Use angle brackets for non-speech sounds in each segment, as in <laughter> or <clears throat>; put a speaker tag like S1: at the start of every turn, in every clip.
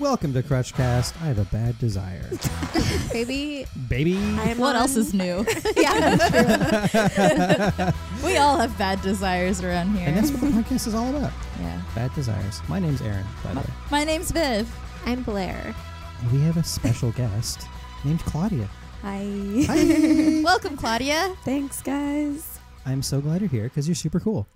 S1: Welcome to Crutchcast. I have a bad desire.
S2: Maybe
S1: Baby.
S2: I am.
S3: What
S2: on-
S3: else is new?
S2: Yeah,
S3: <laughs>
S2: that's true.
S3: we all have bad desires around
S1: And that's
S3: here.
S1: what the podcast is all about.
S3: Yeah.
S1: Bad desires. My name's Aaron, by the way.
S3: My name's Viv.
S2: I'm Blair.
S1: And we have a special guest named Claudia.
S2: Hi.
S3: <laughs>
S1: Hi.
S3: Welcome, Claudia.
S4: Thanks, guys.
S1: I'm so glad you're here because you're super cool.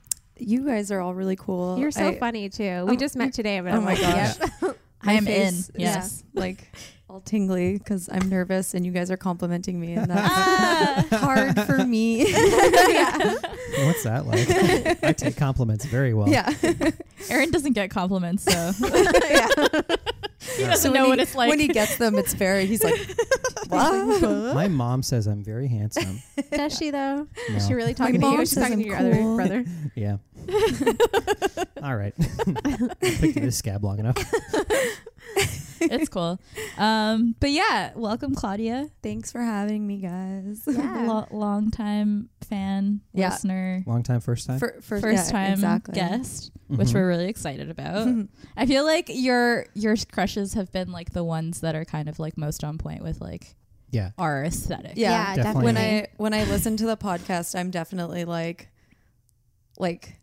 S4: You guys are all really cool.
S2: You're so
S4: I-
S2: funny too. We
S4: Oh,
S2: just met today, but
S4: oh
S2: I'm
S4: my
S2: like,
S4: gosh.
S2: yep.
S3: I am in.
S4: face is
S3: Yes.
S4: <laughs> like all tingly because I'm nervous and you guys are complimenting me,
S3: <laughs>
S4: and that's
S3: Ah,
S4: hard for me.
S1: What's that like? I take compliments very well.
S4: <laughs> yeah.
S3: Aaron doesn't get compliments, so
S4: yeah.
S3: he doesn't
S4: when
S3: know
S4: he,
S3: what it's like.
S4: <laughs> When he gets them, it's very, he's
S3: <laughs>
S4: like, what?
S1: My mom says I'm very handsome.
S2: Does she though?
S1: No.
S2: Is she really talking to
S4: mom
S2: you? She's
S4: says
S2: talking
S4: I'm
S2: to your other
S4: cool.
S2: brother.
S1: Yeah. All right. <laughs> I picked this scab long enough.
S3: it's cool. Um, but yeah, welcome, Claudia.
S4: Thanks for having me, guys.
S2: Yeah.
S3: Lo- long time fan,
S4: Yeah.
S3: listener,
S1: Long time, first time.
S4: For, for,
S3: first
S4: yeah,
S3: time
S4: exactly. <laughs>
S3: guest, which
S1: Mhm.
S3: we're really excited about. I feel like your your crushes have been like the ones that are kind of like most on point with like
S1: yeah.
S3: our aesthetic.
S4: Yeah,
S1: definitely.
S4: when <laughs> I when I listen to the podcast, I'm definitely like, like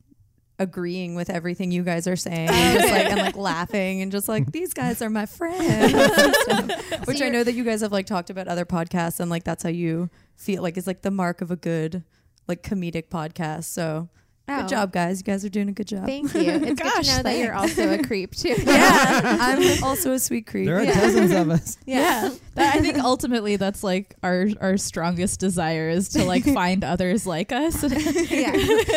S4: agreeing with everything you guys
S3: <laughs>
S4: are saying, and just like and like laughing and just like these guys are my friends,
S3: <laughs>
S4: and stuff. which I
S2: you're-
S4: know that you guys have like talked about other podcasts and like that's how you feel like it's like the mark of a good like comedic podcast. So
S2: Oh.
S4: good job, guys! You guys are doing a good job.
S2: Thank you. It's good
S3: Gosh,
S2: to know that you're also a creep too.
S3: <laughs>
S4: <laughs> yeah, I'm also a sweet creep.
S1: There are
S4: yeah.
S1: dozens of us.
S3: Yeah. <laughs> That- I think ultimately that's like our our strongest desire is to
S1: <laughs>
S3: like find others like us. <laughs>
S2: yeah.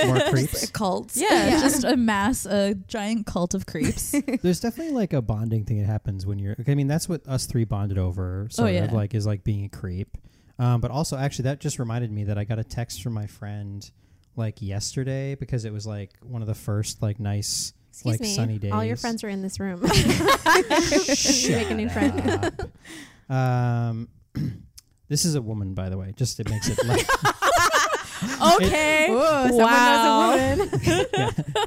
S1: More creeps.
S4: Cults.
S3: yeah, just amass a giant cult of creeps.
S1: There's definitely like a bonding thing that happens when you're. I mean, that's what us three bonded over. Sort
S3: yeah.
S1: of like is like being a creep. Um, but also, actually, that just reminded me that I got a text from my friend like yesterday because it was like one of the first like nice
S2: Excuse
S1: like
S2: me.
S1: sunny days.
S2: All your friends are in this room.
S1: Shut
S2: make a new friend.
S1: up. um, <clears throat> this is a woman, by the way. Just it makes it like
S3: <laughs> okay. wow.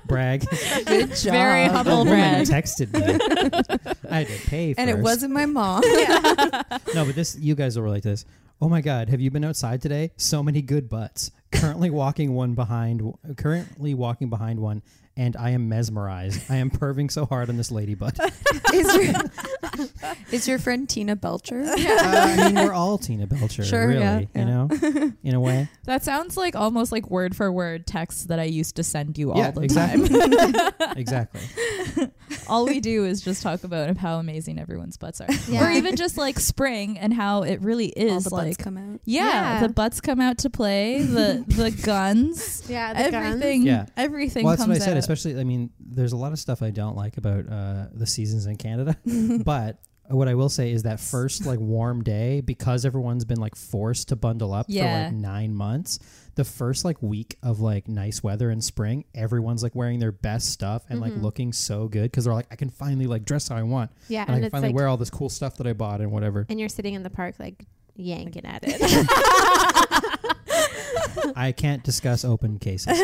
S1: brag.
S4: <laughs> good job.
S3: Very humble
S1: The woman
S3: brag.
S1: texted me. <laughs> I had to pay,
S4: And it
S1: first.
S4: wasn't my mom. <laughs>
S1: No, but this you guys will relate to this. Oh my God, have you been outside today? So many good butts. Currently <laughs> walking one behind, currently walking behind one, and I am mesmerized. I am perving so hard on this lady
S4: <laughs>
S1: butt. Uh,
S4: is, your, is your <laughs> friend Tina Belcher?
S1: I mean, we're all Tina Belcher,
S4: Sure,
S1: really.
S4: yeah,
S1: You
S4: yeah. <laughs>
S1: know, in a way.
S3: That sounds like almost like word for word texts that I used to send you all
S1: yeah,
S3: the
S1: exactly.
S3: time.
S1: <laughs>
S3: <laughs>
S1: exactly.
S3: all we do is just talk about how amazing everyone's butts are.
S2: Yeah.
S3: Or even just like spring and how it really
S4: All
S3: is
S4: the buds
S3: like
S4: come out.
S3: yeah,
S2: Yeah.
S3: the butts come out to
S2: <laughs>
S3: play, the the guns,
S2: Yeah. The guns.
S3: everything
S1: Yeah.
S3: everything
S1: Well, that's
S3: comes
S1: what I said.
S3: out.
S1: Especially, I mean, there's a lot of stuff I don't like about uh, the seasons in Canada, <laughs> but what I will say is that first like warm day, because everyone's been like forced to bundle up for
S3: Yeah.
S1: like nine months. The first like week of like nice weather in spring, everyone's like wearing their best stuff and like looking so good because they're like, I can finally like dress how I want
S2: Yeah.
S1: and, I
S2: And
S1: can
S2: it's
S1: finally
S2: like,
S1: wear all this cool stuff that I bought and whatever.
S2: and you're sitting in the park like yanking at it. <laughs>
S1: I can't discuss open cases.
S2: <laughs>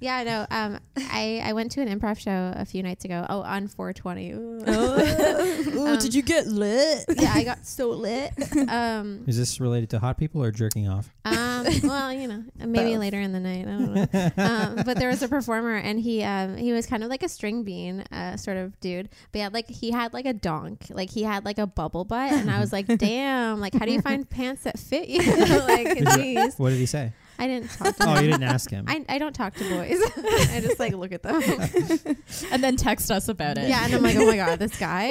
S2: yeah. I know. Um, I I went to an improv show a few nights ago. Oh, on 420. Ooh.
S3: <laughs>
S1: Oh.
S3: Ooh,
S2: Um,
S3: did you get lit?
S2: <laughs> yeah, I got so lit.
S1: <laughs>
S2: Um,
S1: Is this related to hot people or jerking off? <laughs>
S2: um, well, you know, maybe
S4: Both.
S2: later in the night. I don't know. um, but there was a performer, and he um, he was kind of like a string bean uh, sort of dude. But yeah, like he had like a donk, like he had like a bubble butt, and I
S1: <laughs>
S2: was like, damn, like how do you find pants that fit you? <laughs> like,
S1: Is it-
S2: jeez,
S1: What did he say?
S2: I didn't talk to
S1: Oh,
S2: him.
S1: you didn't ask him.
S2: I, I don't talk to boys. <laughs> I just like look at them.
S1: <laughs>
S3: and then text us about it.
S2: yeah, and I'm like, oh my god, this guy.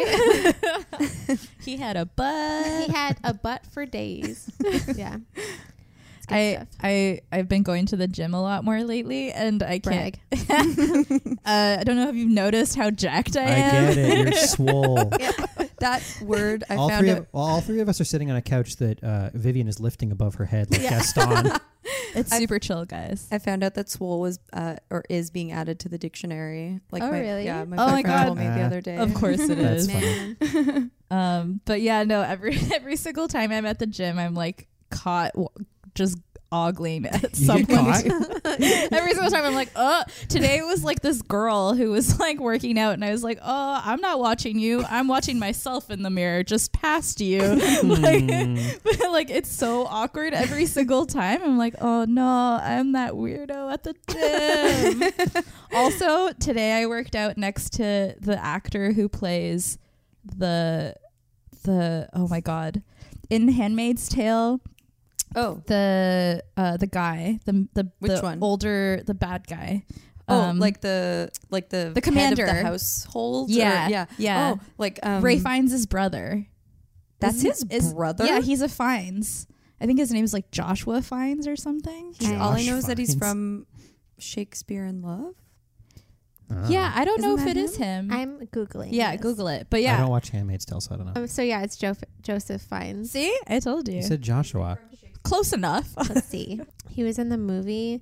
S3: He had a butt.
S2: <laughs> he had a butt for days. Yeah. It's good
S3: I,
S2: stuff.
S3: I I've been going to the gym a lot more lately, and I can't.
S2: Brag.
S3: Uh, I don't know if you've noticed how jacked I,
S1: I
S3: am.
S1: get it. You're swole.
S4: That word I
S1: all
S4: found
S1: three
S4: it.
S1: of well, all three of us are sitting on a couch that uh, Vivian is lifting above her head like Gaston.
S3: It's super chill, guys.
S4: I found out that swole was uh, or is being added to the dictionary. Like
S2: Oh,
S4: my,
S2: really?
S4: Yeah, my
S3: Oh, my
S4: boyfriend
S3: God.
S4: told me the
S1: Uh,
S4: other day.
S3: Of course it
S1: That's
S3: is.
S1: funny.
S2: Man.
S3: <laughs> Um, but yeah, no. Every every single time I'm at the gym, I'm like caught w- just ogling at
S1: You get
S3: someone.
S1: caught?
S3: <laughs> Every single time I'm like, oh, today was like this girl who was like working out, and I was like, oh, I'm not watching you. I'm watching myself in the mirror just past you. <laughs>
S1: Hmm.
S3: like, but, <laughs> like, it's so awkward every single time. I'm like, oh no, I'm that weirdo at the gym.
S4: <laughs>
S3: also, today I worked out next to the actor who plays the the oh my god in Handmaid's Tale
S4: Oh,
S3: the uh the guy the the,
S4: Which
S3: the
S4: one?
S3: older the bad guy
S4: oh,
S3: Um,
S4: like the like the
S3: the
S4: head of
S3: commander.
S4: the household. or-
S3: Yeah,
S4: yeah,
S3: yeah.
S4: Oh, like um,
S3: Ray Fiennes' his brother
S4: That's
S3: Isn't-
S4: his brother?
S3: yeah he's a Fiennes I think his name is like Joshua Fiennes or something
S2: Josh
S4: All I know is that he's
S1: Fiennes.
S4: from Shakespeare in Love.
S1: Ah.
S3: yeah I Oh. don't know if
S4: Isn't
S3: it
S4: that
S3: is him
S2: I'm googling.
S3: yeah
S2: this.
S3: Google it but
S1: I
S3: yeah
S1: don't watch Handmaid's Tale, so I don't know.
S2: Um, so yeah, it's jo- Joseph Fiennes.
S3: see I told you
S1: You said Joshua.
S3: close <laughs> enough
S2: Let's see. He was in the movie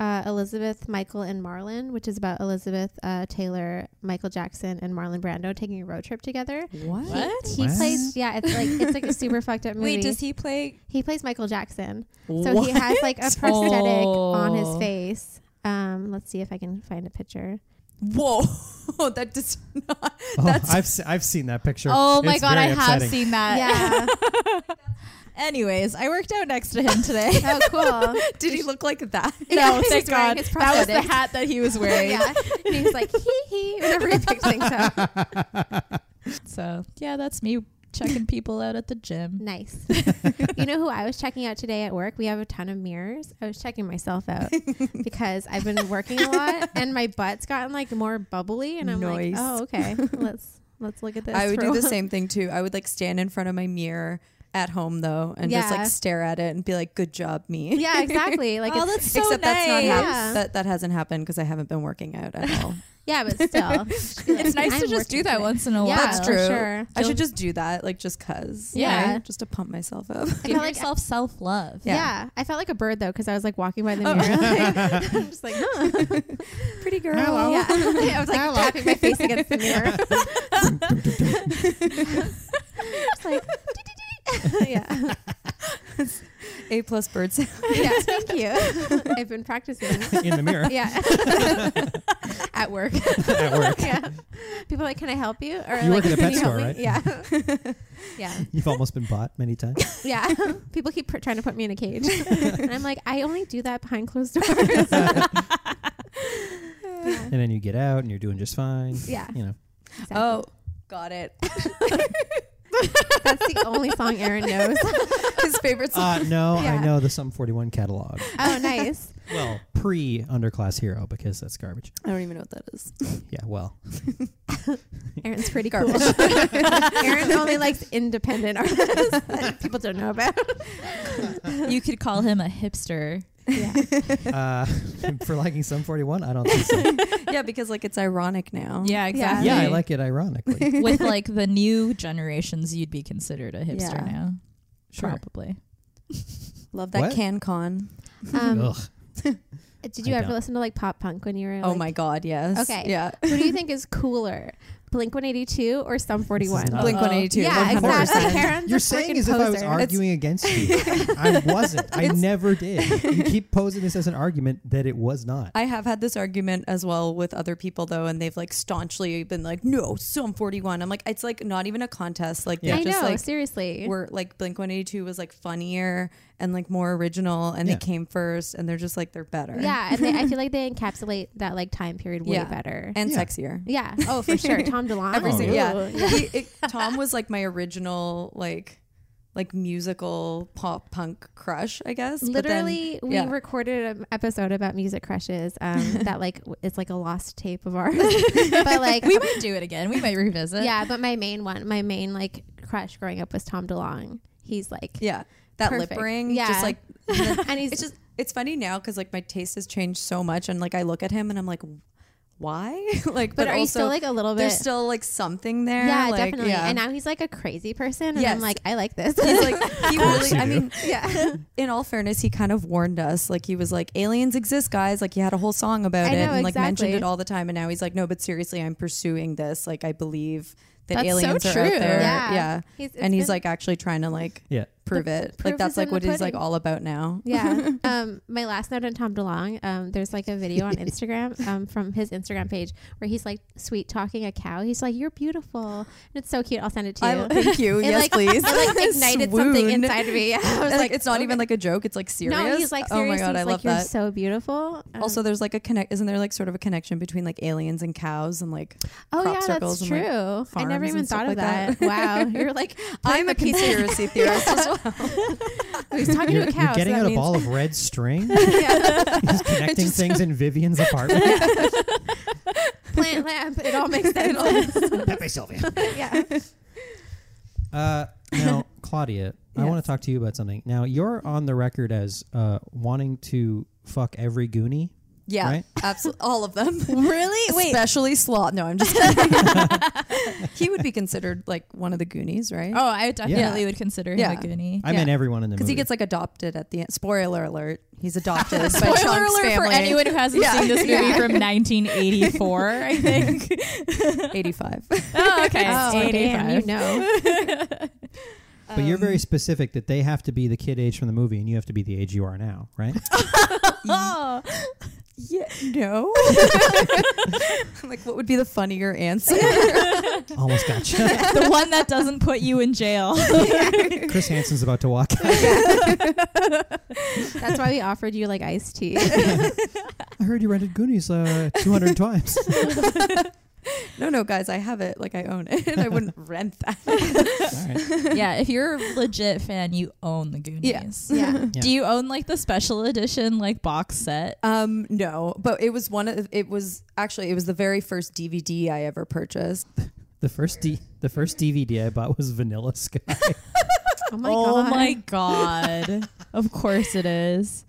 S2: uh, Elizabeth, Michael, and Marlon, which is about Elizabeth uh, Taylor, Michael Jackson, and Marlon Brando taking a road trip together.
S4: What?
S3: What?
S2: He
S1: What?
S2: plays. Yeah, it's like it's like a super fucked up movie.
S3: wait does he play
S2: He plays Michael Jackson. So he
S3: <laughs>
S2: has like a prosthetic
S3: Oh.
S2: on his face. Um, let's see if I can find a
S3: <laughs>
S2: picture.
S4: Whoa, that does not.
S1: Oh,
S4: That's
S1: I've se- I've seen that picture.
S3: oh my
S1: It's
S3: god I
S1: very
S3: have
S1: upsetting.
S3: seen that
S2: yeah.
S3: <laughs> anyways I worked out next to him today
S2: Oh, <laughs> cool.
S4: <laughs> did he look like <laughs> that?
S2: Yeah,
S3: no
S2: he's
S3: thank
S2: wearing
S3: god
S2: his
S3: <laughs> that was the
S2: prosthetic.
S3: hat that he was wearing
S2: yeah. And he's like hee hee whenever he picks things
S3: <laughs>
S2: up.
S3: <laughs> So yeah, that's me checking people out at the gym. <laughs>
S2: Nice. you know who I was checking out today at work? We have a ton of mirrors. I was checking myself
S3: <laughs>
S2: out because I've been working a lot and my butt's gotten like more bubbly and I'm like,
S4: Nice.
S2: oh
S3: <laughs>
S2: okay, let's let's look at this.
S4: I would
S2: for
S4: do
S2: a
S4: the
S2: while.
S4: same thing too. I would like stand in front of my mirror at home though, and just
S2: Yeah.
S4: like stare at it and be like, "Good job, me."
S2: Yeah, exactly.
S3: <laughs>
S4: <laughs>
S2: Like, it's,
S3: Oh, that's
S4: Except that's not hap-
S2: Yeah.
S4: that that hasn't happened because I haven't been working out at all.
S2: yeah, but still,
S3: <laughs> It's nice to just do that once in a
S2: Yeah,
S3: while.
S4: That's true.
S2: Sure.
S4: I should just do that, like just cause.
S3: Yeah.
S4: Like, just to pump myself up.
S2: I
S3: Give
S2: felt like
S3: yourself self love.
S2: yeah.
S4: Yeah.
S2: I felt like a bird though because I was like walking by the
S4: Oh.
S2: mirror. <laughs> like, I'm just like, huh.
S4: Pretty girl.
S1: Hello.
S2: yeah. <laughs>
S1: <laughs>
S2: I was like
S1: Hello.
S2: tapping my face against the mirror. Just like, <laughs> yeah,
S4: <laughs> A plus bird sound.
S2: <laughs> yeah. Thank you. <laughs> I've been practicing.
S1: <laughs> <laughs> in the mirror
S2: <laughs> Yeah, at work.
S1: at work.
S2: Yeah, people are like, can I help you? Or
S1: You
S2: like,
S1: work at a
S2: can
S1: pet
S2: you
S1: store,
S2: help
S1: right?
S2: me? Yeah, yeah.
S1: You've almost been bought many times.
S2: Yeah. <laughs> People keep pr- trying to put me in a cage. and I'm like, I only do that behind closed doors. <laughs> yeah.
S1: and then you get out and you're doing just fine.
S2: Yeah.
S1: You know.
S2: exactly.
S4: Oh, got it. <laughs>
S2: That's the only song Aaron knows. <laughs>
S4: His favorite song.
S1: Uh, no,
S2: Yeah.
S1: I know the Sum 41 catalog.
S2: Oh, nice.
S1: Well, pre underclass hero because that's garbage.
S4: I don't even know what that is.
S1: Yeah, well.
S2: Aaron's pretty garbage. <laughs> Aaron only likes independent artists that people don't know about.
S3: You could call him a hipster.
S2: Yeah.
S1: Uh, <laughs> for liking Sum 41, I don't think so.
S2: <laughs>
S4: yeah, because like it's ironic now.
S3: Yeah,
S2: exactly.
S1: Yeah, I like it ironically.
S3: With like the new generations, you'd be considered a hipster
S4: Yeah.
S3: now.
S1: Sure.
S3: Probably.
S4: Love that
S1: What?
S4: CanCon.
S2: <laughs> Um,
S1: Ugh.
S2: did you
S1: I
S2: ever
S1: don't.
S2: listen to like pop punk when you were?
S4: Oh
S2: like-
S4: my god, yes.
S2: Okay.
S4: Yeah.
S2: Who do you think is cooler, Blink 182 or Sum 41?
S1: <laughs> not-
S4: Blink
S3: Uh-oh.
S4: one eighty two.
S2: yeah, exactly. Aaron's
S1: You're
S2: a
S1: saying
S2: freaking
S1: as if I was
S2: poser.
S1: arguing against
S2: <laughs>
S1: you. I wasn't. I never did. You keep posing this as an argument that it was not.
S4: I have had this argument as well with other people though, and they've like staunchly been like, "No, Psalm 41." I'm like, it's like not even a contest. Like
S1: Yeah.
S4: they
S2: I
S4: just
S2: know,
S4: like
S2: seriously.
S4: were like Blink 182 was like funnier and like more original, and
S1: Yeah.
S4: they came first, and they're just like they're better.
S2: Yeah, and they, I <laughs> feel like they encapsulate that like time period way
S4: Yeah.
S2: better.
S4: and
S1: Yeah.
S4: sexier.
S2: yeah. Oh, for sure. <laughs> Tom DeLonge.
S4: Every
S1: Oh,
S4: single yeah.
S2: Ooh.
S4: He- it- Tom was like my original like like musical pop punk crush, I guess. but then-
S2: Literally, we
S4: yeah.
S2: recorded an episode about music crushes.
S4: <laughs>
S2: Um, that like w- it's like a lost tape of ours. but like,
S3: We might do it again. We might revisit.
S2: yeah. But my main one, my main like crush growing up was Tom DeLonge. He's like,
S4: yeah, that
S2: Perfect.
S4: lip ring,
S2: Yeah.
S4: just like
S2: <laughs> and he's
S4: it's just it's funny now because like my taste has changed so much, and like I look at him and I'm like, why? <laughs> like,
S2: But, are you still like a little bit?
S4: there's still like something there.
S2: yeah,
S4: like,
S2: definitely.
S4: yeah.
S2: And now he's like a crazy person, and I'm
S4: Yes.
S2: like, I like
S4: <laughs>
S2: this. <laughs>
S4: He's like he
S1: course
S4: really.
S1: you
S4: I
S1: do.
S4: mean, yeah. In all fairness, he kind of warned us. Like he was like, "Aliens exist, guys." Like he had a whole song about
S2: I
S4: it
S2: know,
S4: and like mentioned
S2: exactly.
S4: it all the time. And now he's like, "No, but seriously, I'm pursuing this. Like I believe that
S3: That's so
S4: aliens are
S3: true.
S4: out there."
S2: Yeah.
S4: Yeah,
S2: He's- it's
S4: and he's <laughs>
S2: been-
S4: like actually trying to like
S1: yeah.
S4: prove it.
S2: proof
S4: Like
S2: is
S4: that's like
S2: in the
S4: what he's like
S2: pudding.
S4: all about now.
S2: Yeah. um, my last note on Tom DeLong, um, there's like a video on Instagram
S4: <laughs>
S2: um, from his Instagram page where he's like sweet talking a cow. He's like, "You're beautiful," and it's so cute. I'll send it to you.
S4: I, thank you.
S2: <laughs> It,
S4: yes,
S2: like-
S4: please.
S2: it
S4: <laughs>
S2: like ignited something
S4: Swoon.
S2: inside of me. <laughs> I was
S4: And,
S2: like,
S4: like, it's not
S2: okay.
S4: even like a joke. It's like serious.
S2: No, he's like,
S4: oh
S2: seriously,
S4: my god,
S2: he's
S4: I
S2: like,
S4: love
S2: you're
S4: that.
S2: so beautiful. Um,
S4: also, there's like a connect. Isn't there like sort of a connection between like aliens and cows and like
S2: oh
S4: crop
S2: yeah, that's
S4: circles and,
S2: true.
S4: like,
S2: I never
S4: farms
S2: even
S4: and
S2: thought
S4: stuff
S2: of
S4: like
S2: that.
S4: that. <laughs>
S2: wow, <laughs> you're like,
S4: I'm a
S2: piece of-
S4: conspiracy theorist as well. <laughs>
S2: Oh, he's talking
S1: You're,
S2: to
S1: you're
S2: a cow. so
S1: getting
S2: that
S1: out a
S2: means-
S1: ball of
S2: <laughs>
S1: red string,
S2: Yeah.
S1: He's connecting things
S2: <laughs>
S1: in Vivian's apartment.
S2: Plant lamp. It all
S4: <laughs>
S2: makes sense.
S1: Pepe Sylvia.
S2: yeah.
S1: Uh, now, Claudia, I want to talk to you about something. Now, you're on the record as uh, wanting to fuck every Goonie.
S4: Yeah,
S1: Right?
S4: absolutely, all of them.
S3: Really? <laughs> Wait.
S4: Especially Sloth. No, I'm just
S3: <laughs>
S4: kidding. he would be considered like one of the Goonies, right?
S3: Oh, I definitely
S4: Yeah.
S3: would consider him
S4: Yeah.
S3: a Goonie.
S1: I
S4: Yeah.
S1: mean, everyone in the
S4: Because
S1: movie.
S4: he gets like adopted at the end. Spoiler alert. He's adopted by
S3: Spoiler
S4: Chunk's
S3: alert
S4: family.
S3: for
S4: <laughs>
S3: anyone who hasn't
S4: Yeah.
S3: seen this movie
S4: Yeah.
S3: from 1984, I think.
S4: 85.
S3: <laughs> oh, okay.
S2: Oh, damn,
S3: 85.
S2: you know.
S4: <laughs>
S1: but you're
S4: Um,
S1: very specific that they have to be the kid age from the movie, and you have to be the age you are now,
S4: <laughs>
S1: right?
S3: <laughs> Oh.
S4: yeah,
S3: <laughs>
S4: no. I'm like, what would be the
S3: <laughs>
S4: funnier answer?
S1: Almost
S4: <laughs>
S1: gotcha.
S3: the one that doesn't put you in jail.
S1: Chris Hansen's about to walk out.
S4: <laughs>
S2: That's why we offered you like iced
S4: <laughs>
S2: tea.
S1: I heard you rented Goonies uh, 200
S4: <laughs>
S1: times.
S4: no, no, guys, I have it. Like, I own it.
S3: <laughs>
S4: I wouldn't rent that.
S1: All right.
S3: yeah, if you're a legit fan, you own the Goonies.
S2: yeah.
S1: Yeah.
S3: Do you own like the special edition like box set?
S4: Um, no, but it was one of, it was actually, it was the very first DVD I ever purchased.
S1: The first D- the first DVD I bought was Vanilla Sky.
S2: Oh my
S3: oh
S2: god.
S3: my god. <laughs> of course it is.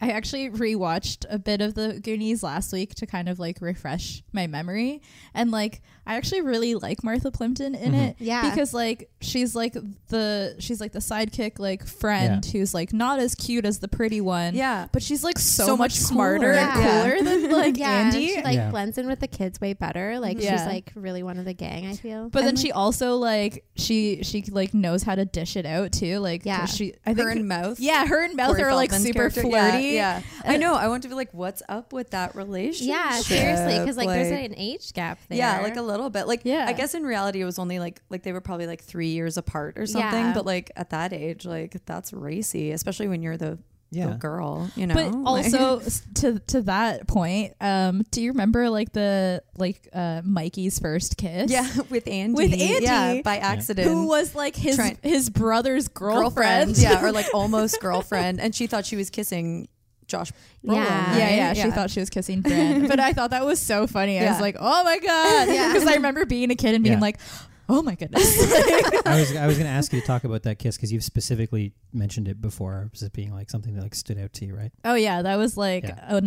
S3: I actually rewatched a bit of the Goonies last week to kind of like refresh my memory. And like I actually really like Martha Plimpton in
S1: Mhm.
S3: it.
S2: Yeah.
S3: Because like she's like the she's like the sidekick like friend who's like not as cute as the pretty one.
S4: Yeah.
S3: But she's like so,
S4: So
S3: much,
S4: much
S2: cooler.
S3: smarter and
S2: Yeah.
S3: cooler than like
S2: yeah, and
S3: Andy.
S2: She <laughs> like
S1: Yeah.
S2: blends in with the kids way better. Like she's
S3: Yeah.
S2: like really one of the gang. I feel.
S3: But then
S4: And,
S3: she also like she she like knows how to dish it out too. Like
S2: Yeah.
S3: she I think
S4: Her and Mouth.
S3: yeah, her and Mouth
S4: Corey
S3: are like
S4: Feldman's
S3: super
S4: character. Yeah,
S3: flirty.
S4: Yeah, I know. I want to be like, what's up with that relationship?
S2: yeah, seriously, because like, there's an age gap there.
S4: yeah, like a little bit. Like,
S3: Yeah.
S4: I guess in reality, it was only like like they were probably like three years apart or something.
S2: Yeah.
S4: But like at that age, like that's racy, especially when you're the, the
S1: Yeah.
S4: girl. You know, <laughs>
S3: But
S4: Like-
S3: also s- to to that point, um, do you remember like the like uh Mikey's first kiss?
S4: yeah, with Andy,
S3: With Andy,
S4: yeah, by accident.
S3: Who was like his
S4: Trent.
S3: his brother's girlfriend.
S4: <laughs> yeah, or like almost girlfriend, and she thought she was kissing Josh. Brolin,
S2: Yeah.
S3: <laughs> Yeah,
S4: right?
S3: yeah, She thought she was kissing Brand. but I thought that was so funny. I was
S4: Yeah.
S3: like, oh my God. <laughs>
S2: Yeah.
S3: Because I remember being a kid and being
S1: Yeah.
S3: like, oh my goodness. <laughs>
S1: I was I was going to ask you to talk about that kiss because you've specifically mentioned it before as it being like something that like stood out to you, right?
S3: Oh yeah, that was like
S1: Yeah.
S3: an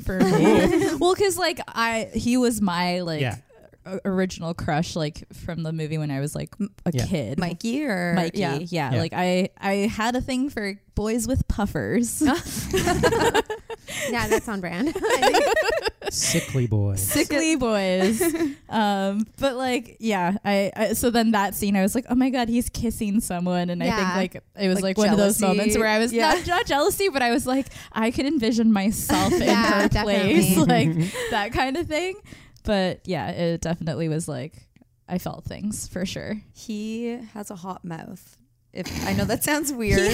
S1: <laughs>
S3: for me. well, because like I, he was my like
S1: Yeah.
S3: o- original crush, like from the movie when I was like a
S1: Yeah.
S3: kid.
S4: Mikey or
S3: Mikey, yeah.
S4: Yeah.
S1: Yeah.
S3: like I, I had a thing for boys with
S4: <laughs>
S3: puffers.
S2: <laughs> yeah, that's on brand. I think.
S1: Sickly boy.
S3: sickly boys.
S4: <laughs>
S3: Um, but like, yeah, I, I so then that scene, I was like, oh my god, he's kissing someone, and
S2: Yeah.
S3: I think like it was like,
S4: Like
S3: one of those
S4: jealousy.
S3: moments where I was
S4: Yeah.
S3: not, not jealousy, but I was like, I could envision myself
S4: <laughs>
S3: in
S2: Yeah,
S3: her place, <laughs>
S2: definitely.
S3: like that kind of thing. But yeah, it definitely was like. I felt things for sure.
S4: He has a hot mouth. If I know
S3: <laughs>
S4: that sounds weird.
S3: like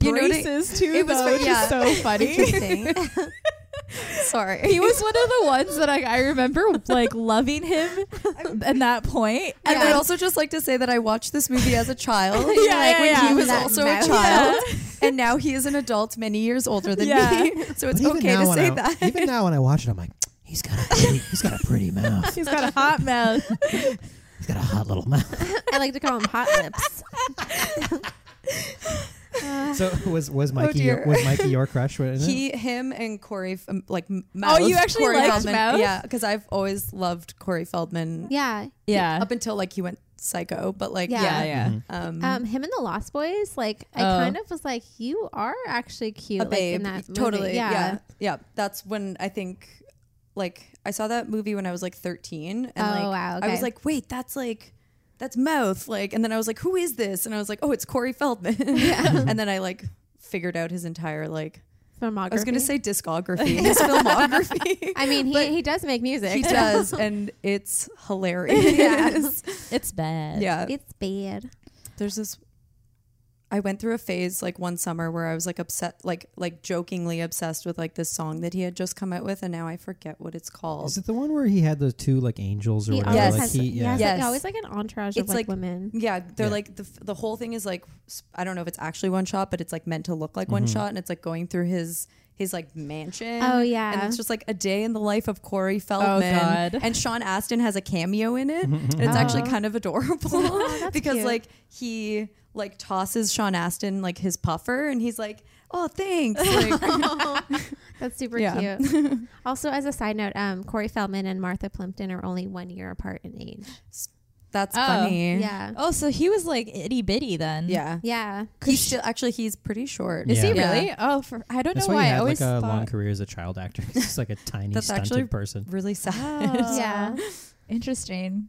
S4: You know what I-
S3: too,
S4: it was
S3: though,
S4: fu-
S3: which is
S4: yeah.
S3: so funny.
S4: Interesting. Sorry.
S3: <laughs> he was one of the ones that like, I remember like loving
S4: <laughs>
S3: him at that point,
S4: I
S2: Yeah.
S4: would also just like to say that I watched this movie as a
S3: <laughs>
S4: child.
S3: Yeah,
S4: like,
S3: yeah,
S4: when
S3: yeah.
S4: he was
S2: That
S4: also
S2: mouth.
S4: a child. <laughs> And now he is an adult many years older than
S3: Yeah.
S4: me. <laughs> So it's
S1: But even
S4: okay
S1: now
S4: to
S1: when
S4: say
S1: I,
S4: that.
S1: Even now when I watch it, I'm like, he's got a pretty, he's got a pretty mouth.
S3: He's got a hot mouth.
S1: He's got a hot little mouth.
S2: I like to call them hot lips.
S1: So <laughs> was was Mikey
S4: dear.
S1: was Mikey your crush? wasn't it?
S4: He, him, and Corey, F- um, like M- Mouth.
S3: Oh, you actually
S4: Corey
S3: liked
S4: Feldman.
S3: Mouth?
S4: Yeah, because I've always loved Corey Feldman.
S2: <laughs> Yeah.
S3: Yeah.
S4: Up until like he went psycho, but like
S2: Yeah.
S4: yeah,
S3: yeah.
S4: Um,
S2: Um, him and the Lost Boys, like I
S3: Oh.
S2: kind of was like, you are actually cute,
S4: a
S2: like
S4: babe.
S2: in that movie.
S4: totally.
S2: Yeah.
S4: Yeah. yeah. That's when I think like I saw that movie when I was like 13 and
S2: Oh,
S4: like
S2: wow,
S4: I
S2: okay.
S4: was like, "Wait, that's like that's mouth. Like, and then I was like, who is this? And I was like, oh, it's Corey <laughs> Feldman. and then I like figured out his entire like.
S2: filmography.
S4: I was gonna say <laughs> discography, his <laughs> filmography.
S2: I mean, he,
S4: but
S2: he does make music.
S4: <laughs> he does, and it's hilarious.
S1: Mm-hmm.
S3: It's bad.
S4: <laughs> yeah,
S2: <laughs> It's bad.
S4: there's this I went through a phase like one summer where I was like upset like like jokingly obsessed with like this song that he had just come out with and now I forget what it's called.
S1: Is it the one where he had those two like angels or
S2: He
S1: whatever?
S2: always
S1: like
S2: has,
S1: he,
S2: he
S1: yeah.
S2: has,
S4: Yes.
S2: like, always like an entourage of
S4: It's
S2: like, <laughs>
S4: like-
S2: women.
S4: yeah, they're
S1: Yeah.
S4: like the f- the whole thing is like s- I don't know if it's actually one shot but it's like meant to look like
S1: Mm-hmm.
S4: one shot and it's like going through his his like mansion.
S2: Oh, yeah. Oh,
S4: And it's just like a day in the life of Corey Feldman.
S3: God.
S4: And Sean Astin has a cameo in
S1: Mm-hmm,
S4: it. And it's actually
S2: Oh.
S4: kind
S2: <laughs>
S4: of adorable.
S2: that's
S4: <laughs> because
S2: cute.
S4: like he like tosses Sean Astin like his puffer and he's like, Oh thanks.
S2: <laughs>
S4: Like
S2: That's super
S4: Yeah.
S2: cute. <laughs> also, as a side note, um, Corey Feldman and Martha Plimpton are only one year apart in age.
S4: That's
S3: Oh.
S4: funny.
S2: Yeah.
S3: Oh, so he was like itty bitty then.
S4: Yeah.
S2: Yeah.
S4: He's still actually he's pretty short.
S1: Is he
S3: Really?
S1: Yeah.
S3: Oh, for, I don't
S1: That's
S3: know
S1: why
S3: why.
S1: he
S3: I
S1: had
S3: always
S1: like a
S3: thought.
S1: long career as a child actor. He's just like a tiny
S4: That's
S1: stunted
S4: actually-
S1: person.
S3: <laughs>
S4: Really sad.
S3: Oh.
S2: Yeah.
S3: Interesting.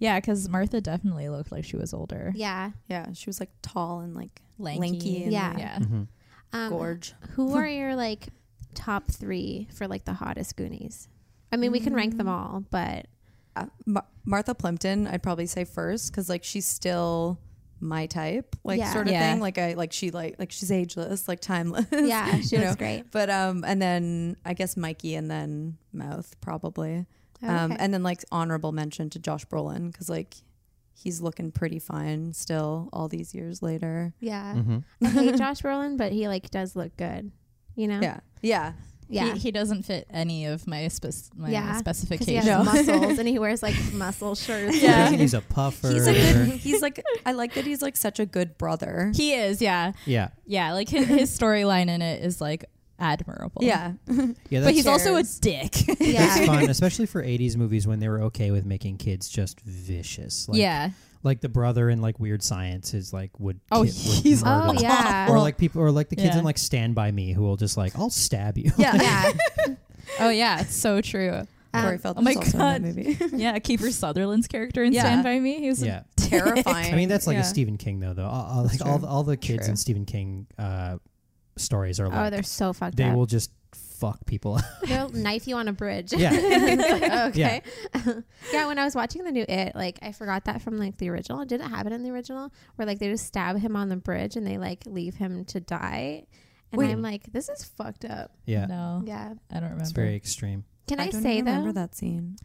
S3: Yeah, because Martha definitely looked like she was older.
S2: Yeah.
S4: <laughs> Yeah, she was like tall and like
S3: Lanky.
S4: Lanky and-
S2: Yeah.
S3: yeah.
S1: Mhm.
S2: Um,
S4: gorge.
S2: Who are your like top three for like the hottest Goonies? I mean, we can rank
S4: Mm.
S2: them all,
S4: <laughs>
S2: but
S4: Uh, Mar- Martha Plimpton, I'd probably say first because like she's still my type, like
S2: Yeah.
S4: sort of
S3: Yeah.
S4: thing. Like I like she like like she's ageless, like timeless.
S2: yeah, she
S4: You
S2: was
S4: know,
S2: great.
S4: <laughs> But um, and then I guess Mikey, and then Mouth probably. Um,
S2: Okay.
S4: and then like honorable mention to Josh Brolin because like he's looking pretty fine still all these years later.
S2: yeah,
S1: hmm
S2: I hate <laughs> Josh Brolin, but he like does look good. You know?
S4: Yeah, yeah.
S2: Yeah.
S3: He, he doesn't fit any of my, spec- my
S2: Yeah. 'Cause he has
S3: specifications.
S4: No.
S2: muscles and he wears
S4: <laughs>
S2: like muscle shirts.
S3: Yeah.
S1: He's a puffer.
S4: He's a good. He's like. I like that he's like such a good brother.
S3: He is, yeah.
S1: yeah,
S3: Yeah, like his, his storyline in it is like admirable.
S4: yeah,
S1: yeah. That's,
S3: But he's also a
S4: Cheers.
S3: dick.
S1: that's
S4: <laughs>
S2: Yeah.
S1: fun, especially for '80s movies when they were okay with making kids just vicious. Like,
S3: yeah.
S1: like the brother in like Weird Science is like would.
S3: Oh,
S1: kid, would
S3: he's-
S1: murder
S2: Oh
S1: them.
S2: yeah.
S1: Or like people, or like the kids
S3: Yeah.
S1: in like Stand by Me who will just like I'll stab you.
S4: yeah.
S2: yeah.
S3: Oh, yeah. It's so true.
S4: Corey
S2: Um,
S4: Feldman's
S3: oh my
S4: also
S3: God.
S4: in that
S3: <laughs>
S4: movie.
S3: Yeah. Kiefer Sutherland's character in
S4: Yeah.
S3: Stand By Me. He was
S1: <laughs>
S3: a
S1: yeah, <laughs>
S4: Terrifying.
S1: I mean that's like
S4: Yeah.
S1: a Stephen King though. Though all, all,
S4: That's
S1: like all
S4: true.
S1: the, all the kids
S3: True.
S1: in Stephen King uh, stories are
S2: oh,
S1: like
S2: they're so fucked
S1: they
S2: up.
S1: will just fuck people. <laughs>
S2: They'll knife you on a bridge.
S1: Yeah.
S2: <laughs> It's like, okay. <laughs> Yeah. When I was watching the new It, like I forgot that from like the original. Did it happen in the original where like they just stab him on the bridge and they like leave him to die? And
S1: Wait.
S2: I'm like, this is fucked up.
S1: yeah,
S3: No.
S2: Yeah.
S3: I don't remember.
S1: it's very extreme.
S2: Can I,
S4: don't
S2: say
S4: even
S2: though?
S4: remember that scene.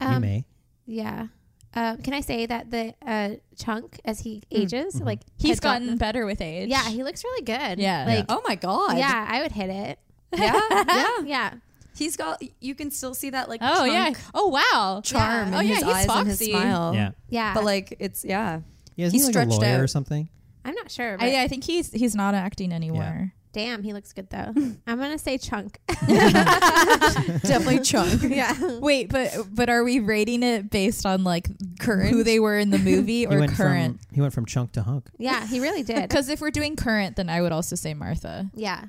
S1: you
S2: um,
S1: may.
S2: Yeah. Um, can I say that the uh, chunk as he ages,
S1: Mhm.
S2: like
S3: He's
S2: had
S3: gotten better with age.
S2: Yeah, he looks really good.
S3: Yeah.
S2: Like.
S4: Oh my god.
S2: Yeah, I would hit it. <laughs>
S4: yeah, yeah.
S2: Yeah,
S4: He's got. You can still see that like.
S3: Oh,
S4: chunk
S3: yeah. Oh, wow.
S4: Charm
S3: Yeah.
S4: in
S3: Oh, yeah,
S4: his
S3: he's
S4: eyes and his
S3: foxy.
S4: smile.
S1: yeah,
S2: yeah.
S4: But like it's yeah.
S1: yeah. Isn't
S4: he
S1: he, like a
S4: stretched
S1: lawyer or
S4: out.
S1: something?
S2: I'm not sure. But
S3: I, I think he's he's not acting anymore.
S2: damn, he looks good though. I'm gonna say chunk.
S3: <laughs>
S4: <laughs> Definitely chunk.
S2: yeah.
S3: Wait, but but are we rating it based on like
S4: Current.
S3: who they were in
S4: <laughs>
S3: the movie
S1: he
S3: or
S1: went
S3: current?
S1: From, he went from chunk to hunk.
S2: Yeah, he really did.
S3: Because if we're doing current, then I would also say Martha.
S2: Yeah.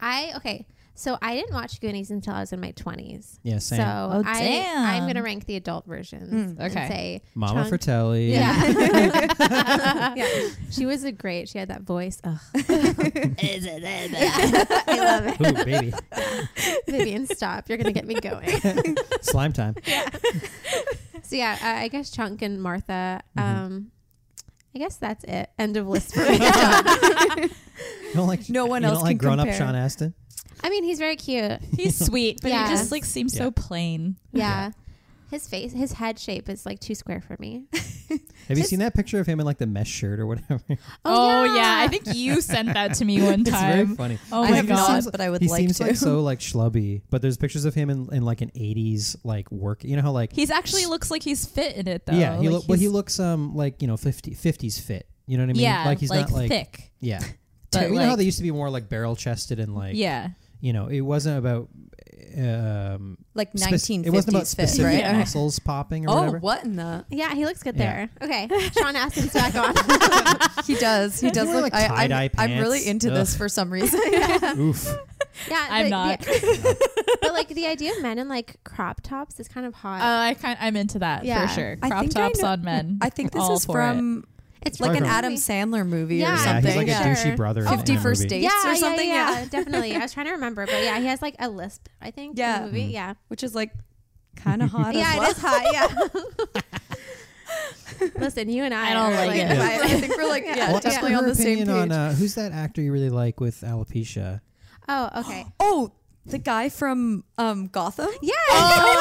S2: I okay. So I didn't watch Goonies until I was in my twenties.
S1: Yeah,
S2: So
S1: same.
S3: Oh,
S2: I
S3: damn.
S2: I'm gonna rank the adult versions.
S4: Mm.
S2: and
S3: Okay.
S2: say
S1: Mama
S2: chunk.
S1: Fratelli.
S2: Yeah. yeah. She was a great. She had that voice. Ugh. <laughs> I love
S1: <laughs>
S2: it.
S1: Ooh, baby.
S2: Vivian, stop. You're gonna get me going.
S1: Slime time.
S2: So yeah, uh, I guess Chunk and Martha. Um, I guess that's it. End of list for me. <laughs>
S1: You don't like,
S4: <laughs> No one
S1: you
S4: else
S1: don't like
S4: can
S1: grown up
S4: compare.
S1: Sean Astin?
S2: I mean, he's very cute.
S4: <laughs>
S3: He's sweet, but
S2: Yeah.
S3: he just like seems
S1: Yeah.
S3: so plain.
S2: Yeah. His face, his head shape is like too square for <laughs> me.
S1: Have you seen that picture of him in like the mesh shirt or whatever? <laughs>
S3: Oh, yeah. I think you sent that to me <laughs> one
S1: it's very
S3: time.
S1: funny.
S3: Oh
S4: I
S3: my
S4: have
S3: god.
S4: not, but I would
S1: he
S4: like
S1: seems
S4: to.
S1: like so like schlubby, but there's pictures of him in, in like an 80s like work. You know how like
S3: He's actually looks like he's fit in it though.
S1: yeah, he
S3: like
S1: look, well he
S3: he's-
S1: looks um like you know 50 50s fit. You know what I mean?
S3: yeah,
S1: like he's not like
S3: thick.
S4: <laughs>
S1: yeah.
S3: but,
S1: you know how
S3: like-
S1: they used to be more like barrel chested and like
S3: yeah.
S1: you know it wasn't about um
S4: <laughs> like
S1: spec-
S4: nineteen
S1: it wasn't about
S4: fifties fit,
S1: specific
S4: right? <laughs>
S3: Yeah.
S1: muscles popping or
S4: Oh,
S1: whatever.
S4: what
S3: <laughs>
S4: in the?
S2: Yeah, he looks good
S1: Yeah.
S2: there. Okay, <laughs> Sean Astin's back on.
S4: He does. He does
S1: wear,
S4: look.
S1: like,
S4: I, I'm,
S1: tie-dye
S4: I'm really
S1: pants.
S4: into this
S3: <laughs>
S1: Ugh.
S4: for some reason.
S1: Oof.
S2: <laughs> Yeah,
S3: I'm
S2: the- <laughs>
S3: not.
S2: the- but like the idea of men in like crop tops is kind of hot.
S3: Oh, I kind I'm into that
S2: Yeah.
S3: for sure.
S4: I
S3: Crop
S4: think I
S3: tops
S4: know-
S3: on men.
S4: <laughs> I think this
S3: All
S4: is
S3: for it.
S4: from
S2: it's
S4: like an
S1: Probably.
S4: Adam Sandler movie
S2: Yeah,
S4: or
S2: he's
S1: yeah,
S4: something.
S1: he's like
S2: Yeah.
S1: a douchey brother. in
S4: Fifty
S1: that
S4: First
S1: movie.
S4: Dates
S2: yeah,
S4: or something.
S2: Yeah,
S4: Yeah,
S2: yeah, definitely. I was trying to remember, but yeah, he has like a lisp. I think. Yeah.
S4: Yeah.
S2: the movie.
S1: Mhm.
S2: Yeah.
S4: which is like
S1: <laughs>
S4: kind of hot.
S2: yeah,
S4: as well.
S2: it is
S4: <laughs>
S2: hot. Yeah. Listen, you and I,
S3: I don't
S2: are,
S3: like
S2: <laughs>
S3: it.
S4: Yeah.
S2: vi-
S4: I think we're like yeah,
S2: Yeah.
S1: What's
S4: definitely
S1: her
S4: on the same page.
S1: opinion on uh, who's that actor you really like with alopecia?
S2: Oh, okay.
S4: oh, the guy from um, Gotham.
S2: Yeah. <laughs>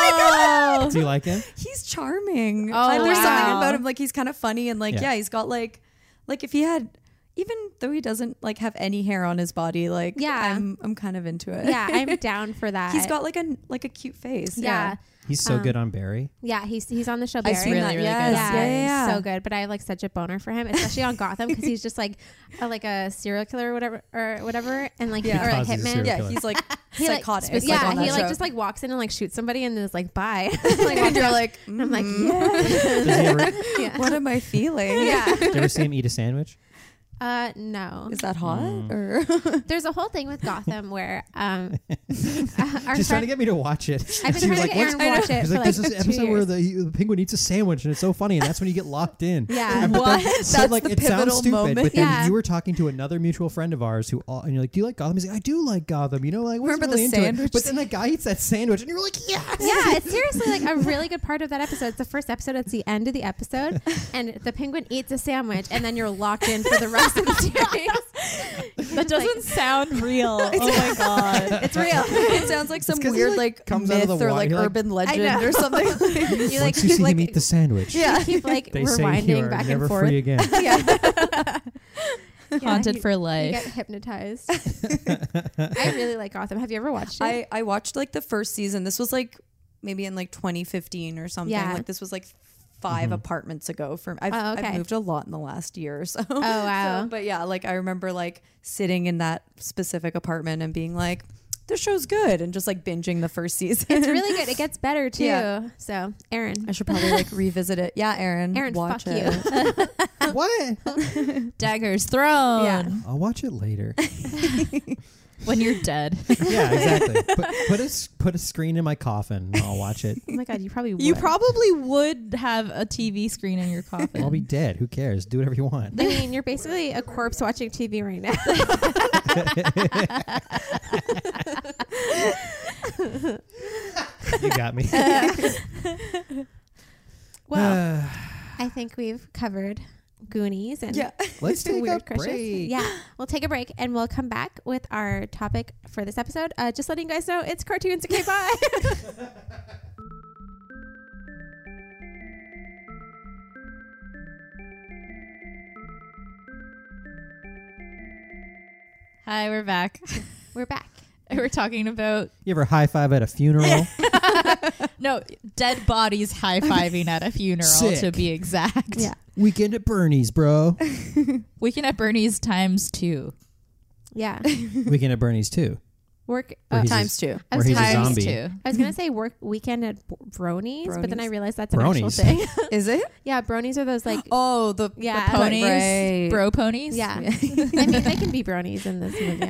S3: Oh,
S1: Do you like
S4: <laughs>
S1: him?
S4: He's charming.
S3: Oh,
S4: I- there's something
S3: wow.
S4: about him like he's kind of funny and like yeah.
S1: Yeah.
S4: he's got like like if he had even though he doesn't like have any hair on his body like
S2: Yeah.
S4: I'm I'm kind of into it.
S2: yeah, I'm down for that.
S4: <laughs> he's got like a like a cute face.
S2: yeah.
S4: Yeah.
S1: He's so
S2: Um,
S1: good on Barry.
S4: <laughs>
S2: Yeah, he's he's on the show.
S3: I've seen
S2: Barry.
S3: that, really, really
S4: yes.
S3: good.
S2: Yeah,
S4: Yeah, yeah, yeah.
S2: so good. But I have like such a boner for him, especially on Gotham, because he's just like a, like a serial killer, or whatever or whatever, and like
S4: Yeah.
S2: or a
S1: Because he's a
S2: hitman.
S1: serial
S4: Yeah,
S1: killer.
S4: he's like
S2: <laughs> He, like,
S4: psychotic.
S2: yeah,
S4: like, on that
S2: he like
S4: show.
S2: just like walks in and like shoots somebody and is like
S4: <laughs>
S2: bye. <laughs> like, and
S4: you're like
S2: I'm like
S4: "Mm,
S2: yeah,
S1: Does he ever, do
S2: <laughs> yeah.
S4: <laughs> what am I feeling?
S2: yeah.
S1: you ever see him eat a sandwich?
S2: Uh, no.
S4: <laughs> Is that hot
S1: Mm.
S4: or
S2: <laughs> There's a whole thing with Gotham where um,
S4: <laughs>
S2: <laughs> our
S1: She's trying to
S2: friend,
S1: get me to watch it.
S2: I've been
S1: She was
S2: trying to get
S1: "What's
S2: Aaron
S1: <laughs>
S2: to watch it
S1: She's
S2: for,
S1: like, there's
S2: like,
S1: this
S2: two
S1: episode where
S2: years.
S1: the, he- the penguin eats a sandwich and it's so funny, and that's when you get locked in.
S2: Yeah.
S1: And- <laughs> but then-
S2: <laughs>
S4: What?
S1: so,
S4: That's
S1: like,
S4: the
S1: it sounds
S4: pivotal
S1: stupid,
S4: moment.
S1: but then
S2: Yeah.
S1: you were talking to another mutual friend of ours who, all, and you're like, "Do you like Gotham?" He's like, "I do like Gotham." You know, like, wasn't
S4: Remember the
S1: really into it.
S4: sandwich
S1: But then that guy eats that sandwich, and you're like, "Yeah."
S2: <laughs> yeah, it's seriously like a really good part of that episode. It's the first episode. It's the end of the episode, and the penguin eats a sandwich, and then you're locked in for the rest of the <laughs> series.
S3: that doesn't
S4: <laughs>
S3: sound real. Oh my god.
S4: it's real. <laughs> it sounds like some
S1: 'cause he,
S4: weird
S1: like,
S4: like,
S1: comes out
S4: myth
S1: of the
S4: or
S1: water,
S4: like
S1: you're like,
S4: urban
S2: know.
S4: legend
S2: <laughs>
S4: or something.
S2: You like
S1: Once you see
S2: like
S1: him eat the sandwich,
S2: yeah, keep like
S1: they say you
S2: rewinding
S1: are
S2: back
S1: never
S2: and forth.
S1: free
S2: <laughs>
S1: again.
S2: Yeah,
S3: Haunted
S2: you-
S3: for
S2: you
S3: life.
S4: <laughs>
S2: get <laughs> hypnotized. I really like Gotham. Have you ever watched it?
S4: I I watched like the first season. This was like maybe in like 2015 or something.
S2: Yeah.
S4: Like this was like 5
S1: Mm-hmm.
S4: apartments ago. From I've,
S2: Oh, okay.
S4: I've moved a lot in the last year or so. <laughs>
S2: oh wow.
S4: So, but yeah, like I remember like sitting in that specific apartment and being like, "This show's good," and just like binging the first season.
S2: <laughs> it's really good. It gets better too.
S4: Yeah.
S2: So, Aaron,
S4: <laughs> I should probably like revisit it. Yeah, Aaron.
S2: Aaron,
S4: watch
S2: fuck
S4: <laughs> it.
S2: you.
S1: what?
S3: Daggers thrown.
S4: Yeah.
S1: I'll watch it later.
S3: When you're dead.
S1: yeah, exactly. Put, put a s- put a screen in my coffin. And I'll watch it.
S2: oh my god, you probably would.
S3: <laughs>
S2: <laughs>
S3: You probably would have a TV screen in your coffin.
S1: I'll be dead. Who cares? Do whatever you want.
S2: I mean, you're basically a corpse watching TV right now.
S1: You got
S2: <laughs>
S1: me. Uh,
S2: well, I think we've covered Goonies and
S4: Yeah.
S1: <sighs>
S3: <laughs>
S1: let's take
S2: weird
S1: a
S2: crushes.
S1: break.
S2: Yeah, we'll take a break and we'll come back with our topic for this episode. Uh, just letting you guys know it's cartoons. Okay, bye. <laughs>
S3: Hi, we're back. <laughs>
S2: We're back.
S3: We're talking about
S1: You ever high five at a
S3: <laughs>
S1: funeral?
S3: no dead bodies high fiving at a funeral
S1: Sick.
S3: to be exact.
S2: Yeah.
S1: Weekend at Bernie's,
S3: <laughs>
S1: bro.
S3: Weekend at Bernie's times two.
S2: Yeah,
S1: Weekend at Bernie's too.
S2: <laughs> work.
S1: Where
S2: Uh,
S1: he's
S4: Times two.
S2: <laughs> I
S1: where
S2: was
S1: he's a
S2: times
S1: zombie.
S3: two.
S2: I was gonna say work weekend at Bro- bronies, but then I
S4: Bronies.
S2: realized that's an actual
S1: Bronies.
S2: thing. <laughs>
S4: Is it?
S2: yeah, bronies are those <gasps> like
S4: Oh, the
S2: yeah
S4: the
S3: Ponies,
S4: Right.
S3: bro ponies.
S2: <laughs> Yeah. I mean, they can be bronies in this movie.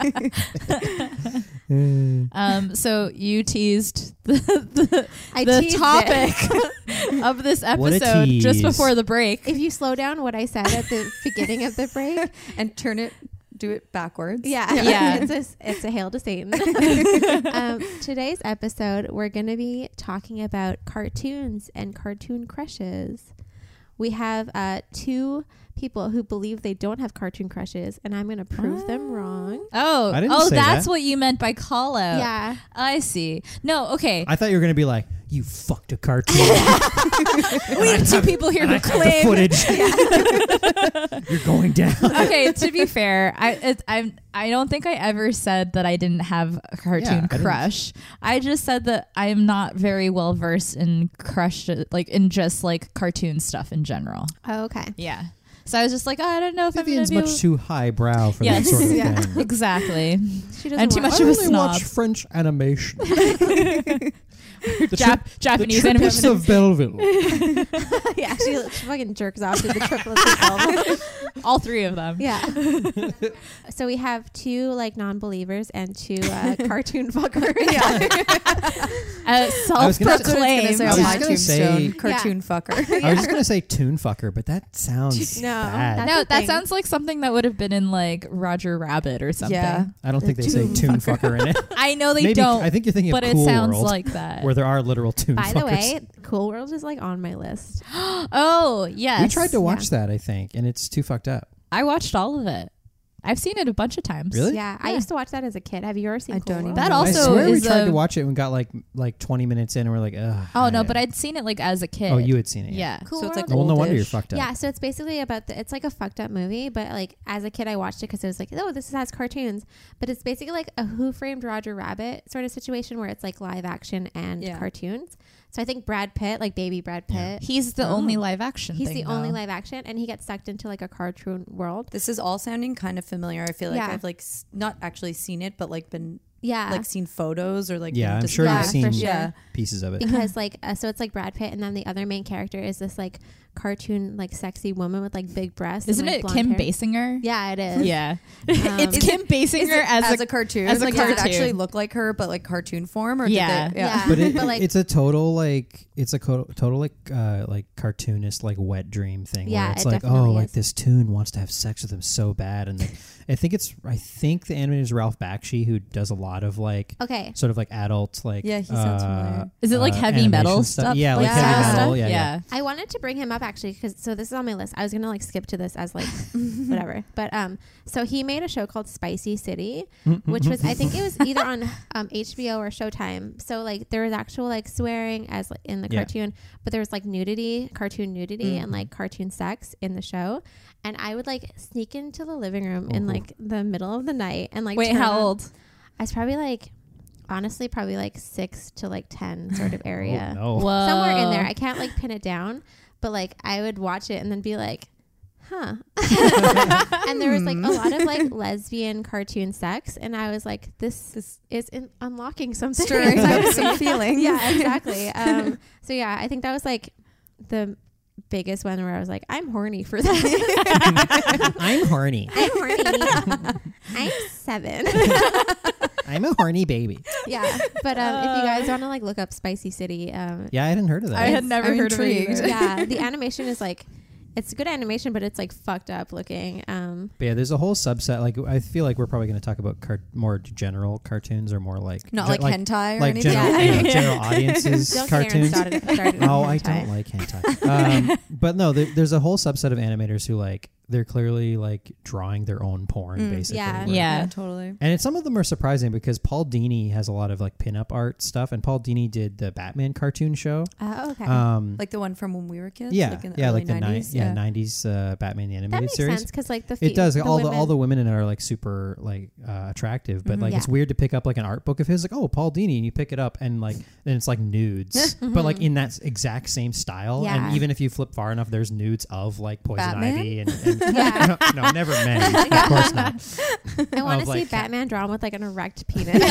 S2: I don't care.
S3: Um. So you teased the
S2: I
S3: the
S2: teased it. <laughs>
S3: topic of this
S1: What a
S3: episode just
S1: tease.
S3: before the break.
S2: <laughs> If you slow down what I said at the beginning of the break,
S4: and turn it. Do it backwards.
S2: yeah, <laughs>
S3: Yeah.
S2: it's a it's a hail to
S3: <laughs>
S2: Satan. um, today's episode, we're going to be talking about cartoons and cartoon crushes. We have uh, two people who believe they don't have cartoon crushes, and I'm going to prove them wrong.
S3: Oh,
S1: I didn't
S3: oh,
S1: say
S3: that's
S1: that.
S3: what you meant by call out.
S2: Yeah,
S3: I see. No, okay.
S1: I thought you were gonna be like, you fucked a
S3: <laughs>
S1: cartoon. <laughs>
S3: we have two people here
S1: And I
S3: who
S1: have the
S3: claim <laughs>
S1: footage. You're going down.
S3: okay, to be fair, I it, I'm I don't think I ever said that I didn't have a
S1: Yeah, I
S3: cartoon
S1: didn't-
S3: crush. I just said that I am not very well versed in crush like in just like cartoon stuff in general.
S2: Oh, okay.
S3: Yeah. So I was just like, oh, I don't know if
S1: Vivian's
S3: I'm gonna
S1: much
S3: be
S1: too highbrow for
S3: Yes.
S1: that sort of
S2: Yeah.
S1: thing.
S3: exactly.
S2: She doesn't. <laughs>
S3: I'm
S2: want-
S3: too <laughs> much
S1: I
S3: of a <laughs>
S1: only watch
S3: snob.
S1: French animation. The
S3: Jap-
S1: trip-
S3: Japanese
S1: the
S3: anime.
S1: triplets of Belleville.
S2: <laughs> yeah, she, she fucking jerks off to the triplets of
S3: <laughs>
S2: Belleville.
S3: <laughs> All three of them.
S2: Yeah.
S3: <laughs>
S2: so we have two like non-believers and two
S3: <laughs>
S2: uh, cartoon fuckers. <laughs>
S3: Uh,
S1: gonna-
S4: That's what it's
S3: self-proclaimed.
S1: I
S4: gonna
S1: was
S4: say on my
S1: gonna say-
S4: tombstone. Cartoon fucker.
S1: I was just gonna say Toon Fucker, but that sounds
S2: No,
S1: bad.
S2: that's-
S3: no,
S2: a
S3: that
S2: thing.
S3: sounds like something that would have been in like Roger Rabbit or something.
S4: Yeah.
S1: I don't think they say
S4: Toon
S1: Toon Fucker in it.
S3: I know they
S1: Maybe
S3: don't,
S1: I think you're thinking
S3: but
S1: of
S3: it
S1: Cool
S3: sounds
S1: World,
S3: like that.
S1: where there are literal <laughs> Toon
S2: By
S1: Fuckers.
S2: the way, Cool World is like on my list.
S3: oh yes,
S1: we tried to watch that, I think, and it's too fucked up.
S3: I watched all of it. I've seen it a bunch of times.
S1: Really?
S2: Yeah, I used to watch that as a kid. Have you ever seen
S4: I
S2: Cool
S4: don't
S2: World?
S4: even
S3: That
S4: know.
S1: I
S3: also
S1: swear we
S3: is
S1: tried
S3: a-
S1: to watch it and got like like 20 minutes in and we're like, ugh.
S3: Oh no, but I'd seen it like as a kid.
S1: Oh, you had seen it. yeah.
S3: Yeah.
S2: Cool
S4: So it's
S2: World
S4: like
S1: Well, no wonder you're
S4: Oldish.
S1: fucked up.
S2: Yeah, so it's basically about the, it's like a fucked up movie, but like as a kid, I watched it because it was like, oh, this has cartoons. But it's basically like a Who Framed Roger Rabbit sort of situation where it's like live action and
S4: Yeah.
S2: cartoons. So I think Brad Pitt, like baby Brad
S1: Yeah.
S2: Pitt,
S3: He's the
S4: Oh.
S3: only live action.
S2: he's the
S3: thing,
S2: only
S3: though.
S2: live action, and he gets sucked into like a cartoon world.
S4: This is all sounding kind of familiar. I feel like
S2: Yeah. Uh,
S4: I've like s- not actually seen it, but like been
S2: Yeah,
S4: <laughs> like seen photos or like
S1: Yeah,
S4: been
S1: I'm
S4: dis-
S1: sure
S2: you've
S4: yeah,
S1: seen-
S4: for sure. yeah.
S1: Pieces of it.
S2: because like uh, so it's like Brad Pitt, and then the other main character is this like cartoon like sexy woman with like big breasts. and,
S3: Isn't
S2: like,
S3: it
S2: blonde
S3: Kim
S2: hair.
S3: Basinger?
S2: Yeah, it
S4: <laughs>
S2: is.
S3: Yeah.
S2: Um,
S3: it's Kim Basinger
S4: Is it
S3: as,
S4: as
S3: a,
S4: a cartoon,
S3: as a
S4: like does it
S3: cartoon.
S4: actually look like her, but like cartoon form, or
S3: Yeah.
S4: did they, yeah,
S2: Yeah.
S1: But, it,
S2: But, like-
S1: it's a total like it's a co- total like uh, like cartoonist like wet dream thing
S2: Yeah,
S1: where it's
S2: it
S1: like oh
S2: definitely
S1: like
S2: is.
S1: this tune wants to have sex with him so bad and like, I think it's I think the animator is Ralph Bakshi who does a lot of like
S2: Okay.
S1: sort of like adult like
S4: Yeah, he sounds
S1: uh,
S4: familiar.
S3: Is it like
S1: uh,
S3: heavy metal
S1: animation
S3: stuff?
S1: yeah like
S4: like
S1: heavy
S4: that?
S1: metal yeah yeah,
S2: I wanted to bring him up actually because so this is on my list. I was gonna like skip to this as
S3: <laughs>
S2: like whatever, but um, so he made a show called Spicy City, which was I think it was either on um, HBO or Showtime. So like there was actual like swearing as like, in the
S1: Yeah.
S2: cartoon, but there was like nudity, cartoon nudity, and like cartoon sex in the show. And I would like sneak into the living room in
S1: Ooh.
S2: like the middle of the night and like
S3: Wait,
S2: turn
S3: how
S2: on-
S3: old?
S2: I was probably like honestly probably like six to like ten sort of area
S1: Oh, no.
S2: somewhere in there. I can't like pin it down, but like I would watch it and then be like,
S4: <laughs>
S2: huh. and there was like a lot of
S4: Hmm.
S2: like lesbian cartoon sex, and I was like, this, is in- unlocking something.
S4: stirring up
S2: <laughs>
S4: some feelings.
S2: yeah,
S4: <laughs>
S2: exactly. Um, so yeah, I think that was like the biggest one where I was like, I'm horny for that.
S1: <laughs>
S4: <laughs>
S3: <laughs>
S1: I'm horny.
S2: I'm horny. I'm
S4: <laughs>
S2: seven.
S1: I'm a horny baby.
S2: yeah, but um, if you guys
S4: Uh.
S2: want to like look up Spicy City, um,
S1: Yeah, I hadn't heard of that.
S3: I had never
S4: I'm
S3: heard of it.
S4: intrigued.
S3: either.
S2: yeah, the animation is like it's good animation, but it's like fucked up looking. Um,
S1: But yeah, there's a whole subset. Like, I feel like we're probably going to talk about car- more general cartoons or more like
S4: <laughs> not
S1: ge-
S4: like, hentai or
S1: like
S4: anything.
S1: general,
S2: Yeah.
S4: <laughs>
S1: yeah, general audiences
S2: don't
S1: cartoons.
S2: get Aaron started.
S1: <laughs>
S2: started
S1: Oh,
S2: with
S1: I
S2: hentai.
S1: don't like hentai.
S4: <laughs>
S1: Um, but no, there, there's a whole subset of animators who like they're clearly like drawing their own porn,
S4: Mm,
S1: basically.
S2: yeah.
S1: where-
S3: Yeah.
S4: totally.
S1: And it's- some of them are surprising because Paul Dini has a lot of like pinup art stuff, and Paul Dini did the Batman cartoon show.
S2: Oh, okay.
S1: Um,
S4: Like the one from when we were kids.
S1: yeah,
S4: like in the
S1: yeah,
S4: early
S1: like the
S4: 90s.
S1: ni- yeah, 90s uh, Batman the
S2: that
S1: animated
S2: makes
S1: series.
S2: sense because like the fe-
S1: It does. all the all
S2: women-
S1: the women in it are like super like uh, attractive, but
S4: Mhm.
S1: like it's
S2: Yeah.
S1: weird to pick up like an art book of his, like oh Paul Dini, and you pick it up and like then it's like nudes, but like in that s- exact same style.
S2: Yeah.
S1: And even if you flip far enough, there's nudes of like poison
S4: Batman?
S1: ivy and, and <laughs>
S2: Yeah.
S1: no, no, never men, of course not.
S2: I want to
S1: of,
S2: see
S1: like, cat-
S2: Batman drawn with like
S1: <laughs>
S2: an erect penis.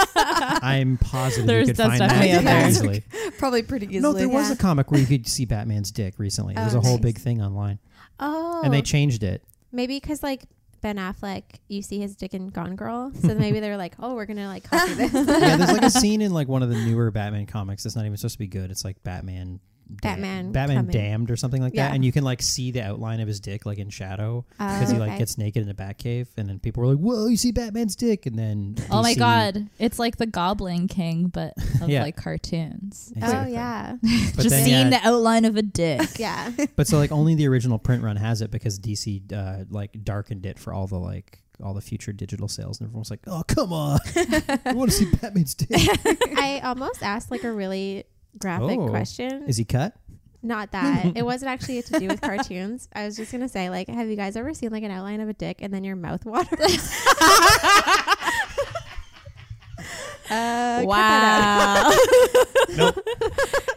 S4: <laughs>
S1: I'm positive
S3: There's-
S1: you could
S3: that's
S1: find
S3: definitely
S1: that
S3: out
S1: very
S3: there.
S1: easily.
S4: Probably pretty easily.
S1: No, there was
S2: Yeah.
S1: a comic where you could see Batman's dick recently. There's
S2: Oh,
S1: a whole
S2: nice.
S1: big thing online,
S2: oh,
S1: and they changed
S2: <laughs>
S1: it.
S2: maybe because like Ben Affleck, you see his dick in Gone Girl, so maybe they're like, oh, we're gonna like
S1: <laughs>
S2: copy this
S1: yeah, there's like a scene in like one of the newer Batman comics that's not even supposed to be good. It's like Batman. Dam-
S2: Batman
S1: Batman
S2: coming.
S1: Damned or something like
S2: Yeah.
S1: that, and you can like see the outline of his dick like in shadow because
S2: Oh,
S1: he like
S2: okay.
S1: gets naked in the Batcave, and then people were like, "Whoa, you see Batman's dick!" And then
S3: Oh my
S1: DC
S3: god, it's like the Goblin King,
S1: <laughs>
S3: but of
S1: Yeah.
S3: like cartoons.
S2: Oh
S1: Exactly. <laughs>
S2: yeah,
S1: But
S3: Just
S1: then,
S3: seeing
S1: yeah,
S3: the outline of a dick.
S2: yeah.
S1: But so like only the original print run has it because DC uh, like darkened it for all the like all the future digital sales, and everyone's like, "Oh come on, I want to see Batman's
S3: <laughs>
S1: dick."
S2: I almost asked like a really graphic
S1: Oh.
S2: question.
S1: Is he cut?
S2: Not <laughs> that. it wasn't actually to do with cartoons. I was just gonna say, like, have you guys ever seen like an outline of a dick and then your mouth <laughs> waters? uh, cut that
S3: wow.
S1: <laughs> Nope.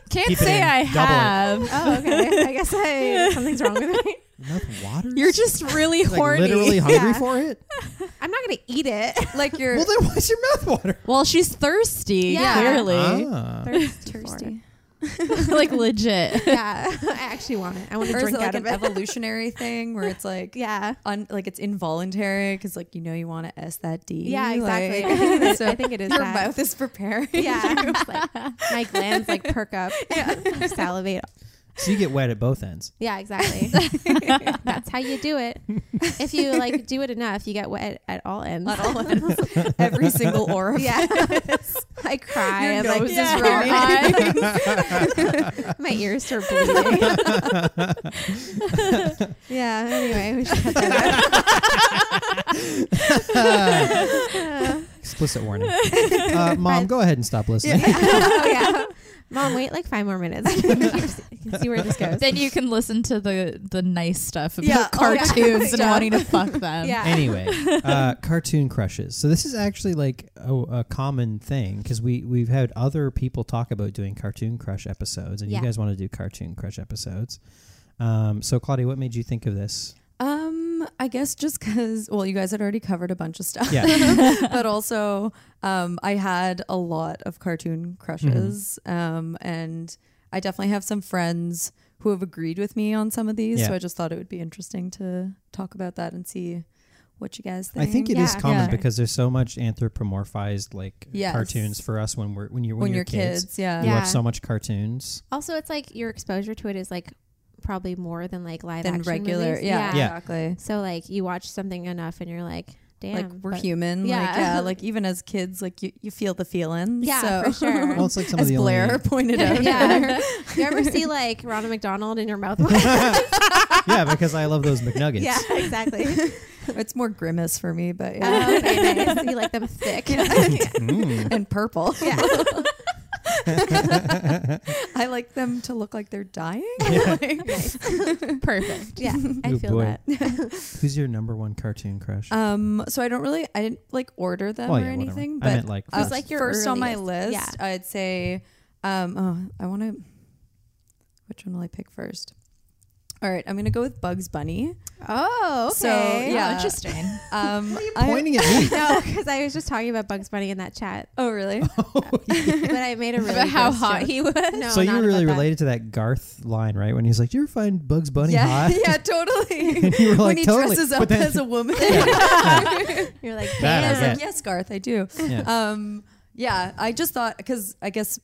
S3: Can't
S1: Keep it
S3: say
S1: in.
S3: I
S1: Double it.
S3: have.
S2: out. Oh, okay. I guess <laughs> I something's wrong with me.
S1: Mouth water?
S3: You're just really
S1: like
S3: horny. <laughs>
S1: literally hungry
S2: Yeah.
S1: for it.
S2: I'm not not gonna eat it.
S4: <laughs> Like you're
S1: Well, then why's your mouth water?
S3: Well, she's thirsty,
S2: Yeah.
S3: clearly.
S2: Oh.
S1: Ah.
S4: thirsty.
S3: <laughs> like legit.
S1: <laughs>
S2: <laughs> yeah, I actually want it. I want to
S4: Or is
S2: drink
S4: it like
S2: out of
S4: an
S2: it.
S4: evolutionary thing where it's like
S2: <laughs> yeah.
S4: un, like it's involuntary because like you know you want to s that d.
S2: Yeah,
S4: <laughs>
S2: exactly.
S4: Like,
S2: I think it is- I think it is
S4: Your
S2: that.
S4: mouth is <laughs> preparing.
S2: <laughs> Yeah, <laughs> I'm just like, my glands like perk up, <laughs> yeah. salivate.
S1: So you get wet at both
S3: <laughs>
S1: ends. <laughs>
S2: Yeah,
S4: <laughs>
S2: exactly. That's how you do it. If you like do it enough, you get wet at all ends.
S4: At all ends. Every single orifice. <laughs>
S2: Yeah, I cry.
S4: Your
S2: I'm like,
S4: nose
S2: this
S4: is
S2: is
S4: running.
S2: <laughs>
S4: <laughs>
S2: wrong. my ears start bleeding. yeah. Anyway, we should cut that
S4: <laughs>
S2: out.
S1: Explicit
S3: <laughs>
S1: warning. Uh, Mom, go ahead and stop listening.
S2: oh, yeah. Mom, wait like five more minutes.
S4: <laughs>
S2: you can see where this goes.
S3: Then you can listen to the the nice stuff about
S4: Yeah. Oh, yeah.
S3: cartoons and
S4: Yeah.
S3: wanting to fuck them.
S2: Yeah.
S1: <laughs> anyway, uh, cartoon crushes. So this is actually like a, a common thing because we we've had other people talk about doing cartoon crush episodes, and
S2: Yeah.
S1: you guys want to do cartoon crush episodes. Um, so Claudia, what made you think of this?
S4: Um, I guess just because well, you guys had already covered a bunch of stuff.
S1: Yeah,
S4: <laughs> but also um, I had a lot of cartoon crushes,
S1: Mm-hmm.
S4: um, and I definitely have some friends who have agreed with me on some of these.
S1: Yeah.
S4: So I just thought it would be interesting to talk about that and see what you guys
S1: I
S4: think.
S1: think it is
S2: Yeah.
S1: common
S4: Yeah.
S1: because there's so much anthropomorphized like
S4: Yes.
S1: cartoons for us when we're when you're when,
S4: when
S1: you're,
S4: you're kids, yeah.
S1: You
S2: Yeah.
S1: watch so much cartoons.
S2: Also, it's like your exposure to it is like probably more than like live
S4: than
S2: action
S4: regular,
S2: movies.
S4: yeah,
S1: Yeah.
S4: exactly.
S2: So like you watch something enough and you're like, damn,
S4: like we're
S2: but-
S4: human, yeah.
S2: Yeah.
S4: like
S2: <laughs>
S4: yeah, like even as kids, like you, you feel the feelings.
S2: Yeah,
S4: so.
S2: for
S4: <laughs>
S2: sure.
S1: Well, it's like some
S4: As
S1: of the
S4: Blair
S1: only
S4: <laughs> pointed
S2: <laughs>
S4: out,
S2: yeah. you ever see like Ronald McDonald in
S1: <laughs>
S2: your mouth?
S1: <laughs> yeah because I love those McNuggets.
S2: <laughs> yeah,
S1: <laughs>
S2: exactly.
S4: <laughs> it's more grimace for me, but yeah,
S2: Oh, okay, nice. You like them thick.
S4: <laughs>
S1: Mm.
S4: and purple.
S2: <laughs>
S1: <laughs>
S2: yeah.
S4: <laughs> I like them to look like they're dying.
S1: Yeah.
S4: Like-
S3: Perfect.
S2: <laughs> Yeah. I
S1: Oh,
S2: feel
S1: boy.
S2: that.
S1: Who's your number one cartoon crush?
S4: <laughs> Um, so I don't really, I didn't like order them
S1: Oh,
S4: or
S1: yeah, whatever.
S4: anything,
S1: I meant
S4: but
S1: like
S4: uh,
S1: first.
S2: like your
S4: first on my
S2: earliest.
S4: list,
S2: Yeah.
S4: I'd say, um, oh, I want to. Which one will I pick first? All right, I'm gonna go with
S1: <laughs>
S4: Bugs Bunny.
S2: Oh,
S4: So,
S2: okay.
S4: yeah.
S3: Interesting.
S4: Um, what are you
S1: pointing at me.
S2: <laughs> No, because I was just talking about Bugs Bunny in that chat,
S4: oh, really?
S2: <laughs>
S1: <laughs>
S2: but I made a really
S3: about how
S2: gross
S3: hot
S2: joke.
S3: he was.
S2: No,
S1: so you
S2: not
S1: really
S2: about that. <laughs>
S1: related to that Garth line, right? When he's like, "Do you ever find Bugs Bunny
S4: yeah, <laughs>
S1: hot?"
S4: yeah, totally.
S1: And <laughs> you were
S4: when
S1: like,
S4: he
S1: "Totally."
S4: dresses
S1: But
S4: up
S1: then-
S4: as
S1: <laughs>
S4: a woman,
S2: You're
S4: <laughs>
S2: like,
S1: That I
S4: I
S2: damn.
S4: was
S1: get.
S4: like, yes, Garth, I do.
S1: <laughs>
S4: <laughs>
S1: Yeah.
S4: um yeah i just thought because i guess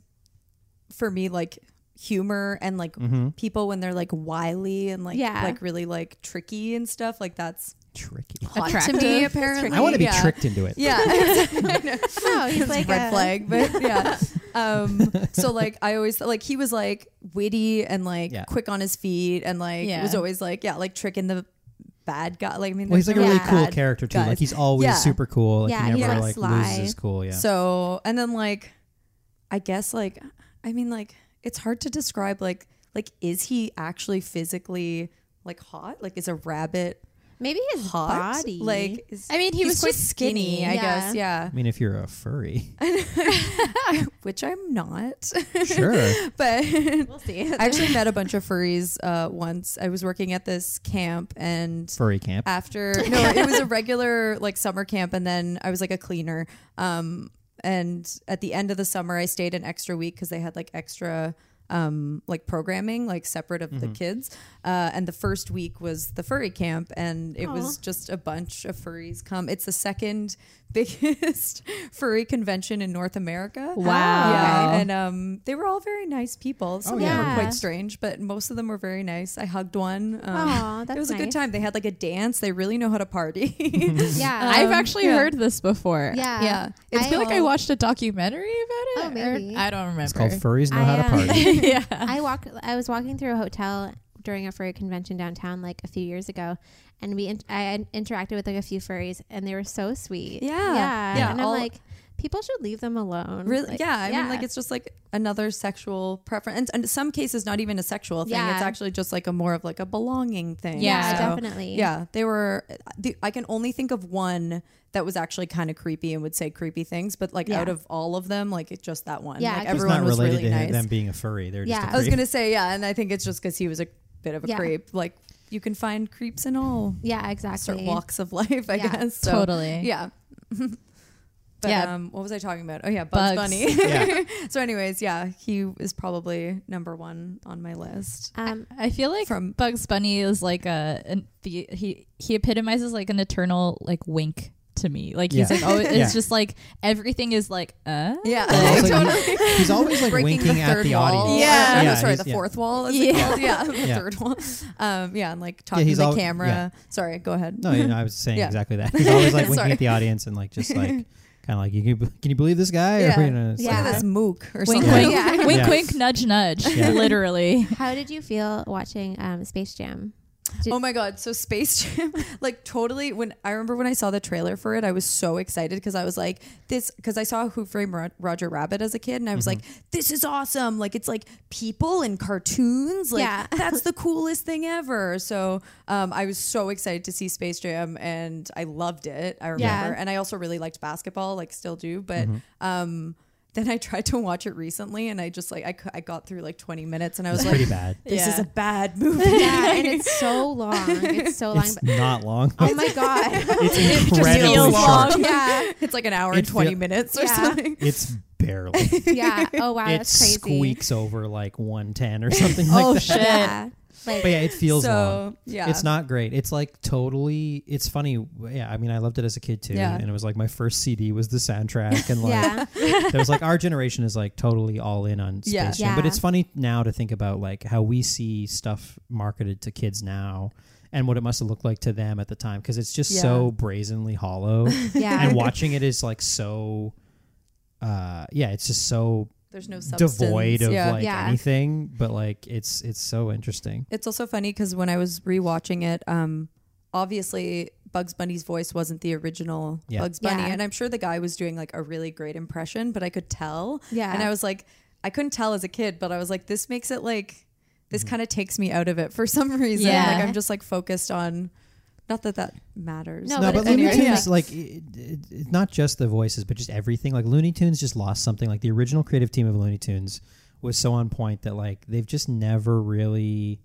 S4: for me like humor and like
S1: Mm-hmm.
S4: people when they're like wily and like
S2: Yeah.
S4: like really like tricky and stuff like that's
S1: Tricky.
S4: hot
S3: Attractive.
S4: to me
S3: It's
S4: apparently
S1: I want to be
S4: yeah.
S1: tricked into it.
S4: <laughs> yeah
S1: <laughs>
S4: <laughs>
S2: No, he's like
S4: like red
S2: a-
S4: flag but yeah um so like i always like he was like witty and like
S1: Yeah.
S4: quick on his feet and like
S3: Yeah.
S4: was always like yeah like tricking the bad guy like i mean
S1: Well, he's like
S4: there's
S1: a
S4: no
S1: really
S2: Yeah.
S1: cool
S4: bad
S1: character too. Like
S4: guys.
S1: he's always
S4: Yeah.
S1: super cool. Like
S2: Yeah,
S1: he
S2: he's,
S1: never
S2: like,
S1: like, loses his cool. Yeah.
S4: So, and then like, I guess like, I mean like, it's hard to describe like, like is he actually physically like hot? Like, is a rabbit
S2: Maybe his
S4: hot?
S2: body.
S4: <laughs> Like, is,
S3: I mean, he
S4: he's
S3: was
S4: quite
S3: just
S4: skinny,
S3: skinny,
S4: I
S2: yeah.
S4: guess. Yeah,
S1: I mean, if you're a
S4: <laughs>
S1: furry,
S4: which I'm not,
S1: sure.
S4: but.
S2: we'll <laughs> see.
S4: I actually met a bunch of furries uh, once. I was working at this camp, and
S1: Furry camp.
S4: after no it was a regular like summer camp and then i was like a cleaner um and at the end of the summer i stayed an extra week because they had like extra um like programming like separate of the kids uh and the first week was the furry camp and it was just a bunch of furries come it's the second <laughs> biggest furry convention in north america
S3: Wow.
S4: yeah and um they were all very nice people some
S1: Oh,
S4: of them
S2: yeah.
S4: were quite strange but most of them were very nice i hugged one um,
S2: Aw, that's
S4: it was a
S2: nice.
S4: good time. They had like a dance. They really know how to party.
S2: <laughs> Um, Yeah.
S3: I've actually
S4: yeah.
S3: heard this before.
S2: yeah.
S4: yeah.
S3: I
S4: It's
S3: feel
S4: been-
S2: I-
S3: like I watched a documentary about it.
S2: Oh,
S3: or-
S2: maybe.
S3: I don't remember.
S1: It's called Furries Know
S4: uh,
S1: How to
S2: I, um,
S4: <laughs>
S1: Party.
S3: <laughs> yeah.
S2: I walk. I was walking through a hotel during a furry convention downtown like a few years ago, and we in, I interacted with like a few furries, and they were so sweet.
S4: Yeah.
S2: yeah.
S4: Yeah,
S2: And I'm
S4: all-
S2: like, people should leave them alone.
S4: really,
S2: Like,
S4: yeah. I mean, like it's just like another sexual preference, and, in some cases, not even a sexual thing.
S2: Yeah.
S4: It's actually just like a more of like a belonging thing.
S2: yeah,
S3: Yeah.
S4: So,
S2: definitely.
S4: Yeah, they were. The, I can only think of one that was actually kind of creepy and would say creepy things, but like
S2: Yeah.
S4: out of all of them, like it just that one.
S2: Yeah,
S4: like
S2: I guess-
S1: It's
S4: everyone
S1: not
S4: was
S1: related
S4: really
S1: to him-
S4: nice.
S1: them being a furry. They're <laughs>
S2: Yeah.
S1: just. A
S4: I was
S1: creep.
S4: gonna say yeah, and I think it's just because he was a bit of a
S2: Yeah.
S4: creep, like you can find creeps in all
S2: Yeah, exactly.
S4: sort of walks of <laughs> life, I
S2: Yeah.
S4: guess. So,
S3: totally.
S4: Yeah. <laughs> but
S3: Yeah.
S4: um, what was I talking about? Oh yeah, Bugs,
S3: Bugs.
S4: Bunny.
S1: <laughs> Yeah.
S4: <laughs> so, anyways, yeah, he is probably number one on my list.
S2: Um,
S3: I feel like
S4: From-
S3: Bugs Bunny is like a an, the he he epitomizes like an eternal like wink to me. Like he's
S1: Yeah.
S3: like oh it's
S1: Yeah.
S3: just like everything is like uh
S4: Yeah,
S1: But
S4: <laughs>
S1: also, he-
S4: totally.
S1: he's always like
S4: Breaking
S1: winking
S4: the
S1: at
S4: third
S1: the
S4: wall.
S1: audience.
S4: Yeah,
S1: Yeah,
S4: no, sorry,
S1: he's-
S4: the
S1: yeah.
S4: fourth wall. Is yeah,
S3: Yeah.
S1: <laughs>
S4: called? yeah, the
S1: Yeah.
S4: third wall. Um, yeah, and like talking
S1: he's
S4: to the
S1: al-
S4: camera.
S1: yeah.
S4: Sorry, go ahead.
S1: No, you know, I was saying
S4: Yeah.
S1: exactly that. He's always like winking
S4: Sorry.
S1: at the audience and like just like kind of like you can, can you believe this guy? Or,
S4: Yeah.
S1: you know, it's
S4: Look
S1: like
S4: at
S2: Yeah.
S4: this
S1: that.
S4: mook or
S3: wink
S4: something.
S3: wink
S2: Yeah.
S3: wink
S1: Yeah.
S3: wink nudge nudge
S1: Yeah.
S3: <laughs> literally.
S2: how did you feel watching um, Space
S4: <laughs>
S2: Jam?
S4: Oh my god, so Space <laughs> Jam, like totally when I remember when I saw the trailer for it, I was so excited because I was like this because I saw Who Framed Ro- Roger Rabbit as a kid and I was
S2: Mm-hmm.
S4: like this is awesome. Like it's like people and cartoons, like
S2: Yeah. <laughs>
S4: that's the coolest thing ever. So, um I was so excited to see Space Jam and I loved it. I remember.
S2: Yeah. Mm-hmm.
S4: And I also really liked basketball, like still do, but um then I <laughs> tried to watch it recently and I just like I, cou- I got through like 20 minutes and I was
S2: <laughs>
S1: It's
S4: like
S1: pretty bad.
S4: this is
S3: Yeah.
S4: a bad movie.
S2: Yeah, and it's so long. It's so long.
S1: It's
S2: but-
S1: not long.
S2: oh my
S4: <laughs>
S2: god.
S1: <laughs> It's
S3: feels
S1: incredibly
S3: long.
S1: short.
S2: yeah,
S4: It's like an hour
S1: It
S4: and 20
S1: feel-
S4: minutes or
S2: Yeah.
S4: something.
S1: It's barely.
S2: yeah. Oh wow,
S1: it
S2: that's crazy.
S1: squeaks over like 110 or something like
S3: Oh,
S1: that.
S3: shit.
S2: Yeah. Like,
S1: <laughs> But yeah, it feels long.
S4: so, yeah.
S1: It's not great. It's like totally. It's funny. Yeah, I mean, I loved it as a kid too,
S4: Yeah.
S1: and it was like my first CD was the soundtrack,
S2: <laughs>
S1: and like
S2: yeah.
S1: there was like our generation is like totally all in on Space
S4: Yeah.
S1: Jam. But
S2: Yeah.
S1: it's funny now to think about like how we see stuff marketed to kids now, and what it must have looked like to them at the time, because it's just
S4: Yeah.
S1: so brazenly
S4: <laughs>
S1: hollow,
S2: Yeah.
S1: and watching it is like so. Uh, yeah, it's just so
S4: There's no substance.
S1: devoid of
S4: yeah.
S1: like
S2: Yeah.
S1: anything, but like it's it's so interesting.
S4: It's also funny because when I was rewatching it, um, obviously Bugs Bunny's voice wasn't the original
S1: Yeah.
S4: Bugs Bunny.
S2: Yeah.
S4: And I'm sure the guy was doing like a really great impression, but I could tell.
S2: Yeah.
S4: And I was like, I couldn't tell as a kid, but I was like, this makes it like,
S1: Mm-hmm.
S4: this kind of takes me out of it for some <laughs> reason.
S3: Yeah.
S4: Like I'm just like focused on, not that that matters.
S1: No,
S2: No, but
S1: but,
S2: it's
S1: Looney
S2: anyway,
S1: Tunes, like, it, it, it- not just the voices, but just everything. Like, Looney Tunes just lost something. Like, the original creative team of Looney Tunes was so on point that, like, they've just never really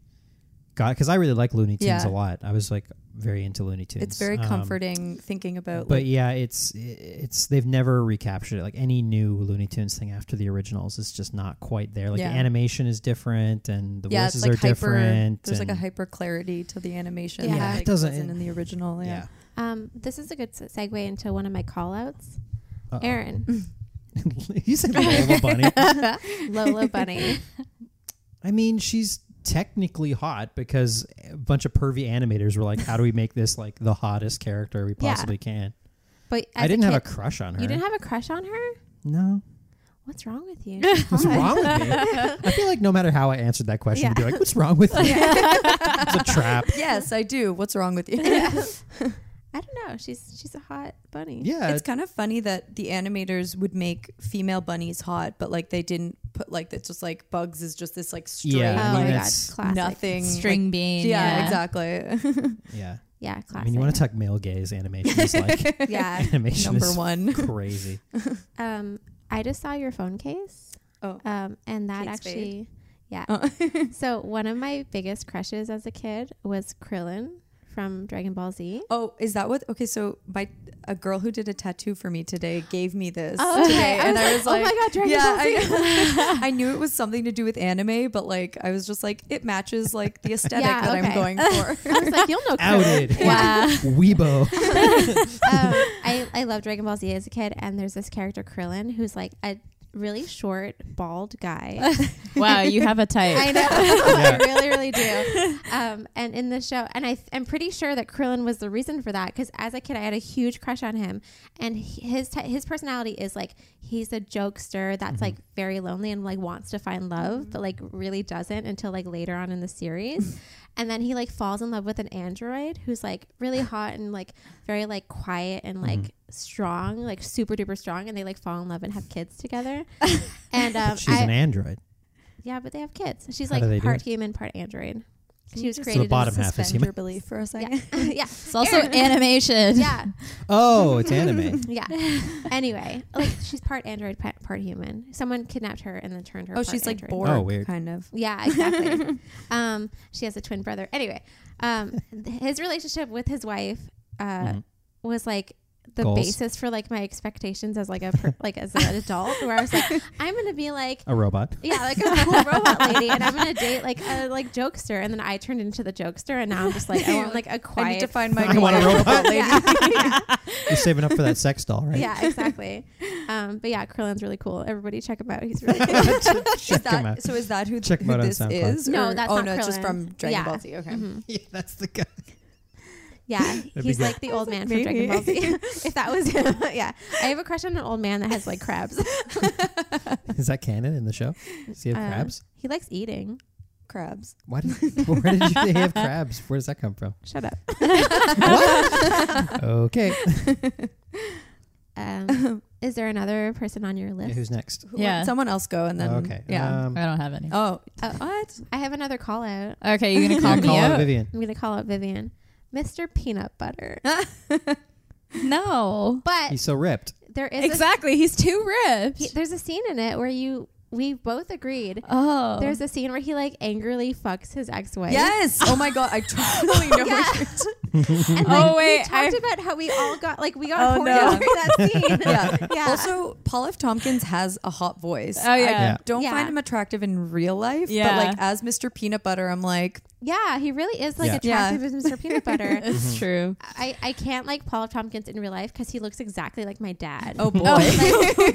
S1: got. Because I really like Looney Tunes
S4: Yeah.
S1: a lot. I was, like, very into Looney Tunes.
S4: It's very
S1: Um,
S4: comforting thinking about
S1: But
S4: like,
S1: yeah, it's it's they've never recaptured it. Like any new Looney Tunes thing after the originals is just not quite there. Like
S4: Yeah.
S1: the animation is different and the
S4: yeah,
S1: voices
S4: it's like
S1: are
S4: hyper.
S1: different.
S4: There's like a
S1: and-
S4: hyper clarity to the animation.
S2: Yeah.
S4: that,
S2: It
S4: like,
S1: doesn't-
S4: wasn't in the original. Yeah.
S1: Yeah.
S2: Um, this is a good se- segue into one of my call outs.
S1: Uh-oh.
S2: Aaron,
S1: <laughs> you said Lola Bunny.
S2: Lola Bunny.
S1: I mean, she's technically hot because a bunch of pervy animators were like, "How do we make this like the hottest character we
S2: Yeah.
S1: possibly can?"
S2: But as
S1: I didn't have a
S2: kid-
S1: crush on her.
S2: You didn't have a crush on her?
S1: no.
S2: What's wrong with you?
S1: <laughs> What's wrong with
S2: <laughs>
S1: me? I feel like no matter how I answered that question, you'd be like, "What's wrong
S2: <laughs>
S1: with you?" it's a trap.
S4: <laughs> Yes, I do. What's wrong
S2: <laughs>
S4: with you?
S2: I don't know. She's she's a hot bunny.
S1: Yeah,
S4: it's kind of funny that the animators would make female bunnies hot, but like they didn't put like it's just like Bugs is just this like straight
S1: Yeah, I mean,
S2: Oh my god,
S1: that's
S2: classic.
S4: nothing
S3: String
S4: like-
S3: bean.
S4: yeah,
S1: <laughs>
S3: Yeah,
S4: exactly. <laughs>
S1: yeah.
S2: Yeah, classic.
S1: I mean, you want to talk male gaze animation is
S2: <laughs>
S1: like
S2: yeah.
S1: animation
S4: Number
S1: is <laughs>
S2: <laughs>
S4: one.
S1: crazy.
S2: Um, I just saw your phone case.
S4: Oh.
S2: Um, and that
S4: Kate Spade.
S2: actually, yeah.
S4: Oh. <laughs>
S2: so one of my biggest crushes as a kid was Krillin from Dragon Ball Z.
S4: Oh, is that what? Okay, so my a girl who did a tattoo for me today gave me this.
S2: Oh, okay.
S4: today,
S2: I
S4: and
S2: was
S4: I
S2: like,
S4: was
S2: "Oh
S4: like,
S2: my God, Dragon
S4: yeah,
S2: Ball Z."
S4: <laughs> I, I knew it was something to do with anime, but like I was just like, it matches like the aesthetic
S2: Yeah,
S4: that I'm
S2: okay.
S4: <laughs> going for.
S2: I was like, you'll know Krillin.
S1: Outed.
S2: Yeah.
S1: Weebo.
S2: um, I, I love Dragon Ball Z as a kid, and there's this character Krillin who's like a really short, bald guy.
S3: Wow, you have a type.
S2: <laughs> I know, <laughs> I
S1: Yeah.
S2: really, really do. Um, and in the show, and I am pretty sure that Krillin was the reason for that because as a kid, I had a huge crush on him, and he- his t- his personality is like he's a jokester
S1: Mm-hmm.
S2: that's like very lonely and like wants to find love, but like really doesn't until like later on in
S1: <laughs>
S2: the series. And then he like falls in love with an android who's like really hot and like very like quiet and like
S1: Mm-hmm.
S2: strong, like super duper strong, and they like fall in love and have kids
S1: <laughs>
S2: together. and um,
S1: She's
S2: I,
S1: an android.
S2: yeah, but they have kids. She's
S1: How do they
S2: like
S1: do
S2: part
S1: it?
S4: <laughs>
S2: human, part android. <laughs> She was
S4: So the
S2: created. as-
S1: bottom half is
S4: Suspend
S1: human.
S4: your belief for a second.
S2: Yeah, yeah,
S3: It's
S2: <laughs>
S3: also animation.
S2: yeah,
S1: Oh, it's
S2: <laughs>
S1: anime.
S4: <laughs>
S2: yeah. Anyway, like she's part android, pa- part human. Someone kidnapped her and then turned her.
S4: Oh,
S2: part
S4: she's like
S2: android.
S4: bored,
S1: Oh, weird.
S4: kind of.
S2: Yeah,
S4: <laughs>
S2: exactly. um, she has a twin brother. Anyway, um, th- his relationship with his wife uh,
S1: Mhm.
S2: was like the
S1: Goals.
S2: basis for like my expectations as like a per- like as an adult, where I was
S4: <laughs>
S2: like, I'm gonna be like.
S1: A robot.
S2: Yeah, like a cool robot lady, and I'm gonna date like a like jokester, and then I turned into the jokester, and now I'm just like I want like a quiet.
S4: <laughs> I need to find my
S1: I want a
S4: quiet
S1: robot.
S4: lady.
S2: <laughs>
S1: <laughs> You're saving up for that sex doll, right?
S2: Yeah, exactly. um, but yeah, Krillin's really cool. Everybody check him out. He's
S1: <laughs>
S2: really cool.
S4: <laughs> Is
S1: Check him
S4: that,
S1: out.
S4: so is that who,
S1: Check him
S4: who
S1: out on
S4: this
S1: SoundCloud.
S4: is?
S2: No,
S4: or-
S2: that's
S4: oh,
S2: not
S4: no, it's just
S2: Krillin.
S4: from Dragon
S2: Yeah.
S4: Ball Z. Okay.
S2: Mhm.
S1: <laughs> Yeah, that's the guy.
S2: Yeah,
S1: be
S2: he's
S1: good.
S2: like the old man
S4: like,
S2: from Dragon Ball
S4: maybe.
S2: Z.
S4: <laughs>
S2: <laughs> if that was him, yeah. I have a crush on an old man that has like crabs.
S1: <laughs> Is that canon in the show? Does he have
S2: Uh,
S1: crabs?
S2: He likes eating.
S4: Crabs.
S1: Why did, <laughs> where did you they have crabs? Where does that come from?
S2: Shut up.
S1: Okay.
S4: <laughs>
S2: Um, is there another person on your
S1: Yeah,
S2: list?
S1: who's next?
S4: Who-
S3: Yeah.
S4: Someone else go and then.
S1: okay.
S4: Yeah.
S1: Um,
S3: I don't have any.
S4: oh,
S2: Oh.
S4: what?
S2: I have another call out.
S3: Okay, you're gonna
S1: yeah,
S3: call me
S1: call out
S3: out?
S1: Vivian.
S2: I'm gonna call out Vivian, Mr. Peanut Butter.
S3: No.
S2: But
S1: He's so ripped.
S2: there is a,
S3: Exactly. He's too ripped.
S2: he- there's a scene in it where you we both agreed.
S3: oh.
S2: There's a scene where he like angrily fucks his ex-wife.
S4: Yes. Oh my <laughs> god. I totally know.
S2: Yeah.
S4: what you're-
S2: And
S3: Oh,
S2: like, we
S3: wait,
S2: talked
S3: I-
S2: about how we all got like we got
S4: Oh,
S2: horny
S4: no.
S2: over
S4: <laughs>
S2: that scene.
S4: Yeah.
S2: Yeah.
S4: Also, Paul F. Tompkins has a hot voice.
S3: Oh,
S4: I
S3: yeah.
S4: don't
S2: Yeah.
S4: find him attractive in real life,
S3: Yeah.
S4: but like as Mr. Peanut Butter, I'm like,
S2: Yeah, he really is like
S1: Yeah.
S2: attractive as Mr.
S4: <laughs>
S2: Peanut Butter.
S3: It's
S1: Mm-hmm.
S3: true.
S2: I, I can't like Paul Tompkins in real life because he looks exactly like my dad. <laughs>
S4: oh boy.
S2: like,
S4: <laughs>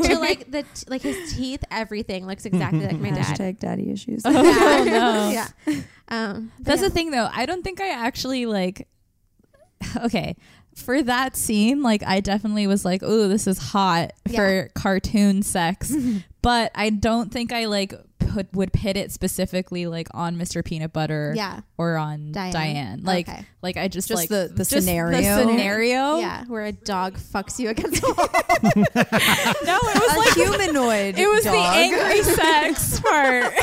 S2: to like the t- like his teeth, everything looks exactly like my dad.
S4: <laughs> Hashtag Oh,
S3: <laughs>
S4: daddy issues.
S2: Yeah.
S3: no.
S2: <laughs> yeah. Um, but
S3: That's
S2: yeah.
S3: the thing, though. I don't think I actually like. <laughs> Okay, for that scene, like I definitely was like, "Ooh, this is hot for
S2: <laughs>
S3: cartoon sex," but I don't think I like put would pit it specifically like on Mr. Peanut Butter,
S2: Yeah.
S3: or on
S2: Diane.
S3: Diane. Like,
S2: Okay.
S3: like I just,
S4: Just
S3: like
S4: the- the
S3: just
S4: scenario.
S3: The
S4: Oh.
S3: scenario.
S2: Yeah, where a dog fucks you against the wall.
S3: <laughs> No,
S2: <laughs>
S3: it was
S4: a
S3: like
S4: humanoid.
S3: it was the
S4: dog.
S3: angry sex part.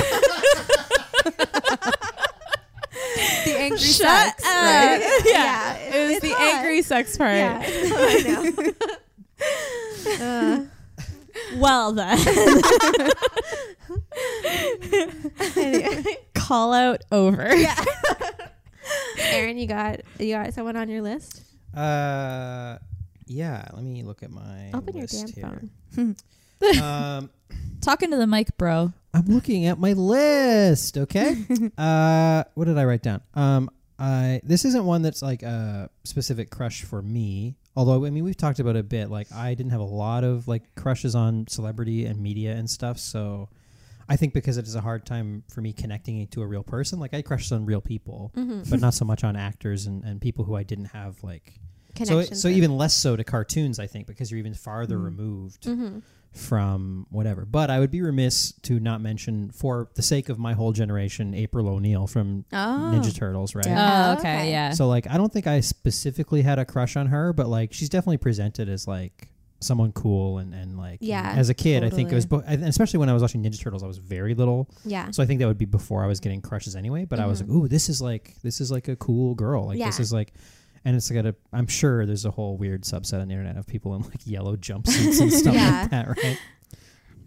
S4: The
S3: <laughs>
S4: angry
S3: Shut up.
S4: sex,
S3: <laughs>
S4: right?
S2: <laughs>
S3: Yeah.
S2: Yeah,
S3: it was
S2: it's
S3: the
S2: hot.
S3: angry sex part.
S2: Yeah, <laughs> Oh,
S4: <laughs>
S2: I know. Uh,
S3: Well <laughs> then. Call out over.
S2: Aaron, you got you got someone on your list?
S1: Uh, yeah. Let me look at my
S2: Open your damn
S1: list
S2: phone.
S1: here. um,
S3: Talking to the mic, bro.
S1: I'm looking at my list. Okay. uh, what did I write down? Um, I this isn't one that's like a specific crush for me. Although I mean we've talked about it a bit. Like I didn't have a lot of like crushes on celebrity and media and stuff. So I think because it is a hard time for me connecting it to a real person. Like I had crushes on real people, but not so much on actors and, and people who I didn't have like so,
S2: Connections.
S1: so even less so to cartoons, I think, because you're even farther removed
S2: Mm-hmm.
S1: from whatever. But I would be remiss to not mention, for the sake of my whole generation, April O'Neil from
S2: Oh,
S4: Oh.
S1: Ninja Turtles, right?
S4: Yeah.
S3: Oh,
S2: okay,
S3: okay, yeah.
S1: So like, I don't think I specifically had a crush on her, but like, she's definitely presented as like someone cool and and like
S2: Yeah,
S1: as a kid i think it was bo-
S4: totally.
S1: and especially when i was watching ninja turtles i was very little
S2: yeah.
S1: so i think that would be before i was getting crushes anyway but i was like ooh this is like this is like a cool girl like this
S2: Mm-hmm. Yeah.
S1: is like and it's got a i'm sure there's a whole weird subset on the internet of people in like yellow jumpsuits and stuff
S2: <laughs> Yeah.
S1: like that right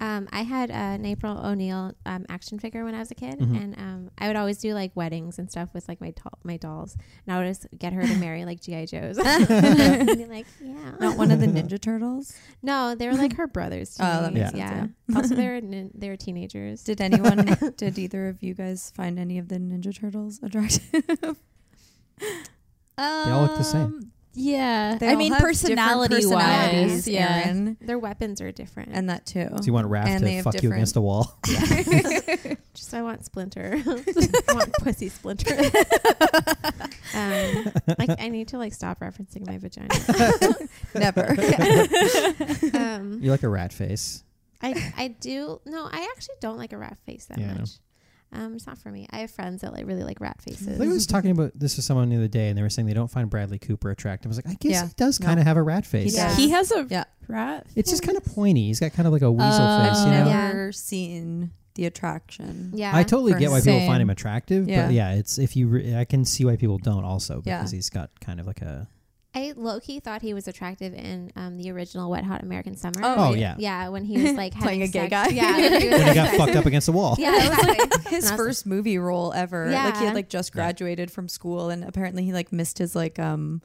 S2: Um, I had uh, an April O'Neil um, action figure when I was a kid,
S1: Mhm.
S2: and um, I would always do like weddings and stuff with like my doll my dolls, and I would just get her to marry like GI
S4: <laughs>
S2: Joes. <laughs> and be like, yeah,
S4: Not one of the Ninja Turtles.
S2: no, they were like her brothers. To
S4: Oh, that
S2: me.
S1: makes
S2: yeah.
S4: sense,
S2: also, they were nin- they were teenagers.
S4: Did anyone? did either of you guys find any of the Ninja Turtles attractive?
S1: all look the same.
S3: Um, Yeah.
S4: They
S3: I
S4: all
S3: mean,
S4: have
S3: personality
S4: different
S3: wise.
S4: personalities,
S3: Yeah.
S4: Erin,
S2: Their weapons are different, and
S4: and that too.
S1: so you want
S4: And
S1: Raph
S4: they
S1: to
S4: have
S1: fuck you
S4: different-
S1: against a wall <laughs>
S2: just I want
S4: <laughs>
S2: Splinter, <laughs> I want Pussy Splinter. um, like I need to like stop referencing my vagina.
S3: <laughs>
S4: Never.
S2: Um,
S1: you like a rat
S4: <laughs>
S1: face
S2: I I do no, I actually don't like a rat face that
S1: Yeah, I know.
S2: much. Um, it's not for me. I have friends that like really like rat
S1: I
S2: faces.
S1: think I was talking about this with someone the other day and they were saying they don't find Bradley Cooper attractive I was like I guess
S4: Yeah.
S1: he does
S4: No.
S1: kind of have a rat face
S2: does. Yeah.
S3: He has a
S4: Yeah.
S3: rat.
S1: it's just kind of pointy he's got kind of like a weasel
S3: Oh.
S1: face you know
S4: Never seen the attraction.
S2: Yeah.
S1: I totally
S4: for
S1: get why people find
S3: same.
S1: him attractive,
S4: Yeah.
S1: but yeah, it's if you. Re- I can see why people don't also
S4: Yeah.
S1: because he's got kind of like a.
S2: I low key thought he was attractive in um, the original Wet Hot American Summer.
S4: Oh,
S1: Oh yeah,
S2: Yeah, when
S4: <laughs>
S2: he was like having
S4: Playing a gay
S2: sex-
S4: guy.
S1: <laughs>
S2: Yeah, when he
S1: when
S2: was
S1: he
S2: having
S1: got
S2: sex.
S1: fucked up against the
S4: <laughs>
S1: wall.
S2: Yeah, exactly.
S4: His
S2: And I was
S4: first movie role ever. Like he
S2: Yeah.
S4: had like just graduated from school and apparently he like missed his like um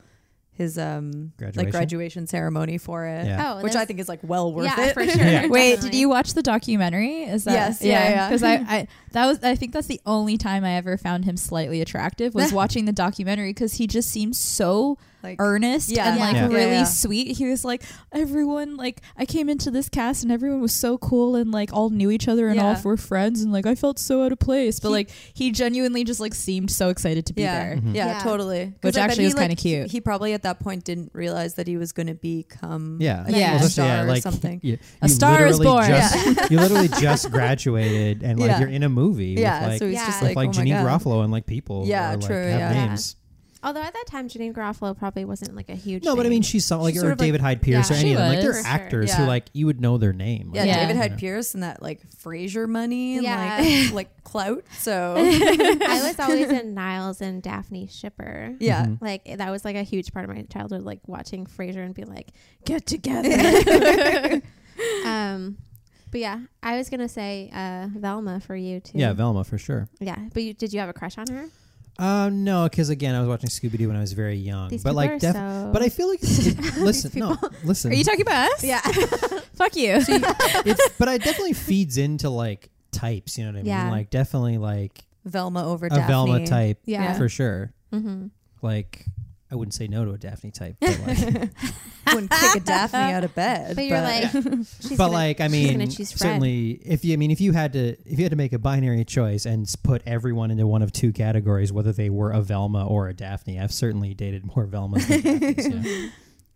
S4: his um
S1: Graduation?
S4: like graduation ceremony for it.
S1: Yeah.
S2: Oh,
S4: Which I
S2: that's-
S4: think is like well worth
S2: yeah,
S4: it.
S2: for sure.
S1: Yeah.
S3: Wait, did
S2: definitely.
S3: you watch the documentary? Is that
S4: Yes, yeah,
S3: <laughs>
S4: yeah.
S3: Because I, I that was I think that's the only time I ever found him slightly attractive <laughs> was watching the documentary because he just seems so
S4: <laughs> Like
S3: earnest
S4: Yeah.
S3: and like
S1: Yeah.
S3: really
S4: Yeah.
S3: sweet. He was like everyone like I came into this cast and everyone was so cool and like all knew each other and
S4: Yeah.
S3: all were friends and like I felt so out of place. But
S4: He-
S3: like he genuinely just like seemed so excited to be
S4: yeah.
S3: there.
S4: yeah,
S2: Yeah.
S4: totally. 'Cause
S3: Which
S4: Mm-hmm. I bet
S3: actually
S4: he,
S3: was
S4: like,
S3: kinda cute.
S4: He probably at that point didn't realize that he was going to become
S1: Yeah,
S4: a
S3: Yeah.
S1: Well, especially,
S4: star
S1: like,
S4: or something.
S1: You,
S3: A
S1: you
S3: Star is
S1: literally
S3: Born.
S1: Just, <laughs> You literally just graduated, and like
S4: Yeah.
S1: you're in a movie.
S4: Yeah,
S1: with, like,
S4: so he's
S2: Yeah.
S4: just
S1: with,
S4: like,
S1: like
S4: oh my
S1: Janine
S4: God.
S1: Garofalo and like people.
S4: Yeah,
S1: or, like,
S4: true,
S1: Have
S2: yeah.
S1: names.
S2: Although at that time, Janine Garofalo probably wasn't like a huge.
S1: No, but I
S2: name.
S1: mean, she's some like
S4: She's
S1: or
S4: sort of like-
S1: David Hyde Pierce
S2: yeah.
S1: or
S3: She
S1: any of them. Like
S3: was.
S1: they're
S2: For sure.
S1: actors who
S4: Yeah.
S1: like you would know their name.
S4: Yeah,
S1: Like,
S3: Yeah.
S4: David
S1: you
S4: Hyde
S1: know.
S4: Pierce and that like Frasier money and
S2: Yeah.
S4: like <laughs> like clout. So
S2: <laughs>
S4: <laughs>
S2: I was always
S3: <laughs>
S2: in Niles and Daphne Shipper.
S4: yeah,
S1: Mhm.
S2: Like that was like a huge part of my childhood, like watching Frasier and being
S3: <laughs>
S2: like,
S1: Mm-hmm.
S2: <laughs> "Get together." um, but yeah, I was gonna say uh, Velma for you too.
S1: Yeah, Velma for sure.
S2: yeah. But you, did you have a crush on her?
S1: Um, no, because again, I was watching Scooby Doo when I was very young.
S2: These
S1: but
S2: people
S1: like,
S2: are
S1: def-
S2: so.
S1: but I feel like it, listen, no, listen.
S3: Are you talking about us?
S2: yeah.
S3: Fuck you. <laughs>
S1: it's, but it definitely feeds into like types. You know what I mean?
S2: Yeah.
S1: Like definitely like
S4: Velma over
S1: a
S4: Daphne.
S1: Velma type
S2: Yeah.
S1: for sure.
S2: Mm-hmm.
S1: Like I wouldn't say no to a Daphne type, but like,
S4: <laughs> Wouldn't kick a Daphne out of bed.
S2: But you're like, she's
S1: but
S2: gonna-
S1: like I
S2: she's gonna
S1: mean,
S2: choose Fred.
S1: certainly if you I mean if you had to if you had to make a binary choice and s- put everyone into one of two categories, whether they were a Velma or a Daphne, I've certainly dated more Velmas than
S2: <laughs>
S1: Daphnes. Yeah,
S4: <laughs>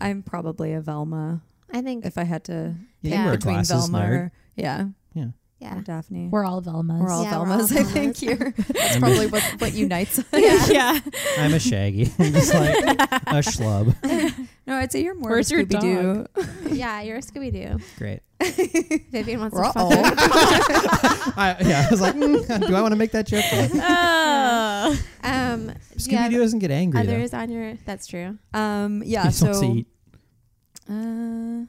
S4: I'm probably a Velma
S2: I think
S4: if I had to
S1: yeah,
S2: Yeah.
S1: you wear
S4: between
S1: glasses,
S4: Velma
S1: nerd.
S4: or yeah,
S2: yeah.
S4: or Daphne.
S3: <laughs> We're all Velmas.
S4: We're all
S2: Yeah, we're all
S4: Velmas, I think.
S2: Velmas. <laughs>
S4: Here, that's
S1: I'm
S4: probably what what unites us.
S3: <laughs> yeah.
S1: <laughs> I'm a Shaggy, <laughs> I'm just like a schlub.
S4: No, I'd say you're more
S3: Where's your
S4: Scooby Doo.
S2: Yeah, you're a Scooby Doo.
S1: Great.
S2: Vivian wants
S4: We're
S2: to fuck
S4: all-
S2: her.
S1: <laughs> I, yeah, I was like, mm, <laughs> do I want to
S2: <laughs>
S1: make that joke? Like,
S3: Oh.
S2: Um, do you
S1: Scooby
S2: have
S1: Doo doesn't get angry though.
S2: others on your? That's true.
S4: <laughs> Um,
S1: He
S4: yeah.
S1: just
S4: so,
S1: wants to eat.
S4: uh,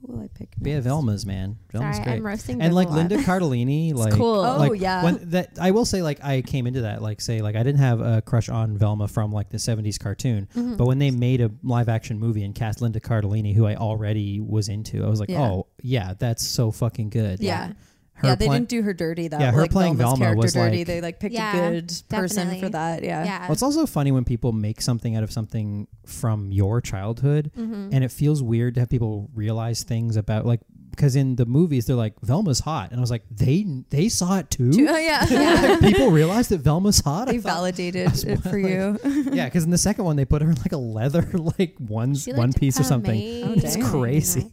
S4: who will I pick?
S1: But yeah,
S4: next?
S1: Velma's man. Velma's
S2: Sorry,
S1: great.
S2: I'm roasting.
S1: and
S2: them
S1: like
S2: a lot. <laughs>
S1: Linda Cardellini, like
S3: cool.
S4: Oh
S1: like,
S4: yeah.
S1: when that I will say like I came into that like say like I didn't have a crush on Velma from like the 70s cartoon,
S2: Mhm.
S4: Mm-hmm.
S1: but when they made a live action movie and cast Linda Cardellini who I already was into, I was like,
S4: Yeah.
S1: "Oh, yeah, that's so fucking good."
S4: yeah.
S1: Like,
S4: yeah, they
S1: play-
S4: didn't do her dirty though.
S1: Yeah, her
S4: like,
S1: playing
S4: Velma's
S1: Velma
S4: character
S1: was,
S4: dirty.
S1: like-
S4: they like picked
S2: Yeah,
S4: a good person
S2: definitely.
S4: for that. Yeah.
S2: Yeah.
S1: Well, it's also funny when people make something out of something from your childhood
S4: Mm-hmm.
S2: Mhm.
S1: and it feels weird to have people realize things about like because in the movies they're like Velma's hot and I was like, "They they saw it too?" <laughs>
S4: Two- oh, <laughs> yeah. yeah.
S1: people realize that Velma's hot. I
S4: they
S1: thought-
S4: validated it for you. <laughs>
S1: yeah, because in the second one they put her in like a leather <laughs> like one
S2: She
S1: one
S2: looked
S1: piece or something.
S4: It's
S2: amazing.
S1: crazy.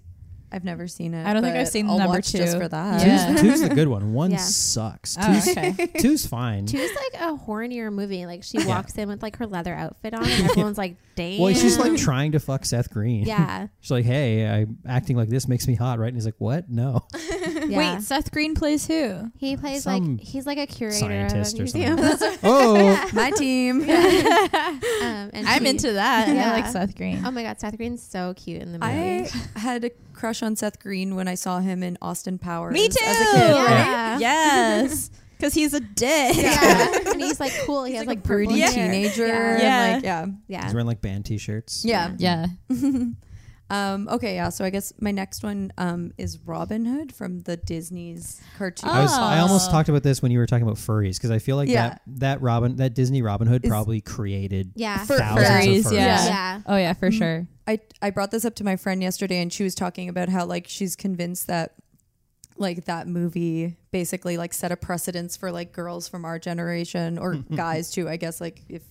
S4: I've never seen it.
S3: I don't think
S4: but
S3: I've seen
S4: I'll
S3: number
S4: watch just
S3: two.
S4: for that.
S3: Yeah.
S1: Two's, two's the good one. One
S2: Yeah.
S1: sucks.
S3: Oh,
S1: Two's,
S3: okay.
S1: two's fine.
S2: Two's like a hornier movie. Like she
S1: Yeah.
S2: walks in with like her leather
S1: <laughs>
S2: outfit on, and everyone's like, "Damn."
S1: Well, she's
S2: <laughs>
S1: like trying to fuck Seth Green. <laughs>
S2: yeah,
S1: She's like, hey, I acting like this makes me hot, right? And he's like, what? No.
S2: yeah.
S3: Wait, Seth Green plays who?
S2: he plays
S1: some
S2: like he's like a curator
S1: scientist
S2: of a
S1: or
S2: museum.
S1: <laughs>
S2: <laughs>
S1: <laughs> Oh,
S4: <laughs>
S3: <laughs>
S4: My team.
S2: um, and
S3: I'm
S2: she-
S3: into that.
S2: Yeah.
S3: I like Seth Green.
S2: Oh my god, Seth Green's so cute in the movie.
S4: <laughs> I had a crush on Seth Green when I saw him in Austin Powers.
S3: Me too.
S4: As a kid.
S2: Yeah.
S3: Yes. <laughs> Because he's a dick.
S2: yeah, and he's like cool. He
S4: He's
S2: has
S4: like,
S2: like,
S4: a broody
S2: purple hair. Yeah.
S4: teenager. Yeah.
S3: Yeah.
S4: Like, yeah.
S2: Yeah.
S1: he's wearing like band t-shirts.
S4: Yeah.
S3: Yeah.
S4: Um, okay, yeah. So I guess my next one um, is Robin Hood from the Disney's cartoon.
S1: I was. I almost
S3: Oh.
S1: talked about this when you were talking about furries because I feel like
S4: Yeah.
S1: that that Robin that Disney Robin Hood
S4: Is-
S1: probably created
S2: Yeah.
S4: For
S1: thousands
S3: furries,
S1: of furries.
S3: yeah.
S2: yeah.
S3: Oh, yeah, for sure.
S4: I I brought this up to my friend yesterday, and she was talking about how like she's convinced that like that movie basically like set a precedence for like girls from our
S2: <laughs>
S4: generation or guys too. I guess like if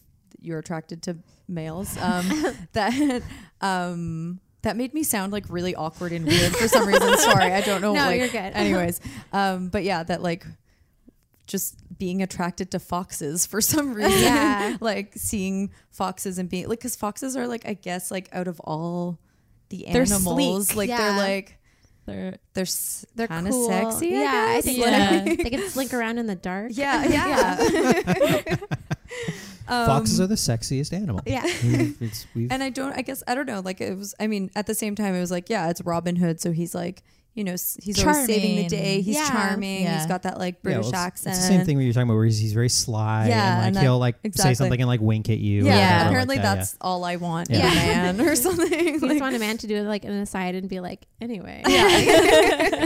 S4: you're attracted to males,
S2: <laughs>
S4: um, that um, that made me sound like really awkward and weird for
S2: <laughs>
S4: some reason. Sorry, I don't know.
S2: No,
S4: like,
S2: you're good.
S4: Anyways, um, but yeah, that like just being attracted to foxes for
S2: <laughs>
S4: some reason
S2: <laughs> Yeah.
S4: <laughs> like seeing foxes and being like because foxes are like i guess like out of all the
S3: They're
S4: animals
S3: sleek.
S4: like
S2: Yeah.
S4: they're like
S3: They're
S4: They're s-
S2: They're
S4: kind of
S2: cool.
S4: sexy. I
S2: yeah, I
S4: guess. <laughs>
S2: think
S3: Yeah.
S2: so. they can slink around in the dark. <laughs>
S4: Yeah, <laughs> yeah. Um,
S1: Foxes are the sexiest animal.
S4: yeah.
S1: We've- it's- we've-
S4: And I don't. I guess I don't know. Like it was. I mean, at the same time, it was like, yeah, it's Robin Hood, so he's like, you know, s- he's always saving the
S3: Charming.
S4: day. He's
S2: Yeah.
S4: charming.
S3: Yeah.
S4: He's got that like
S1: yeah, well,
S4: British
S1: it's-
S4: accent.
S1: It's the same thing where you're talking about where he's, he's very sly
S4: Yeah,
S1: and like
S4: and that-
S1: he'll like say
S4: exactly.
S1: something and like wink at you. or
S4: Yeah,
S1: whatever like
S4: apparently
S1: that,
S4: that's all I want in
S2: Yeah.
S4: a man or <laughs> something.
S2: You
S4: Like-
S2: just want a man to do like an aside and be like, anyway.
S4: <laughs> yeah.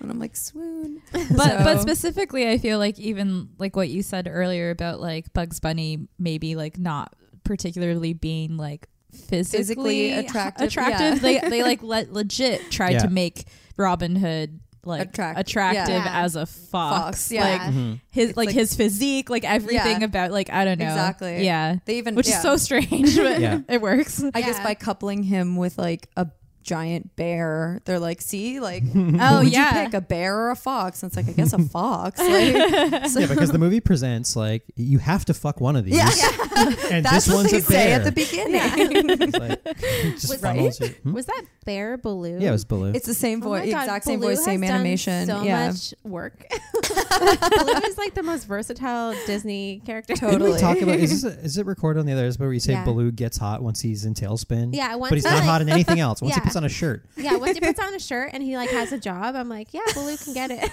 S4: and I'm like swoon.
S3: but but
S4: So-
S3: specifically i feel like even like what you said earlier about like bugs bunny maybe like not particularly being like physically,
S4: Physically attractive,
S3: attractive
S4: <laughs>
S3: they, they like le- legit tried
S1: Yeah.
S3: to make robin hood like
S4: Attract-
S3: attractive
S2: yeah.
S3: as a fox,
S4: Fox, yeah.
S3: like
S2: Yeah.
S1: Mhm.
S3: his like,
S4: like-
S3: his physique like everything
S4: Yeah.
S3: about like i don't know
S4: Exactly.
S3: yeah
S4: They even
S3: which
S4: yeah.
S3: is so strange but
S1: Yeah.
S3: <laughs> it works
S4: I guess
S2: Yeah.
S4: by coupling him with like a giant bear, they're like,
S1: <laughs>
S4: see, like
S3: oh
S4: would
S3: yeah
S4: you pick a bear or a fox? And it's like, I
S2: <laughs>
S4: guess a fox. Like, so
S1: Yeah, because the movie presents like you have to fuck one of these.
S4: <laughs>
S1: <laughs>
S4: Yeah,
S1: And
S4: that's
S1: this
S4: what
S1: one's
S4: they
S1: a
S4: say
S1: bear.
S4: at the beginning.
S1: <laughs> It's like, <laughs> it just
S2: Was-
S1: follows you. Hmm?
S2: <laughs> Was that Bear Baloo?
S1: Yeah, it was Baloo.
S4: <laughs> it's the same
S2: Oh my
S4: voice,
S2: God,
S4: exact same
S2: Baloo
S4: voice, same
S2: has done
S4: animation.
S2: So
S4: yeah,
S2: much work. <laughs> Baloo is like the most versatile Disney <laughs> character.
S1: Didn't
S4: totally.
S1: we talk about is, this is it recorded on the other episode where you say
S2: Yeah.
S1: Baloo gets hot once he's in Tailspin?
S2: Yeah, once
S1: but he's
S2: he,
S1: not
S2: like-
S1: hot in anything else. Once he
S4: <laughs>
S2: Yeah.
S1: puts on a shirt.
S2: <laughs> Yeah, once
S1: <laughs>
S2: he puts on a shirt and he like has a job, I'm like, yeah, Baloo can get it.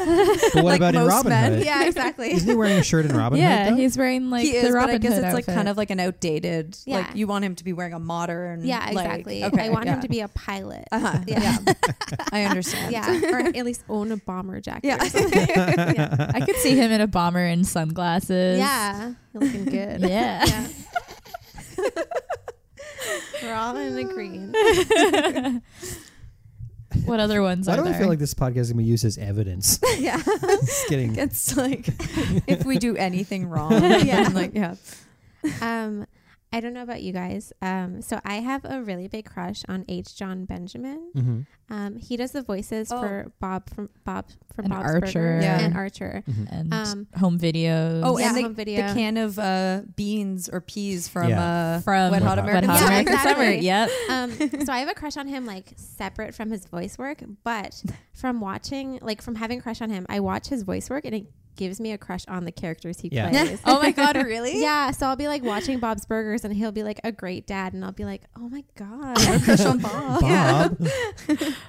S1: But what
S4: Like
S1: about in
S4: most
S1: Robin
S4: men,
S1: Hood?
S2: <laughs> yeah, exactly.
S1: Isn't he wearing a
S4: <laughs>
S1: shirt in Robin
S3: yeah
S1: Hood? though?
S3: he's wearing like
S4: he
S3: the
S4: is,
S3: robin
S4: but I guess
S3: hood
S4: it's like
S3: outfit.
S4: kind <laughs> of like an outdated.
S2: Yeah.
S4: Like you want him to be wearing a modern.
S2: Yeah,
S4: like-
S2: exactly.
S4: okay,
S2: I want
S4: yeah.
S2: him to be a pilot.
S4: Uh-huh,
S2: Yeah.
S4: yeah. <laughs> I understand.
S2: Yeah, <laughs> or at least own a bomber jacket.
S4: Yeah. <laughs>
S2: or something. yeah.
S3: I could see him in a bomber and
S2: <laughs>
S3: sunglasses.
S2: yeah, you're looking
S4: <laughs>
S2: good.
S3: Yeah.
S2: Yeah. <laughs> We're all in agreement.
S3: <laughs> What other ones
S1: Why
S3: are
S1: do
S3: there?
S1: I feel like this podcast is gonna be used as evidence? <laughs>
S2: <laughs>
S4: yeah.
S1: Just
S4: <laughs>
S1: kidding.
S4: It's like if we do anything wrong,
S2: Yeah.
S4: <laughs> yeah, like yeah,
S2: Um, I don't know about you guys. Um, so I have a really big crush on H. John Benjamin.
S1: hmm
S2: Um, he does the voices
S4: Oh.
S2: for Bob from Bob from
S3: And
S2: Bob's
S3: Archer.
S2: Burgers
S4: Yeah.
S2: and Archer.
S1: Mm-hmm.
S3: and
S2: Um,
S3: home videos.
S4: Oh,
S2: yeah,
S4: and the,
S2: home video.
S4: the can of uh, beans or peas from
S1: Yeah.
S4: uh,
S3: from
S4: Wet Hot
S1: Wet
S4: American
S2: Hot
S4: Summer.
S2: American
S3: American
S2: Summer.
S3: Summer. <laughs> Yep.
S2: um, so I have a crush on him, like separate from his voice work, but from watching, like from having a crush on him, I watch his voice work and it gives me a crush on the characters he
S1: Yeah.
S4: <laughs>
S2: plays.
S3: Oh my God, really?
S2: yeah, so I'll be like watching Bob's Burgers and he'll be like a great dad, and I'll be like, oh my god.
S4: <laughs> I have a crush on Bob.
S1: Bob.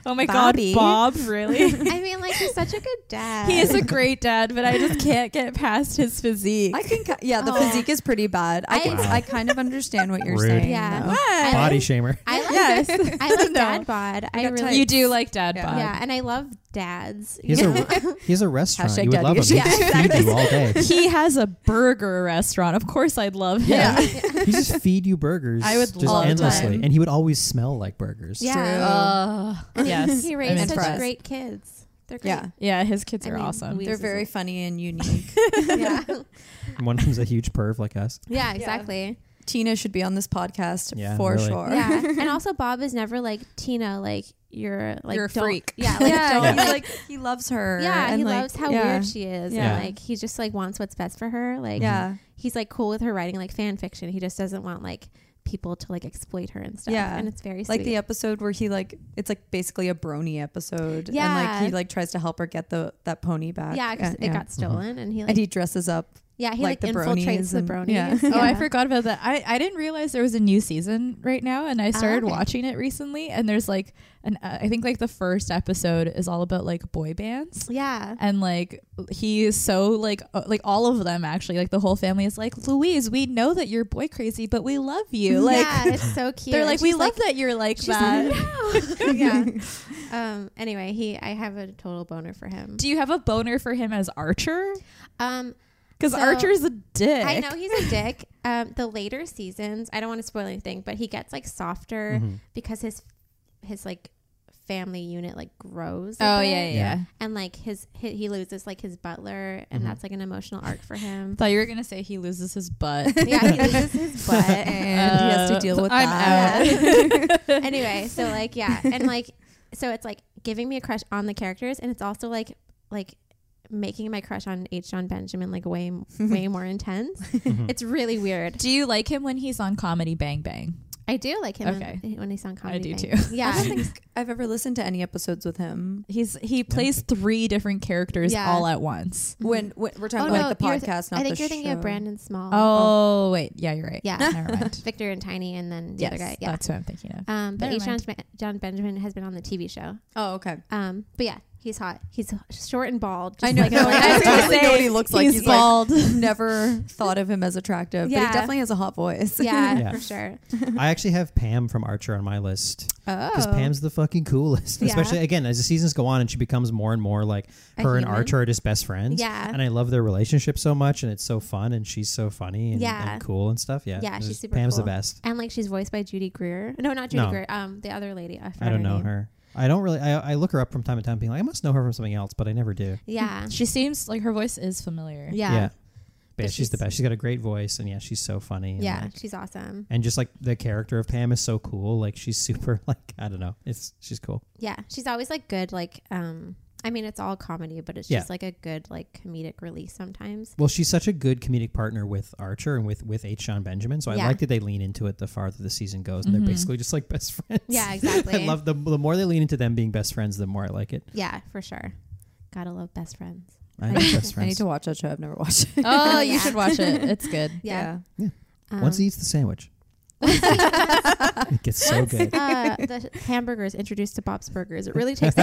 S3: Oh my
S4: Bobby.
S3: God, Bob,
S2: <laughs>
S3: really?
S2: I mean, like he's such a good dad.
S3: he is a great dad, but I just can't get past his physique.
S4: <laughs> I can, ki- yeah, the
S2: Oh.
S4: physique is pretty bad. I can,
S1: Wow.
S4: I kind of understand what you're
S1: Rude.
S4: saying.
S2: Yeah.
S4: <laughs> though.
S3: What?
S1: Body
S2: <laughs>
S1: shamer.
S2: I like
S3: Yes.
S2: I like
S3: No.
S2: dad bod. I
S4: got
S2: really
S4: types.
S3: you do like dad
S4: Yeah.
S3: bod.
S2: yeah, and I love dads.
S1: He has,
S2: <laughs> you know?
S1: a, he has a restaurant.
S4: Hashtag
S1: you would love him.
S4: daddy
S1: He'd
S4: issues.
S1: just
S4: Yeah,
S1: feed you all day.
S3: He has a burger restaurant. Of course, I'd love him.
S2: <laughs>
S1: Yeah. he just feed you burgers.
S3: I would
S1: just
S3: love
S4: that.
S1: endlessly, and he would always smell like burgers.
S2: Yeah.
S3: Uh,
S2: <laughs>
S3: yes.
S2: he
S3: I'm
S2: raised such
S3: impressed.
S2: great kids. They're great.
S4: Yeah.
S3: Yeah, his kids
S2: I
S3: are
S2: mean,
S3: awesome.
S2: we-
S4: They're
S2: Jesus.
S4: very
S2: <laughs>
S4: funny and unique.
S2: yeah.
S1: And one of them's a huge perv like us.
S2: Yeah, exactly.
S4: Tina should be on this podcast
S1: Yeah,
S4: for
S1: really.
S4: sure.
S2: Yeah.
S4: <laughs>
S2: And also Bob is never like Tina, like you're like
S3: You're a
S2: don't-
S3: freak.
S2: Yeah, like
S4: <laughs> Yeah,
S2: don't
S4: he's
S2: like,
S4: like he loves her.
S2: yeah,
S4: and
S2: he
S4: like,
S2: loves how
S4: yeah.
S2: weird she is.
S1: Yeah.
S2: And like he just like wants what's best for her. Like
S4: Yeah,
S2: he's like cool with her writing like fan fiction. He just doesn't want like people to like exploit her and stuff.
S4: Yeah.
S2: And it's very
S4: like
S2: sweet.
S4: the episode where he like it's like basically a brony episode. and
S2: Yeah.
S4: like he like tries to help her get the that pony back.
S2: yeah, 'cause
S4: And-
S2: it got stolen and he like
S4: and he dresses up.
S2: Yeah, he like,
S4: like, the
S2: infiltrates
S4: bronies
S2: the
S4: and-
S2: bronies. <laughs>
S4: yeah.
S3: Oh, I forgot about that. I, I didn't realize there was a new season right now, and I started
S2: Ah, okay.
S3: watching it recently. And there's like an uh, I think like the first episode is all about like boy bands,
S2: Yeah.
S3: and like he is so like uh, like all of them actually like the whole family is like Louise, we know that you're boy crazy, but we love you. Like
S2: yeah, it's
S3: <laughs>
S2: so cute.
S3: they're
S2: And
S3: like we
S2: she's
S3: love that you're like
S2: she's
S3: that.
S2: like,
S3: <laughs>
S2: no. yeah. Um. Anyway, he. I have a total boner for him.
S3: Do you have a boner for him as Archer?
S2: Um.
S3: Because
S2: So-
S3: Archer's a dick.
S2: I know he's a dick. Um. The later seasons, I don't want to spoil anything, but he gets like softer
S3: Mm-hmm.
S1: Mm-hmm.
S2: because his his like family unit like grows. a
S3: Oh yeah,
S2: bit.
S3: yeah, yeah.
S1: Yeah.
S2: And like his, hi he loses like his butler,
S3: Mm-hmm.
S2: and that's like an emotional arc for
S3: I <laughs>
S2: him.
S3: thought you were gonna say he loses his butt.
S2: yeah,
S3: <laughs>
S2: he loses his <laughs> butt.
S4: <laughs>
S2: Uh,
S4: And he has to deal with
S3: I'm
S4: that.
S2: <laughs>
S3: out.
S2: Um, anyway, so like yeah, and like so it's like giving me a crush on the characters, and it's also like like making my crush on H. John Benjamin like way way more intense. it's really weird.
S3: Do you like him when he's on Comedy Bang Bang?
S2: I do like him
S3: Okay.
S2: when, when he's on comedy.
S3: do
S2: Bang. Yeah.
S4: <laughs> I don't think I've ever listened to any episodes with him.
S3: <laughs> He's he plays three different characters
S2: Yeah.
S3: all at once.
S4: When, when we're
S2: Oh,
S4: talking about
S2: no,
S4: like the
S2: you're th-
S4: podcast, not
S2: I think
S4: the
S2: you're thinking
S4: show.
S2: of Brandon Small.
S3: Oh, wait, yeah, you're right.
S2: Yeah.
S3: never mind.
S2: Victor and Tiny, and then <laughs> the
S3: yes,
S2: other guy. Yeah.
S3: that's what I'm thinking of.
S2: Um, but
S3: Never
S2: H. John, John Benjamin has been on the TV show.
S4: Oh, okay.
S2: Um, but yeah, he's hot. He's short and bald. just
S4: I know.
S2: Like
S4: no, <laughs> I
S2: like,
S4: totally know what he looks like.
S3: He's,
S4: He's, like
S3: bald.
S4: <laughs> never thought of him as attractive, but
S2: Yeah.
S4: he definitely has a hot voice. <laughs>
S2: yeah,
S1: Yeah.
S2: for sure.
S1: I actually have Pam from Archer on my list because
S4: Oh,
S1: Pam's the fucking coolest.
S2: Yeah.
S1: Especially again as the seasons go on and she becomes more and more like
S4: A
S1: her and
S4: human.
S1: Archer are just best friends.
S2: Yeah.
S1: and I love their relationship so much and it's so fun and she's so funny and,
S2: Yeah.
S1: and cool and stuff. Yeah,
S2: Yeah,
S1: It's
S2: she's
S1: just-
S2: super
S1: Pam's
S2: cool.
S1: the best.
S2: And like she's voiced by Judy Greer. No, not Judy
S1: No.
S2: Greer. Um, the other lady. I, forgot
S1: I don't know
S2: name.
S1: her. I don't really. I, I look her up from time to time, being like, I must know her from something else, but I never do.
S2: Yeah.
S3: She seems like her voice is familiar.
S2: Yeah.
S1: yeah.
S2: Yeah.
S1: But yeah, she's, the
S2: she's-
S1: best. She's got a great voice, and yeah, she's so funny. And, like,
S2: she's awesome.
S1: and just like the character of Pam is so cool. Like she's <laughs> super. Like I don't know. It's she's cool.
S2: Yeah. She's always like good, like um I mean it's all comedy, but it's
S1: Yeah.
S2: just like a good like comedic
S1: <laughs>
S2: release sometimes.
S1: Well, she's such a good comedic partner with Archer and with with H. John Benjamin. So I
S2: Yeah.
S1: like that they lean into it the farther the season goes, and
S3: Mhm.
S1: they're basically just like best <laughs> friends.
S2: Yeah, exactly.
S1: I love the the more they lean into them being best friends, the more I like it.
S2: Yeah, for sure. Gotta love best friends.
S1: I
S2: I
S1: love best
S4: <laughs> I need
S1: friends.
S4: to watch that show. I've never watched
S3: <laughs>
S4: it. <laughs>
S3: Oh,
S2: Yeah.
S3: you should watch it. It's
S2: <laughs>
S3: good.
S2: Yeah. Um, <laughs>
S1: Once he eats the sandwich, it gets so good.
S2: uh, the hamburger is introduced to Bob's Burgers. It really
S1: <laughs>
S2: takes.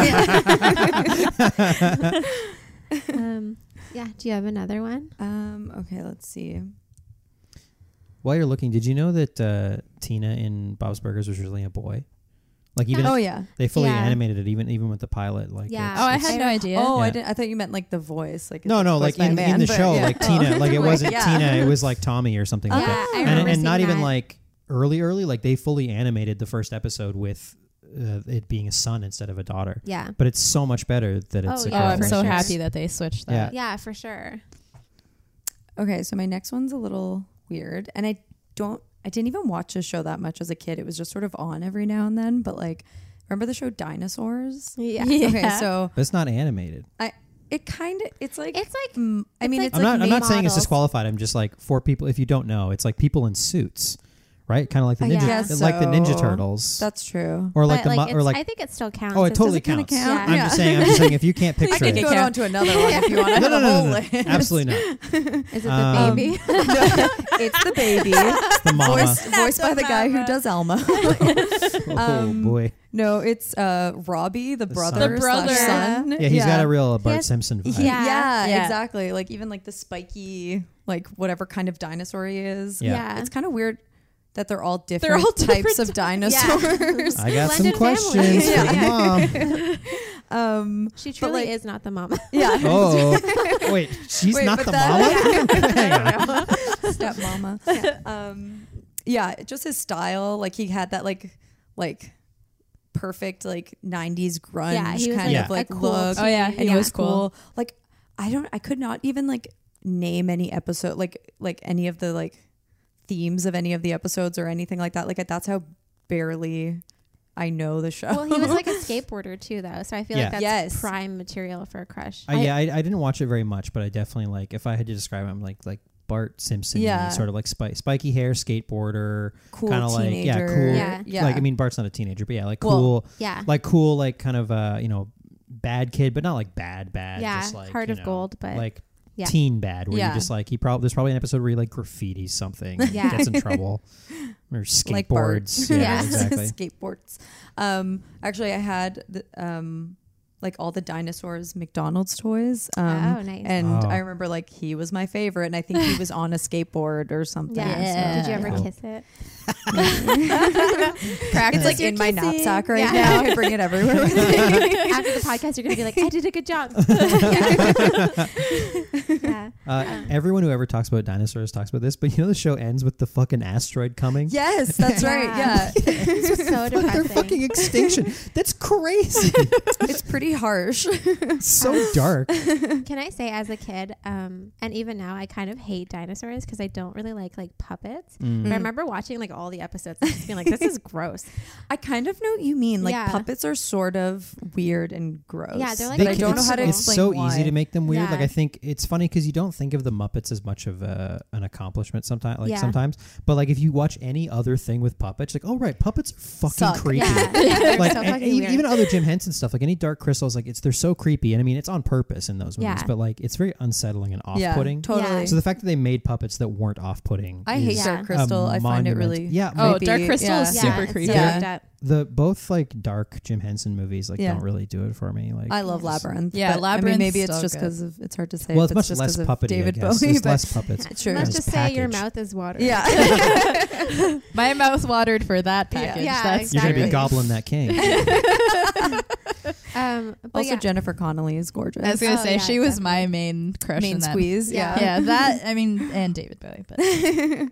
S2: <laughs> um, yeah. Do you have another one?
S4: Um, okay, let's see.
S1: While you're looking, did you know that uh, Tina in Bob's Burgers was really a boy? Like even
S4: oh yeah.
S1: they fully
S2: Yeah.
S1: animated it, even even with the pilot. Like
S2: Yeah.
S1: it's-
S3: Oh, I
S1: it's-
S3: had no idea.
S4: Oh, I
S1: Yeah.
S4: didn't. I thought you meant like the voice. Like
S1: no
S4: it's
S1: no
S4: voiced
S1: like
S4: by a
S1: in,
S4: man,
S1: in the
S4: but
S1: show
S4: yeah. <laughs>
S1: like Tina like it wasn't
S4: Yeah.
S1: Tina it was like Tommy or something like
S2: yeah,
S1: that.
S2: I
S1: and,
S2: remember
S1: and
S2: seeing
S1: not even
S2: that.
S1: like early early like they fully animated the first episode with uh, it being a son instead of a daughter
S2: Yeah.
S1: but it's so much better that it's
S2: Oh,
S1: a
S3: Oh,
S2: yeah,
S1: girl
S3: I'm
S2: for
S3: so
S2: sure.
S3: happy that they switched that.
S1: Yeah.
S2: Yeah, for sure.
S4: Okay, so my next one's a little weird, and I don't. I didn't even watch this show that much as a kid. It was just sort of on every now and then. But like, remember the show Dinosaurs?
S2: <laughs> Yeah.
S4: Okay, so
S1: but it's not animated
S4: it kind of it's like
S2: It's like
S4: mm, I
S2: it's
S4: mean
S2: like-
S4: it's
S1: I'm
S4: like
S1: not I'm not
S2: made
S1: saying it's
S2: models.
S1: disqualified I'm just like for people if you don't know it's like people in suits right kind of like the
S4: I
S1: ninja
S4: guess
S1: like the Ninja
S4: so.
S1: Turtles
S4: that's true.
S1: or like
S2: but
S1: the
S2: like,
S1: mo- or
S2: it's-
S1: like
S2: I think it still counts.
S1: oh it
S2: It's-
S1: totally
S4: does it kinda
S1: counts
S4: count?
S1: I'm
S2: Yeah.
S1: just saying I'm just saying if you can't
S4: <laughs> I
S1: picture
S4: could
S1: it
S4: go
S3: Count.
S4: on to another one if you want.
S1: <laughs>
S4: I
S1: no
S4: have
S1: no
S4: a
S1: no,
S4: whole
S1: no,
S4: list.
S1: no. absolutely not
S2: Is it the
S1: Um,
S2: baby?
S4: <laughs>
S2: <laughs>
S4: it's the baby <laughs>
S1: it's the mama
S4: voiced, voiced by the guy who does Elmo.
S1: oh
S4: Um,
S1: boy
S4: no, it's uh, Robbie, the,
S1: The son.
S4: brother,
S3: The
S4: slash
S3: brother.
S4: son.
S1: yeah he's got a real
S2: He
S1: Bart
S2: has-
S1: Simpson vibe
S2: Yeah.
S4: Yeah, yeah,
S3: Yeah.
S4: exactly. Like even like the spiky, like whatever kind of dinosaur he is.
S1: Yeah.
S4: It's kind of weird that they're all different
S3: They're all
S4: types
S3: different
S4: of dinosaurs.
S1: I got some
S2: Blended family.
S1: questions for the mom.
S4: <laughs> um,
S2: She truly
S4: like-
S2: is not the mama.
S4: yeah.
S1: <laughs>
S4: <laughs>
S1: Oh, wait, she's
S4: Wait,
S1: not
S4: but
S1: the <laughs>
S4: that-
S1: mama.
S4: <laughs>
S1: Hang on.
S4: stepmama. Um, yeah, just his style. Like he had that like like perfect like '90s grunge
S2: Yeah, he was,
S4: kind
S1: like,
S4: of
S2: a
S4: like
S2: cool
S4: look.
S2: Oh,
S3: yeah,
S4: and
S3: he
S4: he
S3: was
S4: was
S3: cool.
S4: cool. Like I don't, I could not even like name any episode, like like any of the like themes of any of the episodes or anything like that. Like that's how barely I know the show.
S2: <laughs> well, he was
S4: <laughs>
S1: <laughs>
S2: like a skateboarder too, though. So I feel
S1: Yeah.
S2: like that's
S4: Yes.
S2: prime material for a crush.
S1: I, yeah, I, I didn't watch it very much, but I definitely like. If I had to describe him, like like Bart Simpson,
S4: Yeah.
S1: sort of like spi- spiky hair, skateboarder,
S4: cool
S1: kinda like- yeah,
S4: teenager.
S1: cool.
S2: Yeah.
S4: yeah.
S1: like I mean Bart's not a teenager, but yeah, like
S4: Well-
S1: cool,
S2: yeah.
S1: like cool, like kind of uh you know bad kid, but not like bad bad.
S2: yeah.
S1: just like,
S2: Heart
S1: you
S2: of
S1: know,
S2: gold, but
S1: like
S2: yeah.
S1: teen bad, where you
S4: Yeah.
S1: just like he probably there's probably an episode where he like graffiti something, and
S2: <laughs> Yeah.
S1: gets in trouble, or
S4: Like Bart. <laughs>
S1: skateboards, yeah,
S2: Yeah.
S1: exactly.
S4: skateboards. Um, actually, I had the, um, like all the dinosaurs McDonald's toys. Um,
S2: oh, nice.
S4: And
S1: Oh.
S4: I remember like he was my favorite, and I think he was
S2: <laughs>
S4: on a skateboard or something.
S2: yeah.
S3: Yeah.
S2: Did you ever
S1: Cool.
S2: kiss
S1: <laughs>
S2: it? <laughs>
S4: It's like
S2: You're
S4: in my
S2: kissing.
S4: knapsack right
S2: Yeah.
S4: now. I <laughs> bring it everywhere. with me.
S2: After the podcast, you're gonna be like, I did a
S1: <laughs>
S2: good job. <laughs> yeah. yeah.
S1: Uh, everyone who ever talks about dinosaurs talks about this, but you know the show ends with the fucking asteroid coming.
S4: yes, that's right.
S2: Yeah.
S4: Yeah,
S2: It's just so
S1: Their
S2: depressing.
S1: fucking
S2: <laughs>
S1: extinction. That's crazy.
S4: it's pretty harsh.
S1: It's so dark.
S2: Can I say, as a kid, um, and even now, I kind of hate dinosaurs because I don't really like like puppets.
S1: Mm.
S2: But I remember watching like all the episodes and just being like,
S1: <laughs>
S2: "This is gross."
S4: I kind of know what you mean. Like
S2: Yeah.
S4: puppets are sort of weird and gross.
S2: Yeah, they're like
S4: But
S1: They
S4: I
S1: can-
S4: don't know
S1: it's,
S4: how to
S1: it's
S4: explain
S1: so
S4: why.
S1: easy to make them weird.
S2: Yeah.
S1: Like I think it's funny funny because you don't think of the Muppets as much of a, an accomplishment sometimes. Like
S2: Yeah.
S1: sometimes, but like if you watch any other thing with puppets, like oh right, puppets are fucking
S4: Suck.
S1: creepy. <laughs>
S2: Yeah, yeah, they're
S1: Like
S2: so
S1: and-
S2: fucking
S1: and
S2: weird.
S1: even other Jim Henson stuff, like any Dark Crystals, like it's they're so creepy, and I mean it's on purpose in those movies,
S2: Yeah.
S1: but like it's very unsettling and off-putting.
S4: Yeah, totally.
S2: Yeah.
S1: So the fact that they made puppets that weren't off-putting,
S4: I
S1: is
S4: hate
S2: Yeah.
S4: Dark
S2: a
S4: Crystal. I find it
S1: monument.
S4: really
S1: yeah.
S3: Oh,
S4: creepy.
S3: Dark Crystal
S4: Yeah.
S3: is
S2: yeah,
S3: super
S2: it's so
S3: creepy.
S4: Yeah.
S2: fucked up.
S1: the both like dark Jim Henson movies like
S4: Yeah.
S1: don't really do it for me. Like
S4: I love
S1: it's-
S4: Labyrinth.
S3: Yeah,
S4: but, I mean,
S3: Labyrinth's
S4: maybe it's
S3: so
S4: just
S3: good.
S4: because of it's hard to say.
S1: Well,
S4: if
S1: it's much
S4: just
S1: less
S4: 'cause of
S1: puppety.
S4: David
S1: I guess.
S4: Bowie,
S1: There's
S4: but
S1: less puppets. <laughs>
S2: Let's
S4: Sure.
S1: It's
S2: just say your
S1: packaged.
S2: mouth is water.
S4: yeah,
S1: <laughs>
S3: <laughs> My mouth watered for that
S4: Yeah.
S3: package.
S2: Yeah,
S3: That's
S1: You're gonna
S2: Exactly.
S1: be goblin that king.
S2: <laughs> Um, but
S4: also
S2: yeah.
S4: Jennifer Connelly is gorgeous.
S3: I was gonna
S2: Oh,
S3: say
S2: yeah,
S3: she was my main crush. in
S4: Main
S3: that.
S4: squeeze.
S2: Yeah.
S4: Yeah.
S3: Yeah, that I mean, and David Bowie, but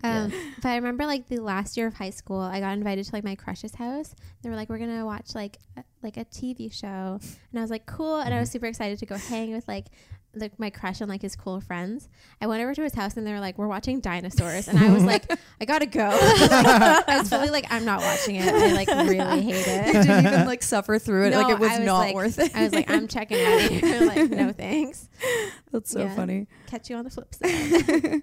S2: Um, But I remember like the last year of high school, I got invited to like my crush's house. They were like, "We're gonna watch like a, like a TV show," and I was like, "Cool!" And
S4: Mm-hmm.
S2: I was super excited to go hang with like like my crush and like his cool friends. I went over to his house and they were like, "We're watching dinosaurs," and I was
S4: <laughs>
S2: like, "I gotta go." I was fully like, "I'm not watching it. I
S4: <laughs>
S2: like really hate
S4: I
S2: it."
S4: didn't
S2: <laughs>
S4: even like suffer through it.
S2: No,
S4: like it was,
S2: I
S4: not
S2: like-
S4: worth it.
S2: I was like, "I'm checking out of here." <laughs> Like, no thanks.
S4: <laughs> That's so
S2: Yeah.
S4: funny.
S2: Catch you on the
S4: <laughs>
S2: flip side.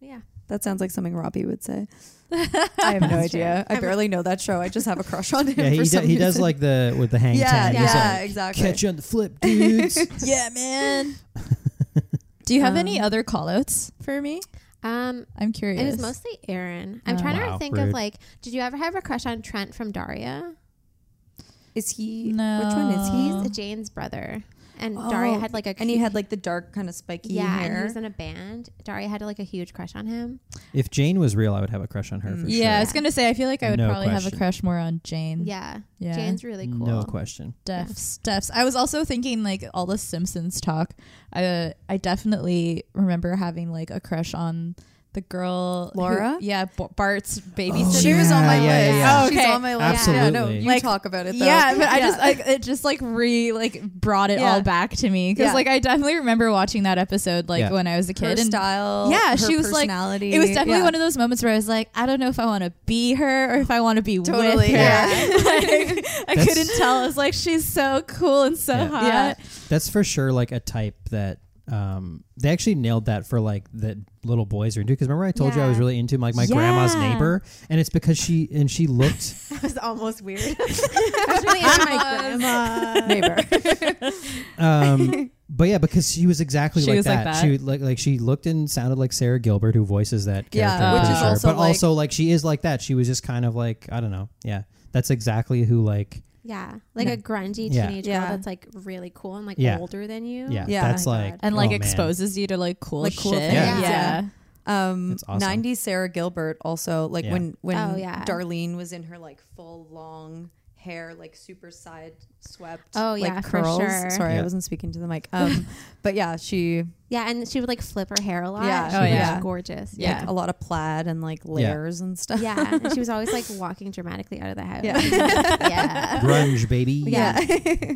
S2: yeah.
S4: That sounds like something Robbie would
S2: <laughs>
S4: say. I have no
S2: That's
S4: idea. I
S2: I'm-
S4: barely know that show. I just have a crush on him.
S1: Yeah,
S4: for
S1: he, do-
S4: some
S1: he does
S4: reason.
S1: like the with the hang
S4: Yeah,
S1: ten. He's
S4: yeah,
S1: like,
S4: exactly.
S1: Catch you on the flip, dudes.
S3: yeah,
S1: <laughs>
S3: man. Do you have any
S4: Um,
S3: other callouts for me?
S2: Um,
S3: I'm curious.
S2: It was mostly Aaron. I'm
S3: Oh.
S2: trying
S1: Wow,
S2: to think
S1: rude.
S2: of like, did you ever have a crush on Trent from Daria?
S4: Is he?
S3: no.
S4: Which one is he?
S2: He's Jane's brother, and Daria
S4: Oh,
S2: had like a
S4: And he
S2: cute-
S4: had like the dark kind of spiky
S2: yeah, and he
S4: hair.
S2: was in a band. Daria had like a huge crush on him.
S1: if Jane was real, I would have a crush on her for
S3: Mm. yeah,
S1: sure.
S3: I was gonna say. I feel like I would
S1: No
S3: probably have
S1: question.
S3: a crush more on Jane.
S2: Yeah,
S3: yeah.
S2: Jane's really cool.
S1: No question.
S3: Deafs, deafs. I was also thinking like all the Simpsons talk. I uh, I definitely remember having like a crush on the girl who-
S4: Laura?
S3: yeah, B- Bart's babysitter.
S1: Oh,
S4: she was on my
S1: yeah,
S4: list.
S1: yeah.
S3: Oh,
S4: She's
S3: okay.
S4: on my list. Yeah, no,
S1: Absolutely.
S4: you
S3: Like-
S4: talk about it. Though.
S3: Yeah, but I just like it just like re like brought it
S4: Yeah.
S3: all back to me because
S4: Yeah.
S3: like I definitely remember watching that episode like
S1: Yeah.
S3: when I was a kid
S4: her
S3: and
S4: style.
S3: Yeah,
S4: her
S3: she was, like-
S4: personality.
S3: it was definitely
S4: yeah.
S3: one of those moments where I was like I don't know if I want to be her or if I want to be with
S4: Totally,
S3: her.
S4: yeah.
S3: <laughs> Like, I
S1: That's-
S3: couldn't tell. I was like she's so cool and so
S1: Yeah.
S3: hot.
S4: Yeah.
S1: <laughs> That's for sure like a type that um they actually nailed that for like that little boys are into because remember I told you I was
S2: Yeah.
S1: really into like my grandma's
S2: Yeah.
S1: neighbor and it's because she and she looked
S2: <laughs> That was almost weird. <laughs> I was really into my grandma.
S4: neighbor. <laughs>
S1: um but yeah because she was exactly
S3: She
S1: like,
S3: was like
S1: that.
S3: that.
S1: she would- like like she looked and sounded like Sarah Gilbert who voices that character
S4: Yeah,
S1: I'm
S3: which
S1: pretty
S3: is
S1: sure.
S4: also
S1: but
S4: like-
S1: also like she is like that she was just kind of like I don't know yeah that's exactly who like
S2: <laughs> Yeah, like a grungy
S1: Yeah.
S2: teenage
S4: Yeah.
S2: girl that's like really cool and like
S1: Yeah.
S2: older than you.
S1: yeah,
S4: Yeah.
S1: that's
S2: Oh my
S1: like
S2: God.
S3: and like
S1: oh, man.
S3: <laughs> exposes you to like cool
S4: Like, cool
S3: shit.
S4: things.
S1: Yeah.
S3: Yeah.
S4: Yeah. Um,
S1: That's awesome.
S4: 90s Sarah Gilbert also like
S1: Yeah.
S4: when when
S2: Oh, yeah.
S4: Darlene was in her like full long hair like super side swept
S2: Oh, yeah,
S4: like
S2: for
S4: curls.
S2: sure.
S4: Sorry,
S1: Yeah.
S4: I wasn't speaking to the mic.
S2: <laughs>
S4: Um, but yeah, she
S2: Yeah, and she would like flip her hair a lot.
S4: Yeah.
S2: She
S3: Oh,
S2: was
S3: yeah.
S2: gorgeous.
S3: Yeah.
S4: like a lot of plaid and like layers and <laughs> stuff.
S2: yeah. And she was always like walking dramatically out of the house. <laughs>
S4: Yeah.
S2: yeah.
S1: grunge baby
S4: <laughs> Yeah. <laughs>